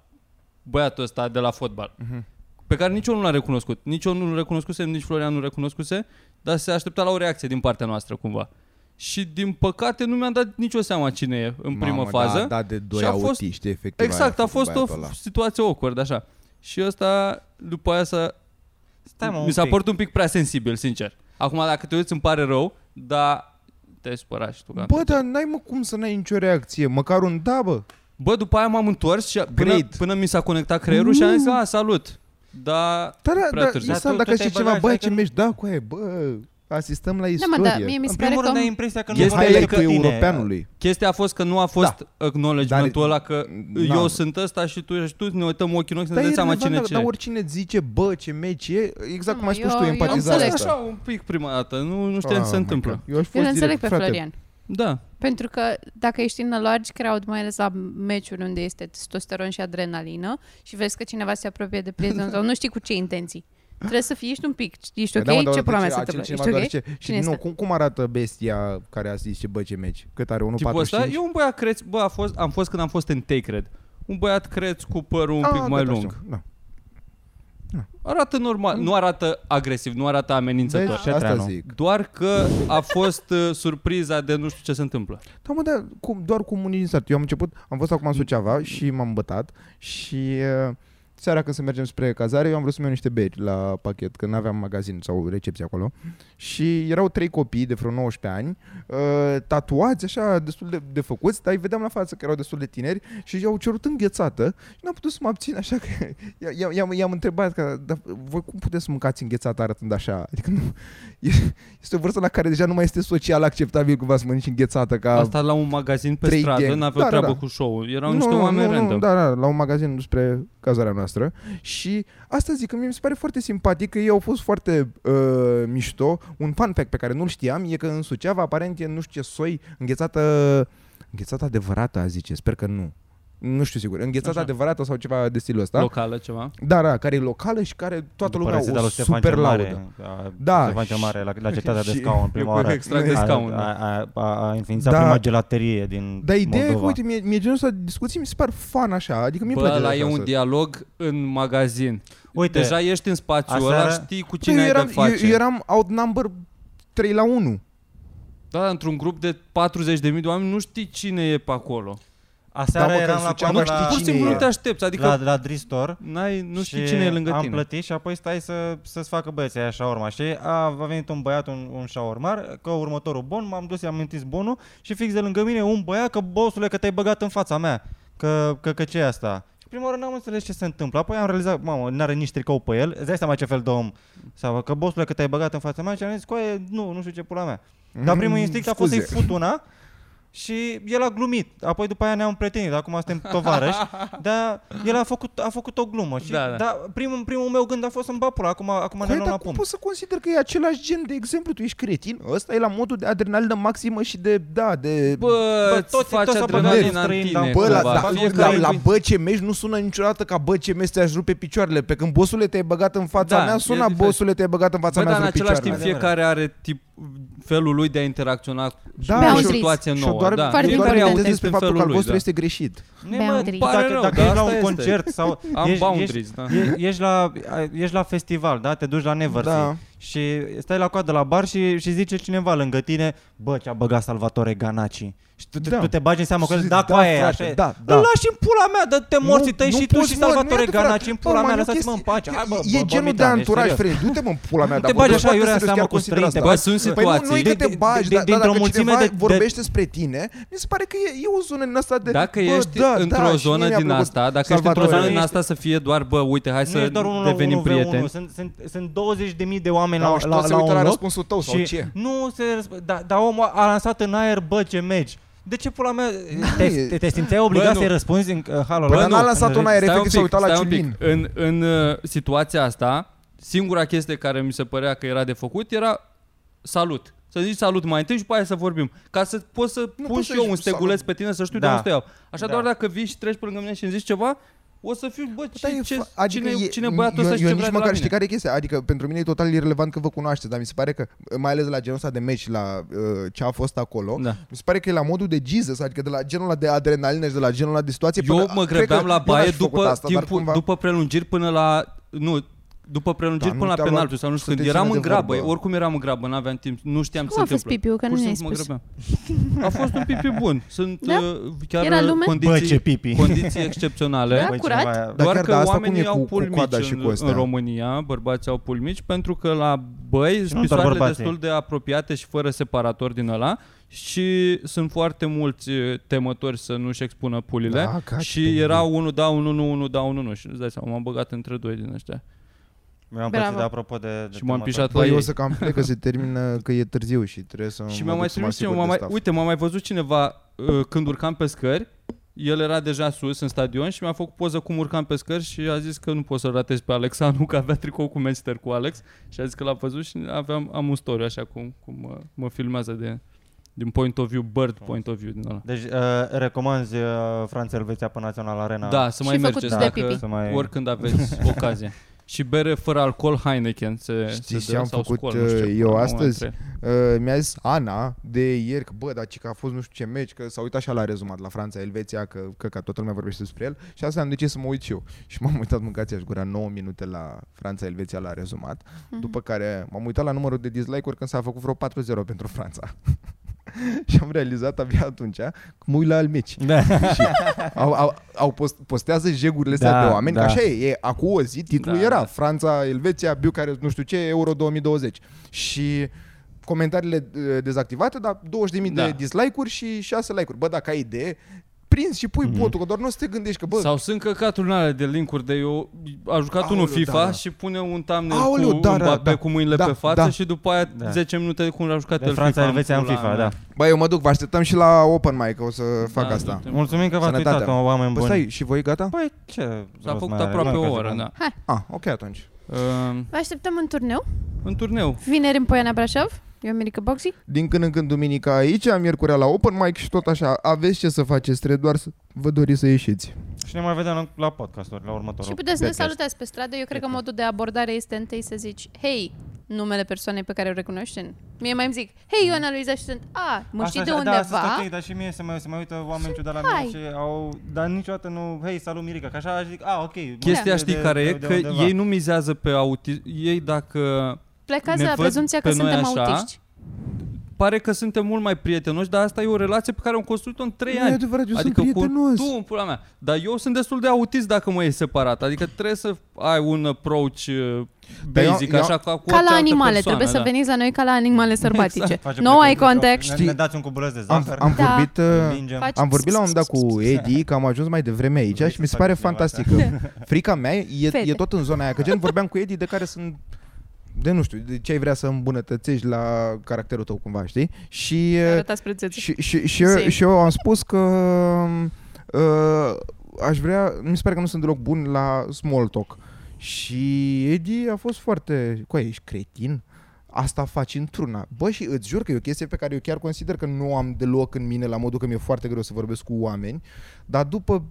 Speaker 4: băiatul ăsta de la fotbal.
Speaker 2: Mhm.
Speaker 4: Pe care nici eu nu l-am recunoscut. Nici eu nu-l recunoscusem, nici Florian nu-l recunoscuse, dar se aștepta la o reacție din partea noastră cumva. Și din păcate nu mi-am dat nicio seama cine e în
Speaker 2: Mamă,
Speaker 4: primă fază.
Speaker 2: Da, da, de doi
Speaker 4: și a fost-
Speaker 2: autiști, efectiv.
Speaker 4: Exact,
Speaker 2: aia
Speaker 4: a fost o
Speaker 2: băiatul ăla.
Speaker 4: situație awkward, așa. Și ăsta, după aia, s-a,
Speaker 1: Stai, mă, un
Speaker 4: mi s-a
Speaker 1: pic.
Speaker 4: părut un pic prea sensibil, sincer. Acum, dacă te uiți, îmi pare rău, dar te-ai supărat și tu. că am
Speaker 2: Bă,
Speaker 4: dreptate.
Speaker 2: dar n-ai mă cum să n-ai nicio reacție, măcar un da, bă.
Speaker 4: Bă, după aia m-am întors și până,
Speaker 2: Great.
Speaker 4: până mi s-a conectat creierul și am zis, a, salut. Da,
Speaker 2: Dar,
Speaker 4: Prea
Speaker 2: da,
Speaker 4: târziu.
Speaker 2: Isan,
Speaker 1: Dar tu
Speaker 2: dacă
Speaker 1: te-ai
Speaker 2: știi
Speaker 1: băgat
Speaker 2: ceva,
Speaker 1: și
Speaker 2: bă,
Speaker 1: ai
Speaker 2: ce
Speaker 1: că-
Speaker 2: mergi, da, cu aia, bă. asistăm la
Speaker 3: Da, mă, da,
Speaker 2: istorie.
Speaker 3: mie mi
Speaker 1: În
Speaker 3: se pare
Speaker 1: primul
Speaker 3: că
Speaker 1: rând ai
Speaker 3: om-
Speaker 1: impresia că nu
Speaker 4: Este
Speaker 2: este
Speaker 1: vorbește
Speaker 2: highlight
Speaker 1: că tine.
Speaker 2: europeanului.
Speaker 4: Chestia a fost că nu a fost acknowledgement-ul
Speaker 2: Da. Dar-
Speaker 4: ăla că
Speaker 2: n-am.
Speaker 4: eu sunt ăsta și tu ești tu, ne uităm ochii în ochi să ne
Speaker 2: Dar,
Speaker 4: dăm
Speaker 2: e
Speaker 4: seama
Speaker 2: relevant,
Speaker 4: cine
Speaker 2: dar,
Speaker 4: ce.
Speaker 2: dar oricine zice, bă, ce meci e, exact
Speaker 3: Nu,
Speaker 2: cum ai spus
Speaker 3: eu-
Speaker 2: tu,
Speaker 3: eu
Speaker 2: empatizarea
Speaker 4: înțeles
Speaker 3: înțeleg
Speaker 2: asta.
Speaker 4: așa un pic prima dată, nu, nu știam ce se
Speaker 2: Ah,
Speaker 4: întâmplă.
Speaker 2: my God. Eu aș fost
Speaker 3: Eu îl
Speaker 2: direct,
Speaker 3: înțeleg pe
Speaker 2: frate.
Speaker 3: Florian.
Speaker 4: Da.
Speaker 3: Pentru că dacă ești în a large crowd, mai ales la meciuri unde este testosteron și adrenalină și vezi că cineva se apropie de prieten sau nu știi cu ce intenții. Trebuie să fii, ești un pic, ești ok?
Speaker 2: Păi da, mă, dar
Speaker 3: ce
Speaker 2: de
Speaker 3: probleme
Speaker 2: ce?
Speaker 3: se
Speaker 2: Acel
Speaker 3: întâmplă?
Speaker 2: cineva
Speaker 3: Ești
Speaker 2: doar
Speaker 3: ok?
Speaker 2: zice,
Speaker 3: Cine
Speaker 2: Și nu,
Speaker 3: este?
Speaker 2: cum, cum arată bestia care a zis, ce bă, ce meci? Cât are, 1,45?
Speaker 4: Tipul ăsta e un băiat creț, bă, a fost, am fost când am fost în Take, cred. Un băiat creț cu părul un pic
Speaker 2: Ah,
Speaker 4: mai
Speaker 2: gata,
Speaker 4: lung.
Speaker 2: știu. Da.
Speaker 4: Arată normal, nu arată agresiv, nu arată
Speaker 2: Vezi,
Speaker 4: amenințător.
Speaker 2: Deci, asta
Speaker 1: Șetreanu.
Speaker 2: zic.
Speaker 4: Doar că a fost uh, surpriza de nu știu ce se întâmplă.
Speaker 2: Da, mă, dar cum, doar cu unii din sat. Eu am început, am fost acum în Suceava și m-am bătat și uh, seara când să mergem spre cazare, eu am vrut să-mi iau niște beri la pachet, că n-aveam magazin sau recepție acolo. Și erau trei copii de vreo 19 ani, uh, tatuați așa, destul de, de făcuți, dar îi vedeam la față că erau destul de tineri și i-au cerut înghețată și n-am putut să mă abțin așa că i- i- i-am, i-am întrebat că, dar voi cum puteți să mâncați înghețată arătând așa? Adică nu, e- este o vârstă la care deja nu mai este social acceptabil cumva să mănânci înghețată ca
Speaker 4: Asta la un magazin pe
Speaker 2: Da. trei
Speaker 4: stradă,
Speaker 2: gang.
Speaker 4: n-aveau
Speaker 2: Da, da,
Speaker 4: treabă
Speaker 2: da.
Speaker 4: cu show-ul. Erau niște oameni
Speaker 2: nu,
Speaker 4: random.
Speaker 2: Nu, da, da, la un magazin spre cazarea noastră și asta zic că mie mi se pare foarte simpatic că ei au fost foarte uh, mișto. Un fun fact pe care nu-l știam e că în Suceava aparent e nu știu ce soi înghețată, înghețată adevărată a zice, sper că nu. Nu știu sigur, înghețată
Speaker 4: Așa.
Speaker 2: adevărată sau ceva de stilul ăsta.
Speaker 4: Locală ceva.
Speaker 2: da, da, care e locală și care toată
Speaker 1: După
Speaker 2: lumea
Speaker 1: rețeta
Speaker 2: o
Speaker 1: lui Ștefan
Speaker 2: super
Speaker 1: cel Mare,
Speaker 2: laudă.
Speaker 1: a-
Speaker 2: Da,
Speaker 1: Ștefan cel
Speaker 2: și-
Speaker 1: Mare la, la cetatea de
Speaker 2: și-
Speaker 1: scaun prima
Speaker 4: Eu cred
Speaker 1: oară.
Speaker 4: că extrag de
Speaker 1: A-
Speaker 4: scaun.
Speaker 1: A,
Speaker 4: da.
Speaker 1: a, a, a înființat
Speaker 2: Da.
Speaker 1: prima gelaterie din
Speaker 2: Dar ideea e că,
Speaker 1: Moldova.
Speaker 2: uite, mie, mie genul ăsta de discuții mi se par fan așa, adică mi-e
Speaker 4: Bă,
Speaker 2: place
Speaker 4: ăla
Speaker 2: așa
Speaker 4: e un
Speaker 2: să-
Speaker 4: dialog în magazin.
Speaker 1: Uite,
Speaker 4: Deja ești în spațiu ăla,
Speaker 1: aseară-
Speaker 4: știi cu
Speaker 2: eu
Speaker 4: cine ai
Speaker 2: Păi, eram,
Speaker 4: de face.
Speaker 2: eu, eu eram outnumber 3 la 1.
Speaker 4: Da, dar într-un grup de 40.000 de oameni nu știi cine e pe acolo.
Speaker 1: aseară
Speaker 2: Da, mă, că
Speaker 1: eram
Speaker 2: în
Speaker 1: la
Speaker 2: Suceava
Speaker 1: coadă
Speaker 2: știi
Speaker 1: la,
Speaker 4: Pur și
Speaker 2: cine
Speaker 4: simplu
Speaker 2: e.
Speaker 4: nu te aștepți, adică
Speaker 1: la, la Dristor
Speaker 4: n-ai, nu știi
Speaker 1: și
Speaker 4: cine e lângă
Speaker 1: am
Speaker 4: tine.
Speaker 1: plătit și apoi stai să, să facă băieții aia șaorma. Și a, a venit un băiat, un, un șaormar, că următorul bon, m-am dus, i-am întins bonul și fix de lângă mine un băiat, că bosule, că te-ai băgat în fața mea, că, că, că ce e asta? Și prima oară n-am înțeles ce se întâmplă, apoi am realizat, mamă, n-are nici tricou pe el, îți dai seama ce fel de om, sau că bosule, că te-ai băgat în fața mea și am zis, coaie, nu, nu știu ce pula mea. Dar primul instinct a fost să-i
Speaker 2: Scuze.
Speaker 1: fut una și el a glumit. Apoi după aia ne-am pretenit, acum suntem tovarăși, dar el a făcut, a făcut o glumă. Și
Speaker 4: Da,
Speaker 1: da,
Speaker 4: da.
Speaker 1: da. Dar primul, primul meu gând a fost în bapul, acum, acum ne
Speaker 2: Păi,
Speaker 1: luăm
Speaker 2: dar
Speaker 1: la
Speaker 2: cum
Speaker 1: pumn.
Speaker 2: poți să consider că e același gen de exemplu? Tu ești cretin, ăsta e la modul de adrenalină maximă și de, da, de...
Speaker 4: Bă,
Speaker 1: Bă,
Speaker 4: îți
Speaker 1: toți-
Speaker 4: face
Speaker 1: toți
Speaker 4: adrenalina în
Speaker 1: străini, dar
Speaker 4: tine.
Speaker 1: bă,
Speaker 2: la,
Speaker 4: cumva.
Speaker 2: la, la,
Speaker 4: Fiecare
Speaker 2: la
Speaker 4: cu-
Speaker 2: bă ce meci nu sună niciodată ca bă ce meci te-aș rupe picioarele. Pe când bosule te-ai băgat în fața
Speaker 4: Da,
Speaker 2: mea,
Speaker 4: e
Speaker 2: sună
Speaker 4: diferit.
Speaker 2: bosule te-ai băgat în fața
Speaker 4: Bă,
Speaker 2: mea,
Speaker 4: dar în
Speaker 2: îți rup
Speaker 4: același timp
Speaker 2: picioarele.
Speaker 4: fiecare are tip, felul lui de a interacționa cu
Speaker 2: Da,
Speaker 4: da, o
Speaker 3: și-
Speaker 4: situație
Speaker 2: Și o
Speaker 4: nouă.
Speaker 2: doar,
Speaker 4: Da.
Speaker 3: Foarte
Speaker 2: și doar
Speaker 4: Fiecare e
Speaker 3: important.
Speaker 2: amintesc
Speaker 4: autentic
Speaker 2: despre
Speaker 4: în
Speaker 2: faptul că
Speaker 4: felul
Speaker 2: al
Speaker 4: lui.
Speaker 2: vostru
Speaker 4: Da.
Speaker 2: este greșit.
Speaker 1: Ne, mă,
Speaker 3: Boundaries.
Speaker 4: Pare
Speaker 1: dacă,
Speaker 4: rău,
Speaker 1: dacă
Speaker 4: dar
Speaker 1: ești la
Speaker 4: asta
Speaker 1: un
Speaker 4: este.
Speaker 1: concert sau
Speaker 4: Am
Speaker 1: ești, ești,
Speaker 4: boundaries, da.
Speaker 1: e- ești, la, ești la festival, da? Te duci la Neversea
Speaker 2: Da.
Speaker 1: da. și stai la coadă la bar și, și zice cineva lângă tine bă, ce-a băgat Salvatore Ganaci. Și tu,
Speaker 2: Da.
Speaker 1: da. tu te bagi în seamă că
Speaker 2: Și
Speaker 1: el,
Speaker 2: zici,
Speaker 1: da,
Speaker 2: da,
Speaker 1: da, aia e,
Speaker 2: frate,
Speaker 1: așa e.
Speaker 2: da, da.
Speaker 1: Îl lași în pula mea, dă-te morții tăi și tu
Speaker 2: poți,
Speaker 1: și
Speaker 2: mă, nu e
Speaker 1: Salvatore
Speaker 2: adevărat.
Speaker 1: Ganaci în
Speaker 2: Bă,
Speaker 1: pula
Speaker 2: mă,
Speaker 1: mea,
Speaker 2: e o
Speaker 1: lăsați-mă în
Speaker 2: chestie-
Speaker 1: pace. Hai, bă,
Speaker 2: E
Speaker 1: bă,
Speaker 2: genul de
Speaker 1: Bogdan, ești
Speaker 2: anturaj,
Speaker 1: serios.
Speaker 2: da, frate. Du-te mă în pula mea,
Speaker 1: Nu
Speaker 2: dar
Speaker 1: te
Speaker 2: bă,
Speaker 1: bagi
Speaker 2: bă,
Speaker 1: așa,
Speaker 2: foarte
Speaker 1: iurea
Speaker 2: serios
Speaker 1: seama
Speaker 2: chiar
Speaker 1: cu
Speaker 2: consider asta.
Speaker 1: străini,
Speaker 4: Bă, sunt
Speaker 2: Păi nu, nu e
Speaker 4: situații.
Speaker 2: că te
Speaker 1: Din-
Speaker 2: bagi,
Speaker 1: din-
Speaker 2: dar, dar
Speaker 1: dintr-o
Speaker 2: dacă
Speaker 1: mulțime
Speaker 2: cineva
Speaker 1: de-
Speaker 2: de,
Speaker 1: de-
Speaker 2: vorbește spre tine, mi se pare că e, e o zonă din asta de...
Speaker 4: Dacă
Speaker 2: bă,
Speaker 4: ești
Speaker 2: da, da,
Speaker 4: într-o
Speaker 2: și mie
Speaker 4: zonă
Speaker 2: mi-a
Speaker 4: din
Speaker 2: plăcut
Speaker 4: asta, dacă ești într-o
Speaker 2: Salvatore.
Speaker 4: zonă din asta să fie doar, bă, uite, hai
Speaker 1: nu
Speaker 4: să
Speaker 1: ești doar unul
Speaker 4: devenim
Speaker 1: unul
Speaker 4: prieteni.
Speaker 1: Sunt, sunt, sunt 20 de mii de oameni
Speaker 2: Da,
Speaker 1: la,
Speaker 2: și
Speaker 1: la,
Speaker 2: toți se
Speaker 1: la
Speaker 2: uită
Speaker 1: un
Speaker 2: la
Speaker 1: loc
Speaker 2: răspunsul tău sau
Speaker 1: și
Speaker 2: ce?
Speaker 1: Nu se răsp- da, dar omul a lansat în aer, bă, ce mergi. De ce pula mea? Te,
Speaker 2: e-
Speaker 1: te, te simțeai obligat
Speaker 4: Bă, nu.
Speaker 1: să-i răspunzi în uh, halul
Speaker 2: Bă,
Speaker 1: ăla?
Speaker 2: n-a lansat un aer,
Speaker 4: Stai
Speaker 2: efectiv s-a
Speaker 4: un pic,
Speaker 2: uitat la
Speaker 4: stai un
Speaker 2: Ciulin.
Speaker 4: pic. În, în uh, situația asta, singura chestie care mi se părea că era de făcut era salut. Să zici salut mai întâi și după aia să vorbim. Ca să pot să nu pun
Speaker 2: poți
Speaker 4: și
Speaker 2: să
Speaker 4: eu
Speaker 2: zici
Speaker 4: un steguleț
Speaker 2: salut.
Speaker 4: pe tine să știu
Speaker 1: Da.
Speaker 4: de unde te iau. Așa
Speaker 1: Da.
Speaker 4: doar dacă vii și treci pe lângă mine și îmi zici ceva, o să fiu, bă,
Speaker 2: Dar
Speaker 4: ce,
Speaker 2: e
Speaker 4: ce,
Speaker 2: fa- adică
Speaker 4: cine,
Speaker 2: e-
Speaker 4: cine băiatul
Speaker 2: eu,
Speaker 4: ăsta și ce
Speaker 2: eu
Speaker 4: vrea
Speaker 2: nici
Speaker 4: de la
Speaker 2: măcar știi
Speaker 4: mine?
Speaker 2: care e chestia, adică pentru mine e total irrelevant că vă cunoașteți, dar mi se pare că, mai ales la genul ăsta de meci, la uh, ce a fost acolo,
Speaker 4: Da.
Speaker 2: mi se pare că e la modul de Jesus, adică de la genul ăla de adrenalină și de la genul ăla de situație.
Speaker 4: Eu
Speaker 2: până-
Speaker 4: mă
Speaker 2: cred
Speaker 4: grăbeam
Speaker 2: că
Speaker 4: la
Speaker 2: eu
Speaker 4: baie
Speaker 2: n-aș fi
Speaker 4: după,
Speaker 2: făcut asta, dar
Speaker 4: timpul,
Speaker 2: cumva-
Speaker 4: după prelungiri până la... Nu, după prelungiri
Speaker 2: Da, nu
Speaker 4: până la
Speaker 2: te-a luat-
Speaker 4: penaltul sau nu știu când.
Speaker 2: sunteți
Speaker 4: Eram
Speaker 2: ținut
Speaker 4: în
Speaker 2: de
Speaker 4: grabă,
Speaker 2: vorbă.
Speaker 4: oricum eram în grabă, n-aveam timp, nu știam ce
Speaker 3: Cum
Speaker 4: se
Speaker 3: a fost
Speaker 4: întâmplă.
Speaker 3: pipiu? Că nu
Speaker 4: Pur și
Speaker 3: ne-ai
Speaker 4: simplu mă
Speaker 3: spus.
Speaker 4: grăbeam. A fost un pipi bun. Sunt
Speaker 3: Da?
Speaker 4: uh, chiar
Speaker 3: Era lume?
Speaker 1: Bă, ce
Speaker 4: condiții,
Speaker 1: pipi.
Speaker 4: condiții excepționale.
Speaker 3: Da? curat?
Speaker 2: Păi, Dar
Speaker 4: Doar
Speaker 2: chiar
Speaker 4: că
Speaker 2: da, asta cum
Speaker 4: oamenii
Speaker 2: e cu-
Speaker 4: au
Speaker 2: cu
Speaker 4: pulmici
Speaker 2: coada
Speaker 4: în,
Speaker 2: și cu astea?
Speaker 4: în România, bărbații au pulmici, pentru că la băi
Speaker 1: doar
Speaker 4: spisoarele
Speaker 1: bărbații.
Speaker 4: destul de apropiate și fără separator din ăla și sunt foarte mulți uh, temători să nu-și expună pulile
Speaker 2: Da, ca
Speaker 4: și
Speaker 2: pe
Speaker 4: era unul da, unul nu, unul da, unul nu și îți dai seama, m-am băgat între doi din ăștia.
Speaker 1: Mi-am
Speaker 3: Bravo.
Speaker 1: plăcut de apropo de, de
Speaker 4: Și m-am
Speaker 1: tema
Speaker 4: pișat la
Speaker 2: Băi, eu
Speaker 4: ei.
Speaker 2: o să cam plec că se termină, că e târziu și trebuie să
Speaker 4: Și
Speaker 2: mă
Speaker 4: mi-am mai
Speaker 2: duc să mă
Speaker 4: trimis
Speaker 2: asigur
Speaker 4: cineva,
Speaker 2: de
Speaker 4: mai,
Speaker 2: staff.
Speaker 4: uite, m-a mai văzut cineva uh, când urcam pe scări, el era deja sus în stadion și mi-a făcut poză cum urcam pe scări și a zis că nu pot să ratez pe Alexanu, că avea tricou cu Manchester cu Alex și a zis că l-a văzut și aveam, am un story așa cum, cum mă, mă filmează de, din point of view, bird point of view din ăla.
Speaker 1: Deci uh, recomanzi uh, Franța-Elveția pe Național Arena.
Speaker 4: Da, să
Speaker 3: Și
Speaker 4: mai
Speaker 3: făcut
Speaker 4: mergeți
Speaker 3: de
Speaker 4: dacă,
Speaker 3: pipi.
Speaker 1: Să mai...
Speaker 4: oricând aveți ocazia. Și bere fără alcool Heineken se, se
Speaker 2: Știi
Speaker 4: dă,
Speaker 2: ce am
Speaker 4: sau
Speaker 2: făcut,
Speaker 4: scol, nu știu
Speaker 2: uh,
Speaker 4: ce, până
Speaker 2: eu
Speaker 4: la una
Speaker 2: astăzi?
Speaker 4: dintre ele.
Speaker 2: Uh, mi-a zis Ana de ieri că bă, dar ce că a fost nu știu ce meci, că s-a uitat așa la rezumat la Franța, Elveția, că, că, că toată lumea vorbește despre el și asta am de ce să mă uit și eu. Și m-am uitat mâncați și gura 9 minute la Franța, Elveția la rezumat, mm-hmm. după care m-am uitat la numărul de dislike-uri când s-a făcut vreo 4-0 pentru Franța. și am realizat abia atunci că mă uit la al meci.
Speaker 1: Da.
Speaker 2: Au, au, au post, postează jegurile astea
Speaker 1: Da,
Speaker 2: da, de oameni, da.
Speaker 1: da.
Speaker 2: că așa e, e, acum o zi titlul
Speaker 4: Da,
Speaker 2: da, era
Speaker 4: da.
Speaker 2: da. Franța, Elveția, Bucarest, nu știu ce, Euro 2020 și comentariile eh, dezactivate, dar 20.000
Speaker 4: Da.
Speaker 2: de dislike-uri și 6 like-uri. Bă, dacă ai idee, prins și pui mm-hmm. botul, că doar nu o să te gândești că bă,
Speaker 4: Mhm. Sau sunt căcaturile alea de linkuri de eu a jucat
Speaker 2: Aoleu,
Speaker 4: unul FIFA
Speaker 2: da, da.
Speaker 4: și pune un thumbnail
Speaker 2: Aoleu,
Speaker 4: cu
Speaker 2: da, da,
Speaker 4: Mbappé
Speaker 2: da.
Speaker 4: cu mâinile
Speaker 2: Da,
Speaker 4: pe față
Speaker 2: da.
Speaker 4: și după aia
Speaker 1: Da.
Speaker 4: 10 minute de cum a jucat
Speaker 1: De
Speaker 4: el
Speaker 1: Franța,
Speaker 4: FIFA.
Speaker 1: Elveția în
Speaker 4: pula
Speaker 1: FIFA,
Speaker 4: mea.
Speaker 1: da.
Speaker 2: bă, eu mă duc, vă așteptăm și la open mic, o să fac
Speaker 4: Da,
Speaker 2: asta.
Speaker 4: du-te.
Speaker 1: Mulțumim că v-ați
Speaker 2: Sănătatea.
Speaker 1: uitat, mă, oameni
Speaker 2: Bă,
Speaker 1: buni.
Speaker 2: stai, și voi gata?
Speaker 1: Păi, ce
Speaker 4: S-a
Speaker 1: rost
Speaker 4: făcut
Speaker 1: mai are?
Speaker 4: aproape
Speaker 1: Blanca
Speaker 4: o
Speaker 1: se
Speaker 4: oră,
Speaker 1: vede.
Speaker 4: da.
Speaker 2: Ah, ok atunci.
Speaker 4: Uh,
Speaker 3: Vă așteptăm în turneu.
Speaker 4: în turneu.
Speaker 3: Vineri în Poiana Brașov. Eu, Mirica Boxy.
Speaker 2: Din când în când duminica aici, miercurea la open mic și tot așa. Aveți ce să faceți, trebuie doar să vă doriți să ieșiți.
Speaker 1: Și ne mai vedem la- la podcasturi, la următorul.
Speaker 3: Și puteți să ne
Speaker 1: podcast.
Speaker 3: salutați pe stradă. Eu cred că modul de abordare este întâi să zici, hei, numele persoanei pe care o recunoști. Mie mai îmi zic, hei, Ioana Luiza și sunt, a, mă
Speaker 1: Asta
Speaker 3: știi de
Speaker 1: așa, Da,
Speaker 3: undeva?
Speaker 1: asta sunt ok, dar și mie se mai, se mai uită oameni ciudat la
Speaker 3: hai.
Speaker 1: mine și au... Dar niciodată nu... Hei, salut Mirica, că așa aș zic, a, ok. mă știe
Speaker 4: Chestia știi
Speaker 1: de-
Speaker 4: care
Speaker 1: de-
Speaker 4: e?
Speaker 1: de
Speaker 4: Că
Speaker 1: undeva."
Speaker 4: ei nu mizează pe autism. Ei dacă...
Speaker 3: Plecați
Speaker 4: Ne
Speaker 3: la
Speaker 4: văd
Speaker 3: prezumția că
Speaker 4: pe noi
Speaker 3: suntem
Speaker 4: așa?
Speaker 3: autiști.
Speaker 4: Pare că suntem mult mai prietenoși, dar asta e o relație pe care am construit-o în 3
Speaker 2: Nu e
Speaker 4: ani.
Speaker 2: adevărat, eu sunt
Speaker 4: Păi, adică cu
Speaker 2: prietenos.
Speaker 4: tu, în pula mea. Dar eu sunt destul de autist dacă mă iei separat. Adică trebuie să ai un approach uh,
Speaker 2: Dar eu-
Speaker 4: basic,
Speaker 2: eu-
Speaker 4: așa ca cu
Speaker 3: Ca
Speaker 4: orice
Speaker 3: la
Speaker 4: altă
Speaker 3: animale,
Speaker 4: persoană,
Speaker 3: trebuie
Speaker 4: da. Exact.
Speaker 3: să veniți la noi ca la animale sălbatice.
Speaker 1: Facem
Speaker 3: No eye
Speaker 1: plecăciuni,
Speaker 3: contact.
Speaker 1: ne-
Speaker 2: Știi-
Speaker 1: Ne dați un cubuleț de
Speaker 2: Am,
Speaker 1: zahăr.
Speaker 2: am
Speaker 3: Da.
Speaker 2: vorbit...
Speaker 1: îl
Speaker 2: uh,
Speaker 1: îngem.
Speaker 3: Faci-
Speaker 2: Am vorbit la un moment dat cu Edi, că am ajuns mai devreme aici
Speaker 1: Vrei
Speaker 2: și mi
Speaker 1: să
Speaker 2: se
Speaker 1: faci
Speaker 2: pare
Speaker 1: cineva asta?
Speaker 2: fantastică. Frica mea e,
Speaker 3: Fete.
Speaker 2: e tot în zona aia, că gen vorbeam cu Edi de care sunt de nu știu, de ce ai vrea să îmbunătățești la caracterul tău cumva, știi? Și uh,
Speaker 3: Arătați prețețe.
Speaker 2: și, și, și, eu,
Speaker 3: Same.
Speaker 2: și eu am spus că uh, aș vrea, mi se pare că nu sunt deloc bun la small talk. Și Edi a fost foarte, cu ești cretin? Asta faci într-una. Bă, și îți jur că e o chestie pe care eu chiar consider că nu o am deloc în mine, la modul că mi-e foarte greu să vorbesc cu oameni, dar după,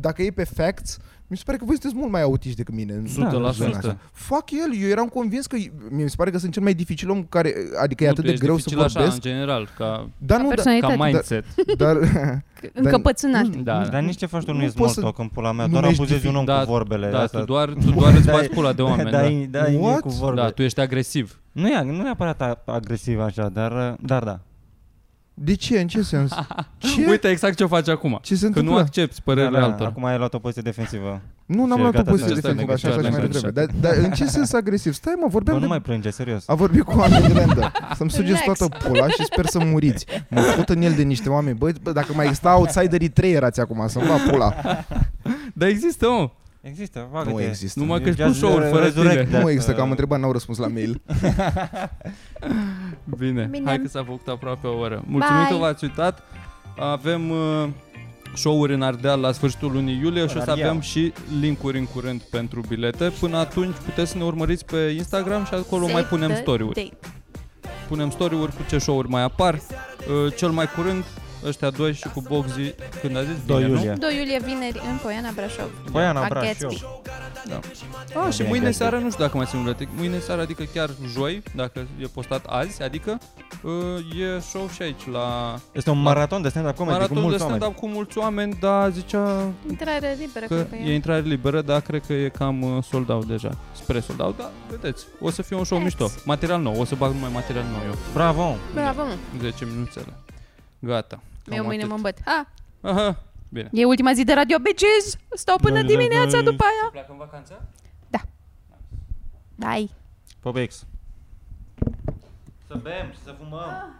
Speaker 2: dacă e pe facts, mi se pare că voi sunteți mult mai autiști decât mine. în
Speaker 4: 100%.
Speaker 2: zona asta. Fac el, eu eram convins că mi se pare că sunt cel mai dificil om care, adică e
Speaker 4: Nu,
Speaker 2: atât
Speaker 4: tu
Speaker 2: de
Speaker 4: ești
Speaker 2: greu să
Speaker 4: dificil
Speaker 2: vorbesc.
Speaker 4: Așa, în general, ca,
Speaker 2: Dar
Speaker 3: Ca
Speaker 2: nu, da,
Speaker 4: ca
Speaker 3: personalitate.
Speaker 4: mindset.
Speaker 2: dar,
Speaker 3: Încăpățânat.
Speaker 2: nu-
Speaker 4: Da, da.
Speaker 1: Dar nici ce faci tu nu,
Speaker 2: Nu
Speaker 1: e
Speaker 2: poți
Speaker 1: small
Speaker 2: să
Speaker 1: talk în pula mea,
Speaker 2: nu
Speaker 1: doar
Speaker 2: ești
Speaker 1: abuzezi un om
Speaker 4: Da,
Speaker 1: cu vorbele.
Speaker 4: Da,
Speaker 1: asta.
Speaker 4: tu doar, tu doar îți
Speaker 1: Dai-
Speaker 4: bați pula de oameni.
Speaker 1: Da,
Speaker 4: da.
Speaker 1: da, e
Speaker 2: What?
Speaker 1: cu vorbe.
Speaker 4: da, tu ești agresiv.
Speaker 1: Nu e, nu e neapărat a- agresiv așa, dar, uh, dar da.
Speaker 2: De ce? În ce sens? Ce?
Speaker 4: Uite exact ce faci acum.
Speaker 2: ce se
Speaker 4: Că nu
Speaker 2: întâmplă?
Speaker 4: accepti părerile
Speaker 1: Da, da,
Speaker 4: altora.
Speaker 1: Acum ai luat o poziție defensivă.
Speaker 2: Nu, n-am
Speaker 1: Ce,
Speaker 2: luat o
Speaker 1: gata,
Speaker 2: poziție
Speaker 1: să-
Speaker 2: de
Speaker 4: să-
Speaker 2: așa, așa
Speaker 4: să-
Speaker 2: și mai
Speaker 4: să-
Speaker 2: devreme. Dar, dar în ce sens agresiv? Stai mă,
Speaker 1: Bă,
Speaker 2: vorbeam
Speaker 1: nu mai
Speaker 2: de...
Speaker 1: plânge, serios.
Speaker 2: A vorbit cu oameni random. Să-mi sugeți
Speaker 3: Next.
Speaker 2: toată pula și sper să muriți. Mă fut în el de niște oameni. Băi, bă, dacă mai exista outsiderii trei erați acum, să-mi va pula.
Speaker 4: Dar există, mă.
Speaker 1: Există, vagă
Speaker 2: Nu există.
Speaker 4: Numai
Speaker 1: E
Speaker 4: că ești
Speaker 1: just
Speaker 4: pușouri
Speaker 1: re-
Speaker 4: fără
Speaker 1: resurrect de-
Speaker 4: tine.
Speaker 2: Nu există, că am întrebat, n-au răspuns la mail.
Speaker 4: Bine.
Speaker 3: Bine.
Speaker 4: Hai că s-a făcut aproape o oră. Mulțumim
Speaker 3: Bye.
Speaker 4: că v-ați uitat. Avem uh, show-uri în Ardeal la sfârșitul lunii iulie și o să
Speaker 1: Ardeal.
Speaker 4: avem și linkuri în curând pentru bilete. Până atunci puteți să ne urmăriți pe Instagram și acolo mai punem story-uri. punem story-uri cu ce show-uri mai apar. Uh, Cel mai curând, ăștia doi și cu Boxy, când a zis?
Speaker 1: 2
Speaker 4: Bine, nu?
Speaker 1: iulie. Păi,
Speaker 3: 2 iulie vineri în Poiana Brașov.
Speaker 1: Băiana
Speaker 3: La
Speaker 1: Brașov.
Speaker 3: Gatsby.
Speaker 4: Ah, și
Speaker 1: Bine,
Speaker 4: mâine
Speaker 1: Gatsby.
Speaker 4: seara, nu știu dacă mai țin biletic, mâine seara, adică chiar joi, dacă e postat azi, adică uh, e show și aici la
Speaker 1: Este un maraton de stand-up comedy cu
Speaker 4: maraton de
Speaker 1: mulți oameni.
Speaker 4: stand-up cu mulți oameni, dar zicea
Speaker 3: Intrare liberă,
Speaker 4: că
Speaker 3: cred că
Speaker 4: e
Speaker 3: e.
Speaker 4: intrare liberă, dar cred că e cam uh, sold out deja, spre sold out, dar vedeți, o să fie un show
Speaker 3: Vedeți.
Speaker 4: mișto, material nou, o să bag numai material nou eu,
Speaker 1: Bravo!
Speaker 3: Bravo, mă.
Speaker 4: 10 minuțele, gata.
Speaker 3: Eu
Speaker 4: Cam
Speaker 3: mâine
Speaker 4: atât.
Speaker 3: mă îmbăt. Ah,
Speaker 4: Aha, bine.
Speaker 3: e ultima zi de radio, bitches! Stau până
Speaker 1: Bye, bye,
Speaker 3: dimineața
Speaker 1: bye.
Speaker 3: după aia.
Speaker 4: Pleacă în vacanță?
Speaker 3: Bye!
Speaker 1: Popex. Să bem și să fumăm.